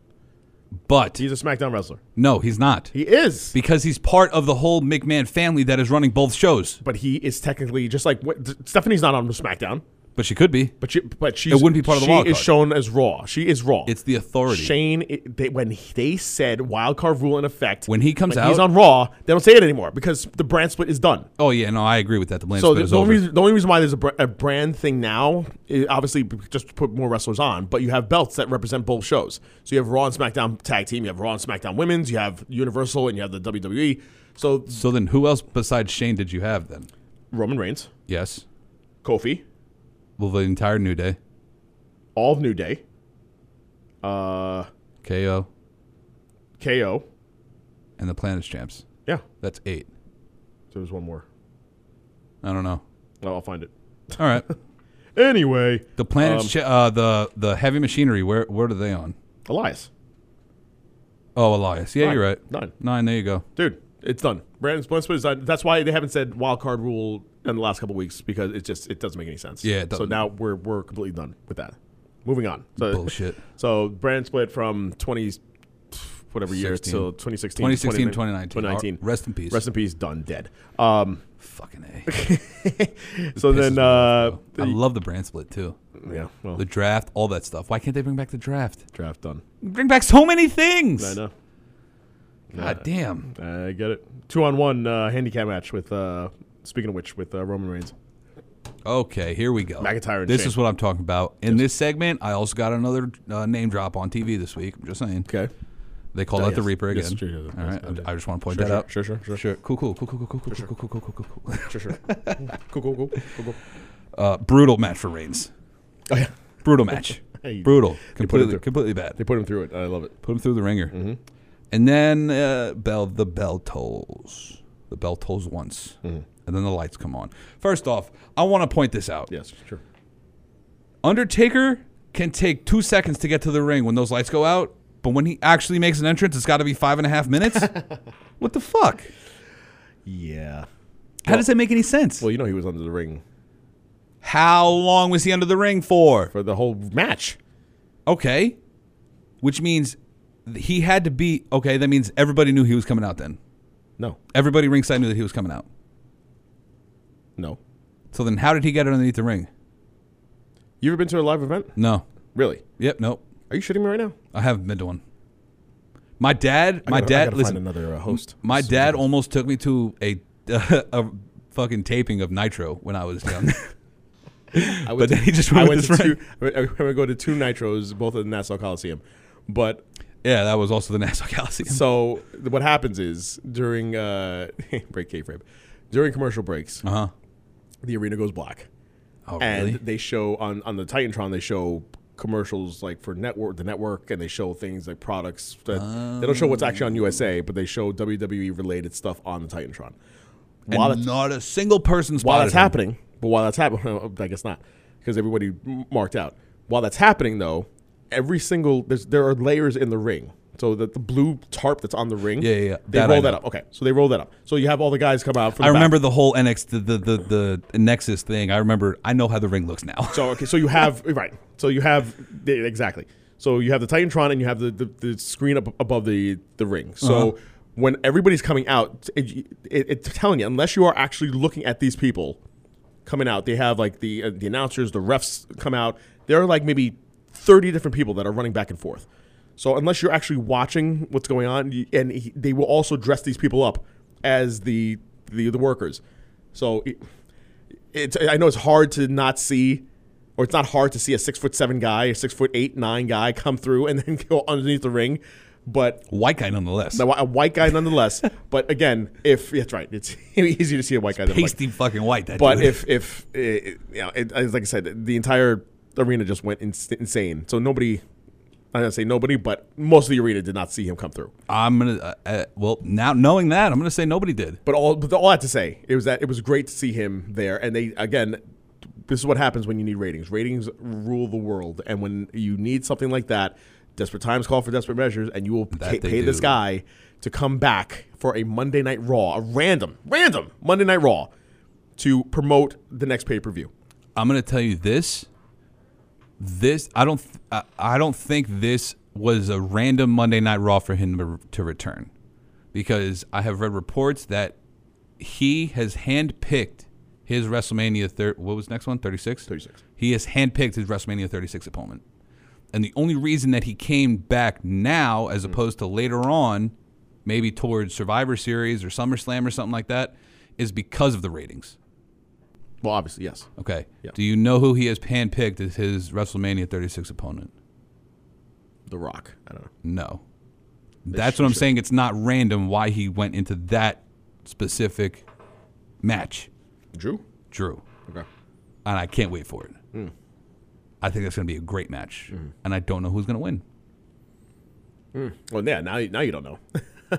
Speaker 6: But
Speaker 5: He's a SmackDown wrestler.
Speaker 6: no, he's not.
Speaker 5: He is,
Speaker 6: because he's part of the whole McMahon family that is running both shows.
Speaker 5: but he is technically just like what, th- Stephanie's not on SmackDown,
Speaker 6: But she could be.
Speaker 5: but she but she
Speaker 6: wouldn't be part of the
Speaker 5: She
Speaker 6: wild
Speaker 5: is
Speaker 6: card.
Speaker 5: shown as Raw. She is Raw.
Speaker 6: It's the authority.
Speaker 5: Shane. It, they, when he- they said wild card rule in effect
Speaker 6: When he comes
Speaker 5: when he's
Speaker 6: out-
Speaker 5: on Raw. They don't say it anymore because the brand split is done.
Speaker 6: Oh yeah, no, I agree with that. The blame
Speaker 5: So
Speaker 6: split
Speaker 5: the,
Speaker 6: is
Speaker 5: the
Speaker 6: over.
Speaker 5: only reason, the only reason why there's a, br- a brand thing now, is obviously b- just to put more wrestlers on, but you have belts that represent both shows. So you have Raw and SmackDown tag team, you have Raw and SmackDown women's, you have Universal, and you have the WWE. So
Speaker 6: so then, who else besides Shane did you have then?
Speaker 5: Roman Reigns,
Speaker 6: Yes,
Speaker 5: Kofi,
Speaker 6: well, the entire New Day,
Speaker 5: all of New Day, uh,
Speaker 6: KO,
Speaker 5: KO.
Speaker 6: and the Planets champs.
Speaker 5: Yeah,
Speaker 6: That's eight.
Speaker 5: there was one more.
Speaker 6: I don't know.
Speaker 5: Well, I'll find it.
Speaker 6: All right,
Speaker 5: Anyway,
Speaker 6: the Planets,
Speaker 5: Um,
Speaker 6: cha- uh, the the Heavy Machinery. Where where are they on?
Speaker 5: Elias,
Speaker 6: Oh, Elias. Yeah, you
Speaker 5: Nine.
Speaker 6: you're right.
Speaker 5: Nine.
Speaker 6: Nine. There you go.
Speaker 5: dude, it's done. Brand split is done. That's why they haven't said wild card rule in the last couple weeks because it just it doesn't make any sense.
Speaker 6: Yeah, it
Speaker 5: so
Speaker 6: doesn't.
Speaker 5: now we're we're completely done with that. Moving on. So,
Speaker 6: Bullshit.
Speaker 5: So brand split from twenty whatever year till 2016,
Speaker 6: 2016,
Speaker 5: 2019.
Speaker 6: 2019. Rest in peace.
Speaker 5: Rest in peace. Done. Dead. Um.
Speaker 6: Fucking a.
Speaker 5: So
Speaker 6: Pisses
Speaker 5: then,
Speaker 6: me
Speaker 5: uh,
Speaker 6: off, bro. I love the brand split too.
Speaker 5: yeah. Well,
Speaker 6: The draft, all that stuff. Why can't they bring back the draft?
Speaker 5: draft done.
Speaker 6: Bring back so many things.
Speaker 5: I know.
Speaker 6: God damn.
Speaker 5: I get it. Two on one uh, handicap match with. Uh, speaking of which, with uh, Roman Reigns.
Speaker 6: Okay, here we go.
Speaker 5: McIntyre and
Speaker 6: This
Speaker 5: Shane.
Speaker 6: is what I'm talking about. In this segment, I also got another uh, name drop on TV this week. I'm just saying.
Speaker 5: Okay.
Speaker 6: They call
Speaker 5: Oh,
Speaker 6: that the
Speaker 5: yes.
Speaker 6: Reaper again.
Speaker 5: Yes, sure, yeah,
Speaker 6: all right.
Speaker 5: that's good,
Speaker 6: I, I just want to point
Speaker 5: Sure,
Speaker 6: that
Speaker 5: sure,
Speaker 6: out.
Speaker 5: sure, sure, sure.
Speaker 6: Cool, cool, cool, cool, cool, cool, cool, cool, cool, cool, cool, cool, cool.
Speaker 5: Sure. Sure. cool. Cool. Cool. Cool. Cool.
Speaker 6: Uh, brutal match for Reigns.
Speaker 5: Oh yeah.
Speaker 6: Brutal match.
Speaker 5: Hey,
Speaker 6: brutal.
Speaker 5: they put him
Speaker 6: Completely,
Speaker 5: through.
Speaker 6: completely bad.
Speaker 5: They put him through it. I love it.
Speaker 6: Put him through the ringer. And then uh, bell the bell tolls. The bell tolls once, and then the lights come on. First off, I want to point this out.
Speaker 5: Yes, sure.
Speaker 6: Undertaker can take two seconds to get to the ring when those lights go out, but when he actually makes an entrance, it's got to be five and a half minutes. what the fuck?
Speaker 5: Yeah.
Speaker 6: How does that make any sense?
Speaker 5: Well, you know he was under the ring
Speaker 6: How long was he under the ring for?
Speaker 5: for the whole match.
Speaker 6: Okay, which means th- he had to be okay. That means everybody knew he was coming out. Then
Speaker 5: No.
Speaker 6: everybody ringside knew that he was coming out.
Speaker 5: No.
Speaker 6: So then, how did he get underneath the ring?
Speaker 5: You ever been to a live event?
Speaker 6: No.
Speaker 5: Really?
Speaker 6: Yep. Nope.
Speaker 5: Are you shitting me right now?
Speaker 6: I haven't been to one. My dad, my
Speaker 5: gotta- I
Speaker 6: dad,
Speaker 5: gotta
Speaker 6: listen,
Speaker 5: find another, uh, host.
Speaker 6: My
Speaker 5: So-
Speaker 6: dad almost took me to a a fucking taping of Nitro when I was young.
Speaker 5: I
Speaker 6: But then he just went
Speaker 5: I
Speaker 6: with
Speaker 5: went
Speaker 6: his
Speaker 5: to two,
Speaker 6: friend.
Speaker 5: I went- I went to go to two nitros, both at the Nassau Coliseum. But
Speaker 6: yeah, that was also the Nassau Coliseum.
Speaker 5: so th- what happens is during uh, break K frame, during commercial breaks,
Speaker 6: uh huh.
Speaker 5: the arena goes black,
Speaker 6: Oh
Speaker 5: and
Speaker 6: really?
Speaker 5: they show on on the Titantron they show commercials like for network the network and they show things like products that they don't show what's actually on USA but they show WWE related stuff on the Titantron.
Speaker 6: And
Speaker 5: While it's-
Speaker 6: not a single person spotted
Speaker 5: while that's
Speaker 6: him.
Speaker 5: happening, but while that's happening, I guess not, because everybody m- marked out. While that's happening, though, every single there's, there are layers in the ring. So that the blue tarp that's on the ring,
Speaker 6: Yeah, yeah, yeah.
Speaker 5: they
Speaker 6: That I
Speaker 5: roll that
Speaker 6: know.
Speaker 5: up. Okay, so they roll that up. So you have all the guys come out. From
Speaker 6: I
Speaker 5: the back.
Speaker 6: remember the whole NX the, the the the Nexus thing. I remember. I know how the ring looks now.
Speaker 5: So okay, so you have right. So you have the- exactly. So you have the Titantron and you have the, the, the screen up above the the ring. So when everybody's coming out, it, it, it's telling you unless you are actually looking at these people coming out, they have like the uh, the announcers, the refs come out. There are like maybe thirty different people that are running back and forth. So unless you're actually watching what's going on, you- and he, they will also dress these people up as the the, the workers. So. It, it's I know it's hard to not see, or it's not hard to see a six foot seven guy, a six foot eight nine guy come through and then go underneath the ring, but
Speaker 6: White guy nonetheless.
Speaker 5: a, whi- a white guy nonetheless. but again, if that's right, it's easy to see a white guy. Than a black
Speaker 6: Pasty fucking white. That
Speaker 5: but
Speaker 6: dude.
Speaker 5: if if uh, you know, it, as like I said, the entire arena just went ins- insane. So nobody, I don't say nobody, but most of the arena did not see him come through.
Speaker 6: I'm gonna uh, uh, well now knowing that I'm gonna say nobody did.
Speaker 5: But all but all I had to say it was that it was great to see him there, and they again. This is what happens when you need ratings. Ratings rule the world, and when you need something like that, desperate times call for desperate measures, and you will
Speaker 6: That
Speaker 5: pay,
Speaker 6: they
Speaker 5: pay this
Speaker 6: do.
Speaker 5: guy to come back for a Monday Night Raw, a random, random Monday Night Raw, to promote the next pay per view.
Speaker 6: I'm gonna tell you this. This I don't th- I, I don't think this was a random Monday Night Raw for him to, re- to return, because I have read reports that he has handpicked his WrestleMania thir- what was the next one 36
Speaker 5: 36.
Speaker 6: He has handpicked his WrestleMania 36 opponent, and the only reason that he came back now as opposed to later on, maybe towards Survivor Series or SummerSlam or something like that, is because of the ratings.
Speaker 5: Well, obviously, yes.
Speaker 6: Okay.
Speaker 5: Yeah.
Speaker 6: Do you know who he has handpicked as his WrestleMania 36 opponent?
Speaker 5: The Rock. I don't know.
Speaker 6: No. That's what I'm saying. It's not random why he went into that specific match,
Speaker 5: Drew?
Speaker 6: Drew.
Speaker 5: Okay.
Speaker 6: And I can't wait for it.
Speaker 5: Hmm.
Speaker 6: I think that's going to be a great match. And I don't know who's going to win.
Speaker 5: Well, yeah, now, you- now you don't know.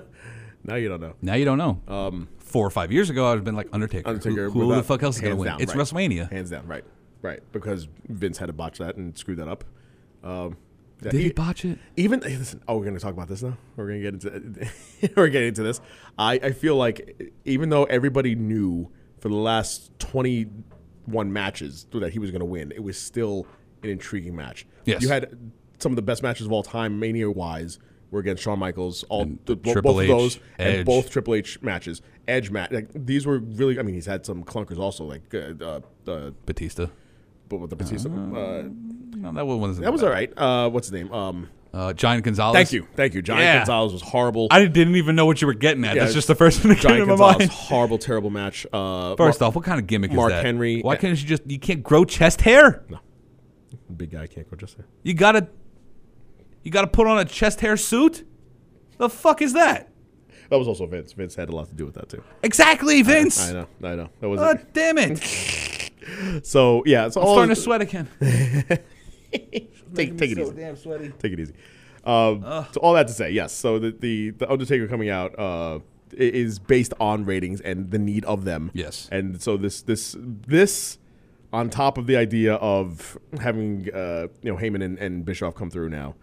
Speaker 5: now you don't know.
Speaker 6: Now you don't know. Um, Four or five years ago, I would have been like, Undertaker.
Speaker 5: Undertaker.
Speaker 6: who who the
Speaker 5: without-
Speaker 6: fuck else is going to
Speaker 5: hands
Speaker 6: win?
Speaker 5: down,
Speaker 6: it's
Speaker 5: right.
Speaker 6: WrestleMania.
Speaker 5: Hands down, right, right. Because Vince had to botch that and screw that up. Um, yeah,
Speaker 6: Did he
Speaker 5: e-
Speaker 6: botch it?
Speaker 5: Even hey, listen, oh, we're gonna talk about this now. We're gonna get into we're getting into this. I, I feel like even though everybody knew for the last twenty one matches that he was gonna win, it was still an intriguing match.
Speaker 6: Yes.
Speaker 5: you had some of the best matches of all time, mania wise. Were against Shawn Michaels, all th- bo-
Speaker 6: Triple
Speaker 5: both
Speaker 6: H,
Speaker 5: of those,
Speaker 6: Edge.
Speaker 5: and both Triple H matches, Edge match. Like, these were really. I mean, he's had some clunkers also, like uh, uh, uh,
Speaker 6: Batista.
Speaker 5: but with the Batista. Uh,
Speaker 6: No, that one wasn't.
Speaker 5: that was all right. Uh, what's his name? Um,
Speaker 6: Uh, Giant Gonzalez.
Speaker 5: thank you, thank you. John
Speaker 6: Yeah.
Speaker 5: Gonzalez was horrible.
Speaker 6: I didn't even know what you were getting at.
Speaker 5: Yeah,
Speaker 6: That's just the first thing that came
Speaker 5: Giant
Speaker 6: to my
Speaker 5: Gonzalez,
Speaker 6: mind.
Speaker 5: horrible, terrible match. Uh,
Speaker 6: First
Speaker 5: Mar-
Speaker 6: off, what kind of gimmick
Speaker 5: Mark
Speaker 6: is that?
Speaker 5: Henry- uh,
Speaker 6: Why can't you just you can't grow chest hair?
Speaker 5: big guy can't go just there.
Speaker 6: You gotta you gotta put on a chest hair suit? The fuck is that?
Speaker 5: That was also Vince. Vince had a lot to do with that too.
Speaker 6: Exactly, Vince.
Speaker 5: I know, I know. That was
Speaker 6: God
Speaker 5: it.
Speaker 6: damn it.
Speaker 5: So yeah, so
Speaker 6: I'm starting to sweat again.
Speaker 5: Take, take it easy. Damn sweaty. Take it easy. Um, so all that to say, yes. So the the, the Undertaker coming out uh, i- is based on ratings and the need of them.
Speaker 6: Yes.
Speaker 5: And so this this this on top of the idea of having uh, you know Heyman and, and Bischoff come through now.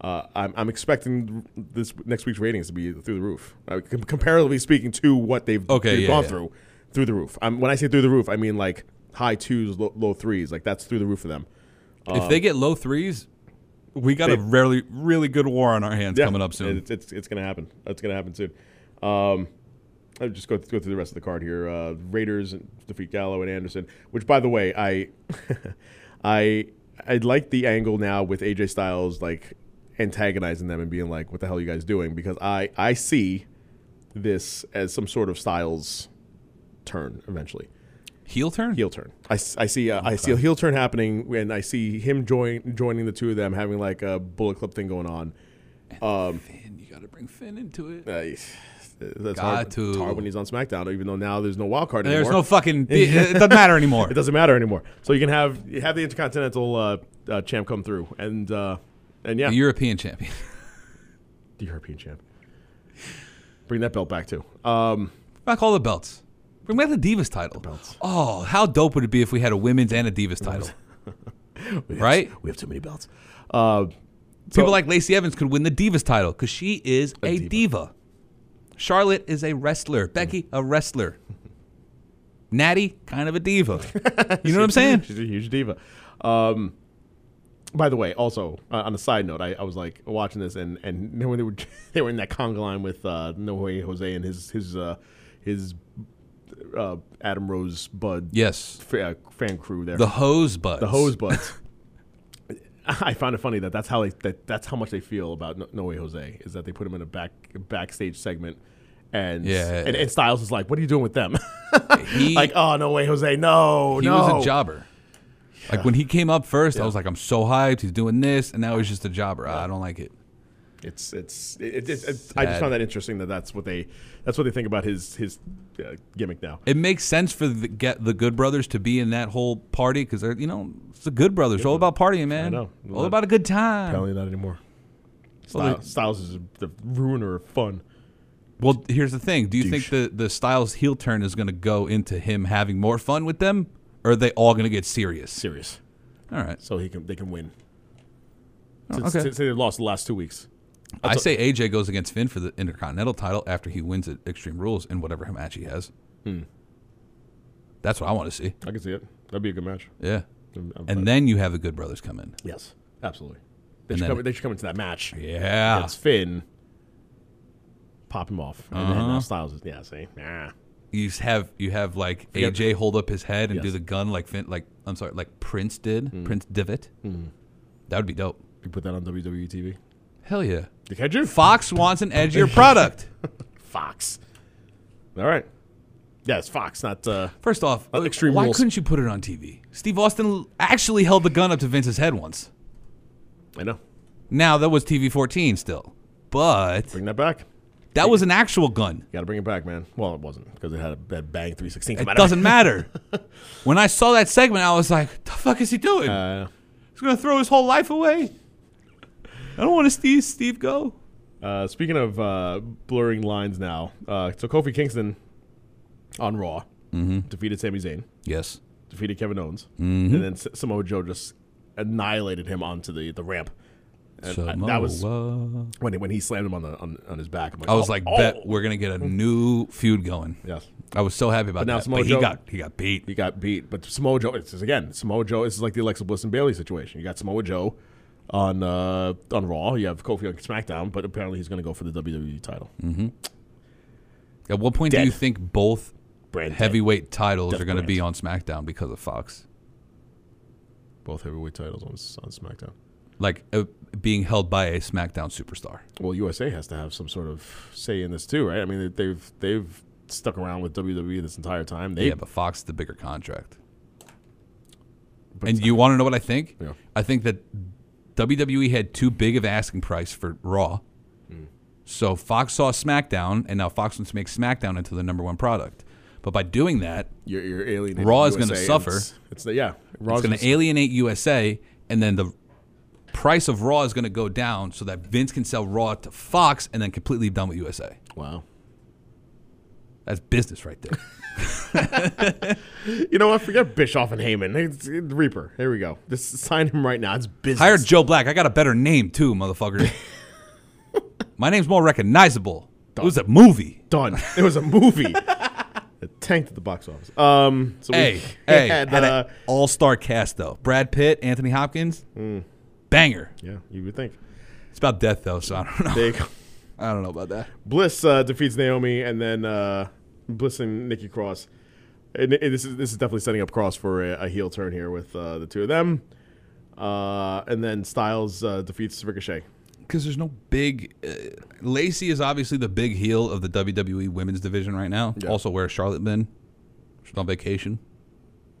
Speaker 5: Uh, I'm, I'm expecting this next week's ratings to be through the roof, uh, com- comparatively speaking to what they've,
Speaker 6: Okay,
Speaker 5: they've
Speaker 6: yeah,
Speaker 5: gone
Speaker 6: yeah.
Speaker 5: through, through the roof. Um, when I say through the roof, I mean like high twos, low, low threes, like that's through the roof for them.
Speaker 6: if they get low threes, we got a
Speaker 5: Um, They-
Speaker 6: really really good war on our hands
Speaker 5: Yeah,
Speaker 6: coming up soon.
Speaker 5: It's it's, it's going to happen. It's going to happen soon. Um, I'll just go, go through the rest of the card here. Uh, Raiders defeat Gallo and Anderson, which by the way, I I I like the angle now with AJ Styles like antagonizing them and being like, "What the hell are you guys doing?" Because I I see this as some sort of Styles turn eventually
Speaker 6: Heel turn?
Speaker 5: heel turn. I, s- I see uh, I see a heel turn happening, and I see him join joining the two of them having like a bullet club thing going on.
Speaker 6: Finn, you gotta bring Finn into it.
Speaker 5: Uh, that's
Speaker 6: Got
Speaker 5: hard,
Speaker 6: to.
Speaker 5: it's hard when he's on SmackDown, even though now there's no wild card
Speaker 6: There's
Speaker 5: anymore.
Speaker 6: no fucking it doesn't matter anymore.
Speaker 5: it doesn't matter anymore. So you can have you have the Intercontinental uh, uh, champ come through, and uh, and yeah,
Speaker 6: The European champion.
Speaker 5: the European champ. Bring that belt back too. Um,
Speaker 6: Back all the belts. Bring back the Divas title.
Speaker 5: belts.
Speaker 6: Oh, how dope would it be if we had a women's and a Divas title?
Speaker 5: We have-
Speaker 6: Right?
Speaker 5: we have too many belts. Uh, so-
Speaker 6: People like Lacey Evans could win the Divas title because she is a, diva.
Speaker 5: diva.
Speaker 6: Charlotte is a wrestler. Becky, a wrestler. Natty, kind of a diva. You know what I'm saying?
Speaker 5: She's a huge diva. Um, by the way, also uh, on a side note, I, I was like watching this, and and then when they were they were in that conga line with uh, No Way Jose and his his uh, his uh, Adam Rose Bud
Speaker 6: Yes.
Speaker 5: fa- uh, fan crew there
Speaker 6: The hose butts.
Speaker 5: the hose butts. I found it funny that that's how they that, that's how much they feel about no, no Way Jose is that they put him in a back backstage segment. And,
Speaker 6: Yeah.
Speaker 5: and and Styles is like, "What are you doing with them?"
Speaker 6: He,
Speaker 5: like, "Oh no way, Jose! No,
Speaker 6: he
Speaker 5: no."
Speaker 6: was a jobber. Like when he came up first, I was like, I'm so hyped. He's doing this. And now he's just a jobber. I don't like it.
Speaker 5: It's it's it, it, it, I just
Speaker 6: Sad.
Speaker 5: found that interesting that that's what they that's what they think about his his uh, gimmick now.
Speaker 6: It makes sense for the get the Good Brothers to be in that whole party because they're you know it's the Good Brothers all about partying man.
Speaker 5: know.
Speaker 6: all about a good time.
Speaker 5: Apparently not anymore.
Speaker 6: Well, they-
Speaker 5: Styles, Styles is the ruiner of fun.
Speaker 6: Well, here's the thing. Do you
Speaker 5: Douche.
Speaker 6: think the, the Styles heel turn is going to go into him having more fun with them? Or are they all going to get serious?
Speaker 5: Serious,
Speaker 6: All right.
Speaker 5: so he can they can win.
Speaker 6: Oh,
Speaker 5: Since,
Speaker 6: okay.
Speaker 5: since they lost the last two weeks,
Speaker 6: I say AJ goes against Finn for the Intercontinental title after he wins at Extreme Rules in whatever match he has.
Speaker 5: Hmm.
Speaker 6: That's what I want to see.
Speaker 5: I can see it. That'd be a good match.
Speaker 6: Yeah.
Speaker 5: I'm- I'm-
Speaker 6: And then you have the Good Brothers come in.
Speaker 5: yes, absolutely. They
Speaker 6: And
Speaker 5: should,
Speaker 6: then- Ah.
Speaker 5: come, they should come into that match.
Speaker 6: Yeah.
Speaker 5: It's Finn. Pop him off, and
Speaker 6: Uh-huh.
Speaker 5: then now Styles is yeah. See, nah.
Speaker 6: You s- have you have like
Speaker 5: Forget-
Speaker 6: AJ hold up his head and do
Speaker 5: Yes.
Speaker 6: the gun like Finn like I'm sorry like Prince did Prince Divot. That would be dope.
Speaker 5: You put that on
Speaker 6: E
Speaker 5: WWE TV.
Speaker 6: Hell yeah.
Speaker 5: Could you?
Speaker 6: Fox wants an edgier product.
Speaker 5: Fox. All right. Yeah, it's Fox, not. Uh,
Speaker 6: First off,
Speaker 5: Uh, Extreme
Speaker 6: why
Speaker 5: Rules.
Speaker 6: couldn't you put it on TV? Steve Austin l- actually held the gun up to Vince's head once.
Speaker 5: I know.
Speaker 6: Now that was TV 14 still, but
Speaker 5: Bring that back.
Speaker 6: that was an actual gun.
Speaker 5: Got to bring it back, man. Well, it wasn't because it had a bad bang 316.
Speaker 6: It
Speaker 5: come out of
Speaker 6: doesn't matter. When I saw that segment, I was like, "The fuck is he doing?
Speaker 5: Uh,
Speaker 6: He's gonna throw his whole life away." I don't want to see Steve go.
Speaker 5: uh, speaking of uh, blurring lines now, uh, so Kofi Kingston on Raw
Speaker 6: Mm-hmm.
Speaker 5: defeated Sami Zayn,
Speaker 6: Yes,
Speaker 5: defeated Kevin Owens,
Speaker 6: Mm-hmm.
Speaker 5: and then S- Samoa Joe just annihilated him onto the, the ramp. And I- Uh, that was
Speaker 6: Samoa.
Speaker 5: when he, when he slammed him on the on, on his back. I'm
Speaker 6: I was
Speaker 5: "Oh,
Speaker 6: like,
Speaker 5: oh."
Speaker 6: "Bet we're gonna get a new feud going."
Speaker 5: Yes.
Speaker 6: I was so happy about
Speaker 5: But now
Speaker 6: that.
Speaker 5: Samoa
Speaker 6: But he
Speaker 5: Joe-
Speaker 6: got he got beat.
Speaker 5: He got beat, but Samoa Joe. It's it's again Samoa Joe. This is like the Alexa Bliss and Bailey situation. You got Samoa Joe on uh, on Raw. You have Kofi on SmackDown, but apparently he's going to go for the WWE title.
Speaker 6: Mm. At what point do
Speaker 5: Dead.
Speaker 6: you think both
Speaker 5: Brand
Speaker 6: heavyweight titles
Speaker 5: Death
Speaker 6: are going to be
Speaker 5: brand.
Speaker 6: on SmackDown because of Fox?
Speaker 5: both heavyweight titles on on SmackDown.
Speaker 6: Like uh, being held by a SmackDown superstar.
Speaker 5: Well, USA has to have some sort of say in this too, right? I mean, they- they've they've stuck around with WWE this entire time. They
Speaker 6: Yeah, but Fox the bigger contract. and you want to know what I think?
Speaker 5: Yeah.
Speaker 6: I think that WWE had too big of asking price for Raw.
Speaker 5: Mm.
Speaker 6: So Fox saw SmackDown, and now Fox wants to make SmackDown into the number one product. But by doing that,
Speaker 5: you're, you're alienating.
Speaker 6: Raw is gonna
Speaker 5: USA, and
Speaker 6: suffer.
Speaker 5: It's, it's the- yeah, Raw
Speaker 6: it's going to alienate USA, and then the price of Raw is going to go down so that Vince can sell Raw to Fox and then completely be done with USA.
Speaker 5: Wow.
Speaker 6: That's business right there.
Speaker 5: You know what? Forget Bischoff and Heyman. It's, it's Reaper. Here we go. Just sign him right now. It's business.
Speaker 6: Hire Joe Black. I got a better name too, motherfucker. My name's more recognizable. It was a movie.
Speaker 5: done. It was a movie. it tanked at the box office. Um, so
Speaker 6: Hey,
Speaker 5: we
Speaker 6: hey,
Speaker 5: had,
Speaker 6: had
Speaker 5: uh,
Speaker 6: an all-star cast though. Brad Pitt, Anthony Hopkins,
Speaker 5: Hmm.
Speaker 6: banger.
Speaker 5: yeah, you would think.
Speaker 6: It's about death though, so I don't know.
Speaker 5: There you go.
Speaker 6: I don't know about that.
Speaker 5: Bliss uh, defeats Naomi, and then uh, Bliss and Nikki Cross. And, it- this is this is definitely setting up Cross for a, a heel turn here with uh, the two of them. Uh, and then Styles uh, defeats Ricochet.
Speaker 6: Because there's no big. Uh, Lacey is obviously the big heel of the WWE women's division right now.
Speaker 5: Yeah.
Speaker 6: Also, where's Charlotte been? She's on vacation.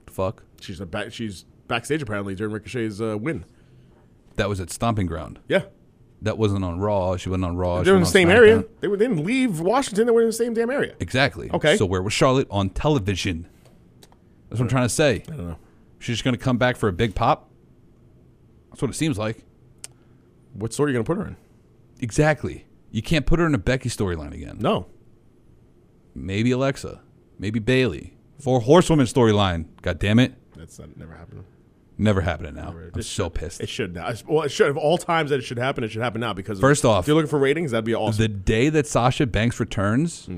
Speaker 6: Fuck.
Speaker 5: She's a back, she's backstage apparently during Ricochet's uh, win.
Speaker 6: That was at Stomping Ground.
Speaker 5: Yeah,
Speaker 6: That wasn't on Raw. She wasn't on Raw.
Speaker 5: they're in
Speaker 6: she
Speaker 5: the
Speaker 6: wasn't
Speaker 5: same
Speaker 6: on
Speaker 5: area.
Speaker 6: SmackDown.
Speaker 5: They, were, they didn't leave Washington. They were in the same damn area.
Speaker 6: Exactly.
Speaker 5: Okay.
Speaker 6: So where was Charlotte on television? That's what I'm trying to say. I don't
Speaker 5: know.
Speaker 6: She's just going to come back for a big pop. That's what it seems like.
Speaker 5: What story are you gonna put her in?
Speaker 6: Exactly. You can't put her in a Becky storyline again.
Speaker 5: No,
Speaker 6: Maybe Alexa. Maybe Bailey. Four Horsewoman storyline. God damn it.
Speaker 5: that's that never happened.
Speaker 6: Never happening now. I'm so pissed.
Speaker 5: It should now. It's- Well, it should. Of all times that it should happen, it should happen now because
Speaker 6: First off-
Speaker 5: if you're looking for ratings, that'd be awesome. Mm.
Speaker 6: The day that Sasha Banks returns,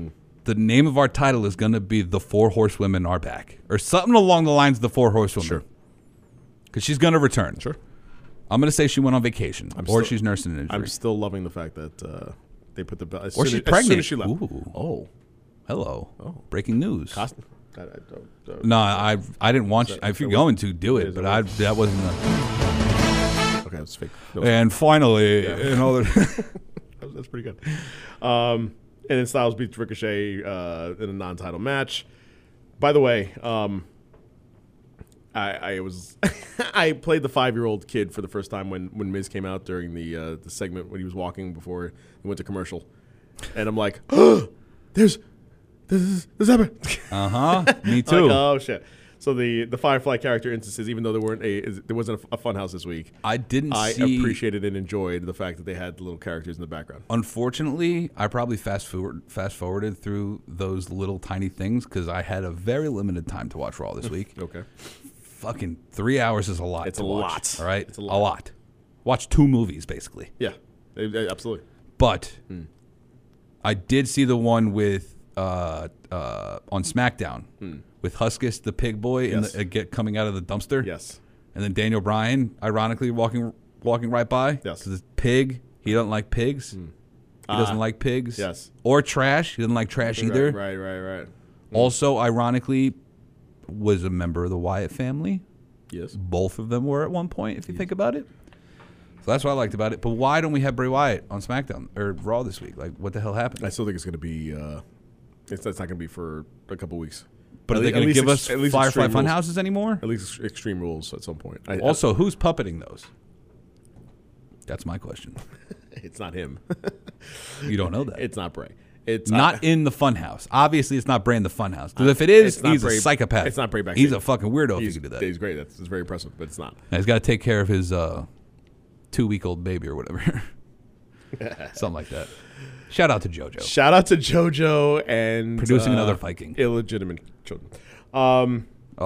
Speaker 6: the name of our title is going to be The Four Horsewomen Are Back or something along the lines of The Four Horsewomen.
Speaker 5: Sure.
Speaker 6: Because she's going to return.
Speaker 5: sure.
Speaker 6: I'm going to say she went on vacation or
Speaker 5: still-
Speaker 6: she's nursing an injury.
Speaker 5: I'm still loving the fact that uh, they put the belt. As soon
Speaker 6: or she's
Speaker 5: as,
Speaker 6: pregnant.
Speaker 5: As soon as she left.
Speaker 6: Ooh.
Speaker 5: Oh.
Speaker 6: Hello. Breaking news.
Speaker 5: Cost- I, I don't- don't-
Speaker 6: no, I I didn't want you. If you're going to, do it.
Speaker 5: is
Speaker 6: But
Speaker 5: that
Speaker 6: I,
Speaker 5: what-
Speaker 6: that wasn't the.
Speaker 5: Okay, that's fake. That was-
Speaker 6: And finally, you know, the-
Speaker 5: that was- that's pretty good. Um, and then Styles beats Ricochet uh, in a non-title match. By the way, um, I, I was I played the five-year-old kid for the first time when when Miz came out during the uh, the segment when he was walking before he went to commercial, and I'm like, oh, there's this this happened.
Speaker 6: Uh, Uh-huh. me
Speaker 5: I'm
Speaker 6: too.
Speaker 5: Like, oh shit. So the, the Firefly character instances, even though there weren't a is- there wasn't a, a funhouse this week,
Speaker 6: I didn't
Speaker 5: I
Speaker 6: see-
Speaker 5: appreciated and enjoyed the fact that they had the little characters in the background.
Speaker 6: Unfortunately, I probably fast forward fast forwarded through those little tiny things because I had a very limited time to watch Raw this week.
Speaker 5: Okay.
Speaker 6: Fucking three hours is a lot.
Speaker 5: It's
Speaker 6: to
Speaker 5: a lot.
Speaker 6: watch, All right,
Speaker 5: It's a
Speaker 6: a lot.
Speaker 5: lot.
Speaker 6: Watch two movies basically,
Speaker 5: Yeah. Eh, eh, Absolutely.
Speaker 6: but
Speaker 5: Hmm.
Speaker 6: I did see the one with uh, uh, on SmackDown with Huskus the Pig Boy and
Speaker 5: Hmm. Yes.
Speaker 6: the, uh, get coming out of the dumpster.
Speaker 5: Yes.
Speaker 6: and then Daniel Bryan, ironically walking walking right by.
Speaker 5: Yes. Hmm. Ah,
Speaker 6: 'Cause it's pig. He doesn't like pigs. He doesn't like pigs.
Speaker 5: yes.
Speaker 6: Or trash. He doesn't like trash either.
Speaker 5: Right. Right. Right. right.
Speaker 6: Also, ironically, was a member of the Wyatt family.
Speaker 5: Yes.
Speaker 6: Both of them were at one point, if you think about it. So that's what I liked about it. But why don't we have Bray Wyatt on SmackDown or Raw this week? Like, what the hell happened?
Speaker 5: I still think it's going to be. Uh, it's that's not going to be for a couple weeks.
Speaker 6: but are
Speaker 5: At
Speaker 6: they
Speaker 5: le-
Speaker 6: going
Speaker 5: at
Speaker 6: to
Speaker 5: least
Speaker 6: give
Speaker 5: ex-
Speaker 6: us
Speaker 5: at least
Speaker 6: Firefly
Speaker 5: Extreme Rules-
Speaker 6: Funhouses anymore?
Speaker 5: At least ex- Extreme Rules at some point. I,
Speaker 6: Also, who's puppeting those? That's my question.
Speaker 5: it's not him.
Speaker 6: You don't know that.
Speaker 5: it's not Bray. It's
Speaker 6: not in the funhouse. Obviously, it's not Bray in the funhouse. Because if it is,
Speaker 5: it's not
Speaker 6: he's a
Speaker 5: Bray-
Speaker 6: psychopath.
Speaker 5: it's not Bray backstage.
Speaker 6: He's a fucking weirdo if he
Speaker 5: He's,
Speaker 6: could do that.
Speaker 5: he's great. That's, that's very impressive, but it's not.
Speaker 6: Now, he's got to take care of his uh, two week old baby or whatever. Something like that. Shout out to JoJo.
Speaker 5: Shout out to JoJo and
Speaker 6: Producing
Speaker 5: uh,
Speaker 6: another Viking.
Speaker 5: illegitimate children. Um,
Speaker 6: oh,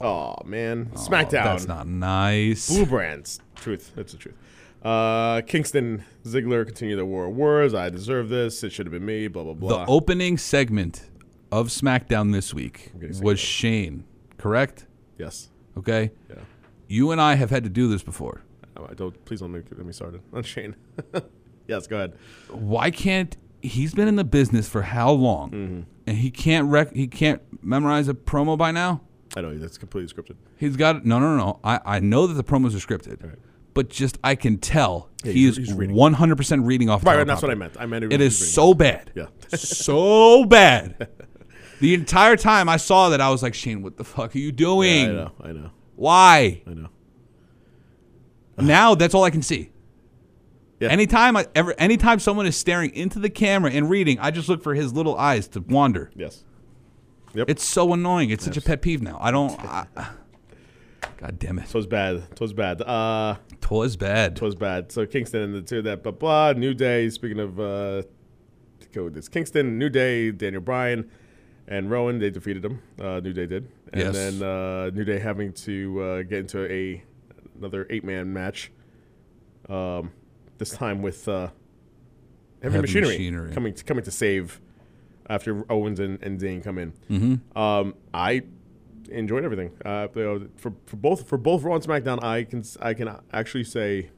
Speaker 5: oh man, SmackDown.
Speaker 6: That's not nice.
Speaker 5: Blue Brands. Truth, that's the truth. Uh, Kingston Ziggler continue their war of words. I deserve this. It should have been me. Blah blah
Speaker 6: The
Speaker 5: blah.
Speaker 6: opening segment of SmackDown this week
Speaker 5: getting
Speaker 6: was Shane, correct?
Speaker 5: yes.
Speaker 6: Okay.
Speaker 5: Yeah.
Speaker 6: You and I have had to do this before.
Speaker 5: Oh, I don't. Please don't make, let me started on Shane. yes, go ahead.
Speaker 6: why can't he's been in the business for how long
Speaker 5: Mm-hmm.
Speaker 6: and he can't rec- he can't memorize a promo by now
Speaker 5: I know that's completely scripted.
Speaker 6: he's got no no no, no. I, I know that the promos are scripted but just i can tell he
Speaker 5: he's-
Speaker 6: is
Speaker 5: he's reading.
Speaker 6: 100% reading off
Speaker 5: Right, right, that's
Speaker 6: teleprompter.
Speaker 5: what I meant. I meant it
Speaker 6: it
Speaker 5: was-
Speaker 6: is
Speaker 5: he's
Speaker 6: so bad
Speaker 5: Yeah.
Speaker 6: so bad the entire time i saw that i was like shane what the fuck are you doing
Speaker 5: I know. I know.
Speaker 6: why
Speaker 5: I know.
Speaker 6: now that's all i can see
Speaker 5: Yeah.
Speaker 6: Anytime I ever, anytime someone is staring into the camera and reading, I just look for his little eyes to wander.
Speaker 5: Yes.
Speaker 6: It's so annoying. It's such a pet peeve now. I don't. I, God damn it.
Speaker 5: Twas bad. Twas bad. Uh,
Speaker 6: Twas bad.
Speaker 5: twas bad. So Kingston and the two of that blah blah. New Day. Speaking of, uh, to go with this. Kingston, New Day, Daniel Bryan, and Rowan. They defeated them. Uh, New Day did. And
Speaker 6: Yes.
Speaker 5: then uh, New Day having to uh, get into a another eight man match. Um, this time with uh, heavy,
Speaker 6: Heavy
Speaker 5: machinery,
Speaker 6: Machinery.
Speaker 5: coming to, coming to save after Owens and, and Dean come in. Um, I enjoyed everything. Uh, you know, for, for both for both Raw and SmackDown, I can s- I can actually say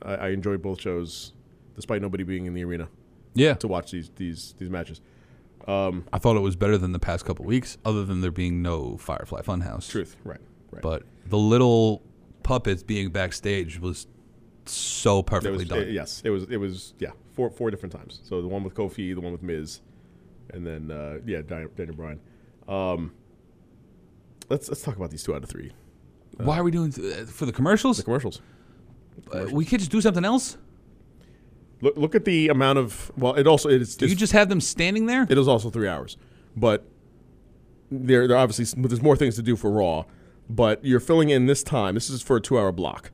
Speaker 5: I, I enjoyed both shows, despite nobody being in the arena
Speaker 6: Yeah.
Speaker 5: to watch these these these matches.
Speaker 6: I thought it was better than the past couple weeks, other than there being no Firefly Funhouse.
Speaker 5: Truth, right, right.
Speaker 6: But the little puppets being backstage was so
Speaker 5: it
Speaker 6: perfectly
Speaker 5: was,
Speaker 6: done.
Speaker 5: it- yes, it was it was yeah four four different times. So the one with Kofi, the one with Miz, and then uh, yeah Di- Daniel Bryan. Um, let's let's talk about these two out of three
Speaker 6: Why are we doing th- uh, for the commercials?
Speaker 5: the commercials.
Speaker 6: Uh, we could just do something else.
Speaker 5: Look, look at the amount of well, it also it is
Speaker 6: Do you just have them standing there?
Speaker 5: it is also three hours, but there there obviously s- there's more things to do for Raw, but you're filling in this time. This is for a two hour block,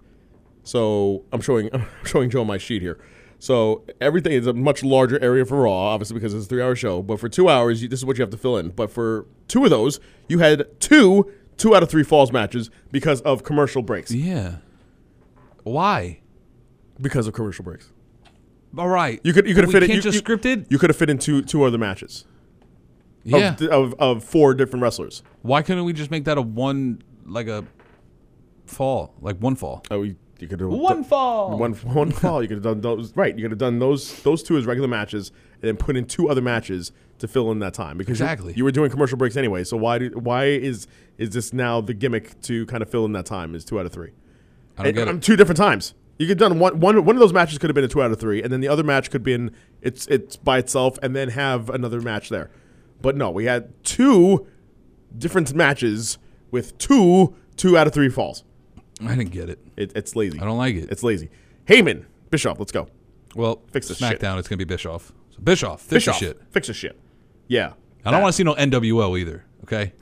Speaker 5: so I'm showing I'm showing Joe my sheet here. So everything is a much larger area for Raw, obviously because it's a three hour show. But for two hours, you, this is what you have to fill in. But for two of those, you had two two out of three falls matches because of commercial breaks.
Speaker 6: Yeah. Why?
Speaker 5: Because of commercial breaks.
Speaker 6: All right.
Speaker 5: You could you could have
Speaker 6: We
Speaker 5: fit in,
Speaker 6: can't
Speaker 5: you,
Speaker 6: just
Speaker 5: you-
Speaker 6: script it?
Speaker 5: You Oh, could have fit in two two other matches
Speaker 6: yeah.
Speaker 5: of, th- of of four different wrestlers.
Speaker 6: Why couldn't we just make that a one like a fall, like one fall?
Speaker 5: Oh, you, you could have
Speaker 6: One fall.
Speaker 5: One one fall. You could have done those. Right. You could have done those those two as regular matches, and then put in two other matches to fill in that time. Because you-
Speaker 6: Exactly.
Speaker 5: you, were doing commercial breaks anyway. So why do, why is is this now the gimmick to kind of fill in that time? Is two out of three.
Speaker 6: I don't
Speaker 5: And-
Speaker 6: get it.
Speaker 5: um, Two different times. You could have done one, one, one of those matches could have been a two out of three, and then the other match could be in it's it's by itself, and then have another match there. But no, we had two different matches with two two out of three falls.
Speaker 6: I didn't get it.
Speaker 5: It, it's lazy.
Speaker 6: I don't like it.
Speaker 5: It's lazy. Heyman Bischoff, let's go.
Speaker 6: Well,
Speaker 5: Fix this
Speaker 6: SmackDown.
Speaker 5: shit.
Speaker 6: It's gonna be Bischoff. So Bischoff, fix your
Speaker 5: Bischoff,
Speaker 6: shit.
Speaker 5: fix this shit. Yeah,
Speaker 6: I don't want to see no NWO either. Okay.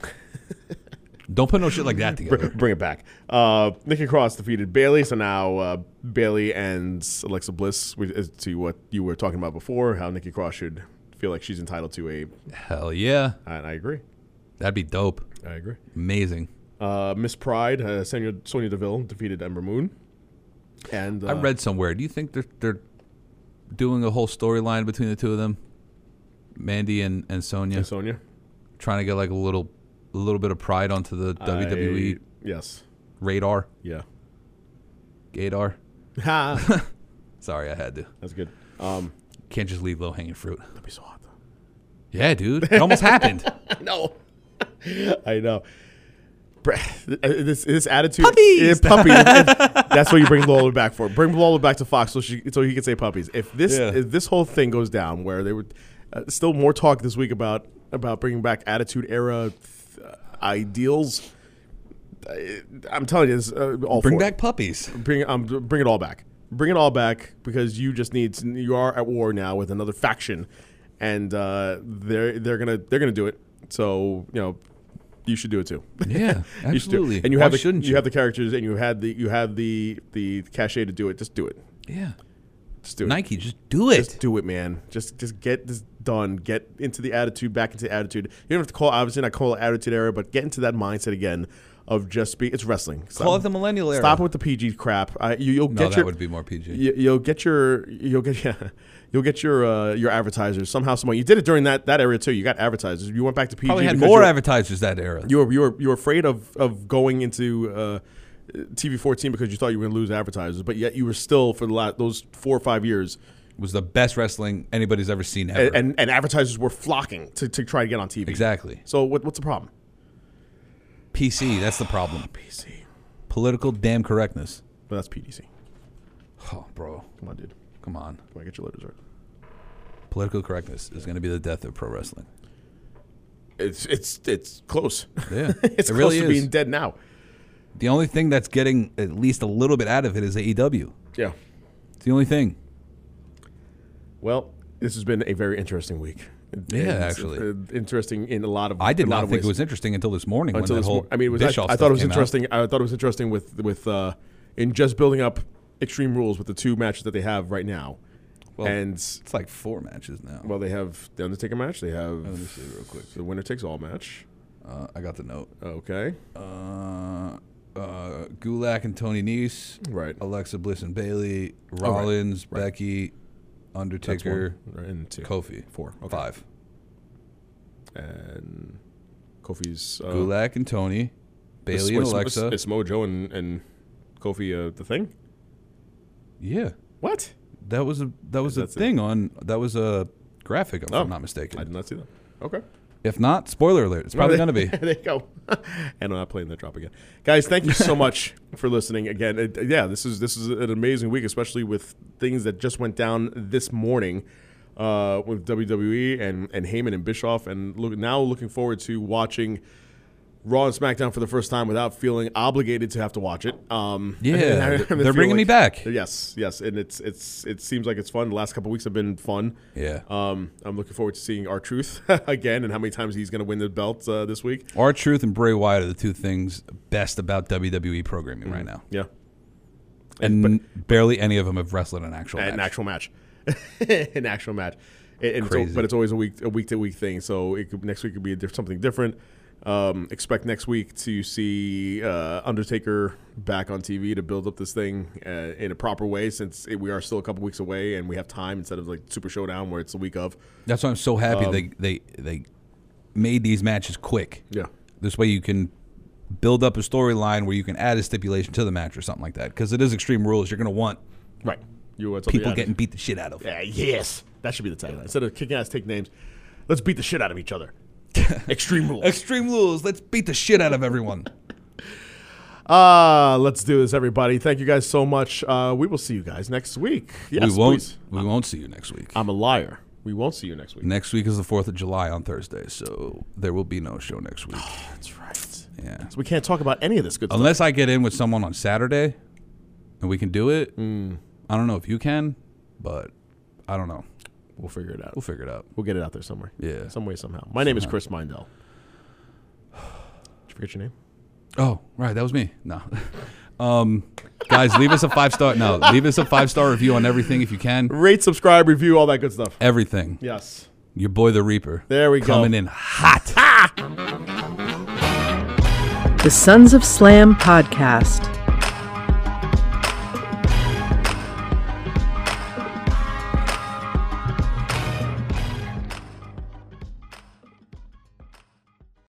Speaker 6: don't put no shit like that
Speaker 5: Br-
Speaker 6: together.
Speaker 5: bring it back. Uh, Nikki Cross defeated Bailey, so now uh, Bailey and Alexa Bliss. We, as to what you were talking about before, how Nikki Cross should feel like she's entitled to a.
Speaker 6: Hell yeah,
Speaker 5: And I agree.
Speaker 6: that'd be dope.
Speaker 5: I agree.
Speaker 6: Amazing.
Speaker 5: Uh, Miss Pride, uh, Sonya, Sonya Deville defeated Ember Moon, and uh,
Speaker 6: I read somewhere. Do you think they're they're doing a whole storyline between the two of them, Mandy and and Sonya,
Speaker 5: and Sonya
Speaker 6: trying to get like a little a little bit of pride onto the WWE
Speaker 5: I- yes.
Speaker 6: radar,
Speaker 5: Yeah.
Speaker 6: gaydar?
Speaker 5: Ha.
Speaker 6: Sorry, I had to.
Speaker 5: That's good. Um,
Speaker 6: Can't just leave low hanging fruit.
Speaker 5: that'd be so hot though.
Speaker 6: Yeah, dude. It almost happened.
Speaker 5: No. I know. Br- uh, This this attitude,
Speaker 6: Puppies!
Speaker 5: Yeah, puppy. that's what you bring Lola back for. Bring Lola back to Fox so she so he can say puppies. If this
Speaker 6: Yeah.
Speaker 5: if this whole thing goes down, where they were uh, still more talk this week about about bringing back attitude era th- ideals. I, I'm telling you, this uh, all
Speaker 6: Bring
Speaker 5: for it.
Speaker 6: back puppies.
Speaker 5: Bring um, bring it all back. Bring it all back because you just need to- you are at war now with another faction, and uh, they're they're gonna they're gonna do it. So you know, you should do it too.
Speaker 6: Yeah,
Speaker 5: You should do it.
Speaker 6: absolutely.
Speaker 5: And you
Speaker 6: Why
Speaker 5: have the,
Speaker 6: shouldn't
Speaker 5: you?
Speaker 6: you?
Speaker 5: have the characters and you had the you have the the cachet to do it. Just do it.
Speaker 6: Yeah.
Speaker 5: Just do it.
Speaker 6: Nike, just do it.
Speaker 5: Just do it, man. Just just get this done. Get into the attitude, back into the attitude. You don't have to call obviously not call it attitude era, but get into that mindset again of just be. It's wrestling. Stop-
Speaker 6: Call it the millennial era.
Speaker 5: Stop with the PG crap. I, you, you'll
Speaker 6: no,
Speaker 5: get
Speaker 6: that
Speaker 5: your,
Speaker 6: would be more PG.
Speaker 5: you, you'll get your you'll get yeah, you'll get your uh, your advertisers somehow somehow. You did it during that that era too. You got advertisers. You went back to PG.
Speaker 6: Probably had
Speaker 5: because
Speaker 6: more
Speaker 5: you were-
Speaker 6: advertisers that era.
Speaker 5: You were you were you were afraid of of going into. Uh, TV 14 because you thought you were going to lose advertisers, but yet you were still for the last, those four or five years,
Speaker 6: was the best wrestling anybody's ever seen ever.
Speaker 5: and, and, and advertisers were flocking to, to try to get on TV.
Speaker 6: exactly.
Speaker 5: So what, what's the problem?
Speaker 6: PC, that's the problem.
Speaker 5: PC,
Speaker 6: Political damn correctness.
Speaker 5: but that's PDC.
Speaker 6: Oh, bro.
Speaker 5: Come on, dude.
Speaker 6: Come on.
Speaker 5: Come on, get your letters right.
Speaker 6: Political correctness is going to be the death of pro wrestling.
Speaker 5: It's it's it's close.
Speaker 6: Yeah,
Speaker 5: it's
Speaker 6: it
Speaker 5: close
Speaker 6: really
Speaker 5: to
Speaker 6: is.
Speaker 5: being dead now.
Speaker 6: The only thing that's getting at least a little bit out of it is AEW.
Speaker 5: Yeah.
Speaker 6: It's the only thing.
Speaker 5: Well, this has been a very interesting week.
Speaker 6: Yeah,
Speaker 5: And,
Speaker 6: actually.
Speaker 5: uh, interesting in a lot of.
Speaker 6: I did
Speaker 5: a lot
Speaker 6: not
Speaker 5: of
Speaker 6: think it
Speaker 5: ways.
Speaker 6: was interesting until this morning when
Speaker 5: Until
Speaker 6: that
Speaker 5: this
Speaker 6: whole
Speaker 5: mor- I mean, it was, I,
Speaker 6: Bischoff
Speaker 5: I
Speaker 6: stuff
Speaker 5: thought it was
Speaker 6: came out.
Speaker 5: interesting. I thought it was interesting with with uh, in just building up Extreme Rules with the two matches that they have right now,
Speaker 6: Well,
Speaker 5: and
Speaker 6: It's like four matches now.
Speaker 5: well, they have the Undertaker match. They have
Speaker 6: Let me see real quick.
Speaker 5: the winner takes all match.
Speaker 6: Uh, I got the note.
Speaker 5: Okay.
Speaker 6: Uh, uh, Gulak and Tony Nese.
Speaker 5: Right. Oh,
Speaker 6: Alexa Bliss and Bailey. Rollins, Becky,
Speaker 5: That's one.
Speaker 6: Undertaker,
Speaker 5: Right, and two.
Speaker 6: Kofi.
Speaker 5: Four. Okay.
Speaker 6: Five.
Speaker 5: And Kofi's. Uh,
Speaker 6: Gulak and Tony.
Speaker 5: is-
Speaker 6: Bailey
Speaker 5: wait,
Speaker 6: and
Speaker 5: is-
Speaker 6: Alexa.
Speaker 5: Is Mojo and, and Kofi uh, the thing?
Speaker 6: yeah.
Speaker 5: What?
Speaker 6: That was a that was a
Speaker 5: That's it.
Speaker 6: thing on that was a graphic if
Speaker 5: Oh.
Speaker 6: I'm not
Speaker 5: I did
Speaker 6: mistaken.
Speaker 5: not see that. Okay.
Speaker 6: If not, spoiler alert. It's probably gonna be.
Speaker 5: there you go. and I'm not playing that drop again, guys. Thank you so much for listening again. It- yeah, this is this is an amazing week, especially with things that just went down this morning uh, with WWE and and Heyman and Bischoff, and look, now looking forward to watching. Raw and SmackDown for the first time without feeling obligated to have to watch it. Um,
Speaker 6: Yeah,
Speaker 5: and I- and I
Speaker 6: they're
Speaker 5: feel
Speaker 6: bringing me back.
Speaker 5: Yes, yes, and it's it's it seems like it's fun. The last couple weeks have been fun.
Speaker 6: Yeah.
Speaker 5: Um, I'm looking forward to seeing our truth again and how many times he's going to win the belt uh, this week.
Speaker 6: Our Truth and Bray Wyatt are the two things best about WWE
Speaker 5: Mm.
Speaker 6: programming right now.
Speaker 5: Yeah,
Speaker 6: And barely any of them have wrestled an actual
Speaker 5: an
Speaker 6: match.
Speaker 5: actual match, an actual match. And- and it's al-
Speaker 6: Crazy.
Speaker 5: but it's always a week a week to week thing. So it could, next week could be a diff- something different. Um, expect next week to see uh, Undertaker back on TV to build up this thing uh, in a proper way, since it, we are still a couple weeks away and we have time instead of like Super Showdown where it's the week of.
Speaker 6: That's why I'm so
Speaker 5: Um,
Speaker 6: happy they, they they made these matches quick.
Speaker 5: Yeah.
Speaker 6: This way you can build up a storyline where you can add a stipulation to the match or something like that. Because it is Extreme Rules. You're going to want
Speaker 5: Right. You uh, want
Speaker 6: people getting beat the shit out of.
Speaker 5: Yeah, Uh, yes, that should be the tagline. Instead of kicking ass, take names. Let's beat the shit out of each other. Extreme rules.
Speaker 6: Extreme Rules. Let's beat the shit out of everyone.
Speaker 5: Uh, let's do this, everybody. Thank you guys so much. Uh, we will see you guys next week. Yes,
Speaker 6: we won't.
Speaker 5: please. Um,
Speaker 6: We won't see you next week.
Speaker 5: I'm a liar. We won't see you next week.
Speaker 6: next week is the Fourth of July on Thursday, so there will be no show next week.
Speaker 5: That's right.
Speaker 6: Yeah.
Speaker 5: So we can't talk about any of this good stuff.
Speaker 6: Unless I get in with someone on Saturday, and we can do it.
Speaker 5: Mm.
Speaker 6: I don't know if you can, but I don't know.
Speaker 5: We'll figure it out.
Speaker 6: We'll figure it out.
Speaker 5: We'll get it out there somewhere.
Speaker 6: Yeah.
Speaker 5: Some way, somehow. My name is Chris Mindell. Did you forget your name?
Speaker 6: Oh, right, that was me. No. um, guys, leave us a five star. No, leave us a five star review on everything if you can.
Speaker 5: Rate, subscribe, review, all that good stuff.
Speaker 6: Everything.
Speaker 5: Yes.
Speaker 6: Your boy the Reaper.
Speaker 5: There we go.
Speaker 6: coming in hot.
Speaker 4: The Sons of Slam podcast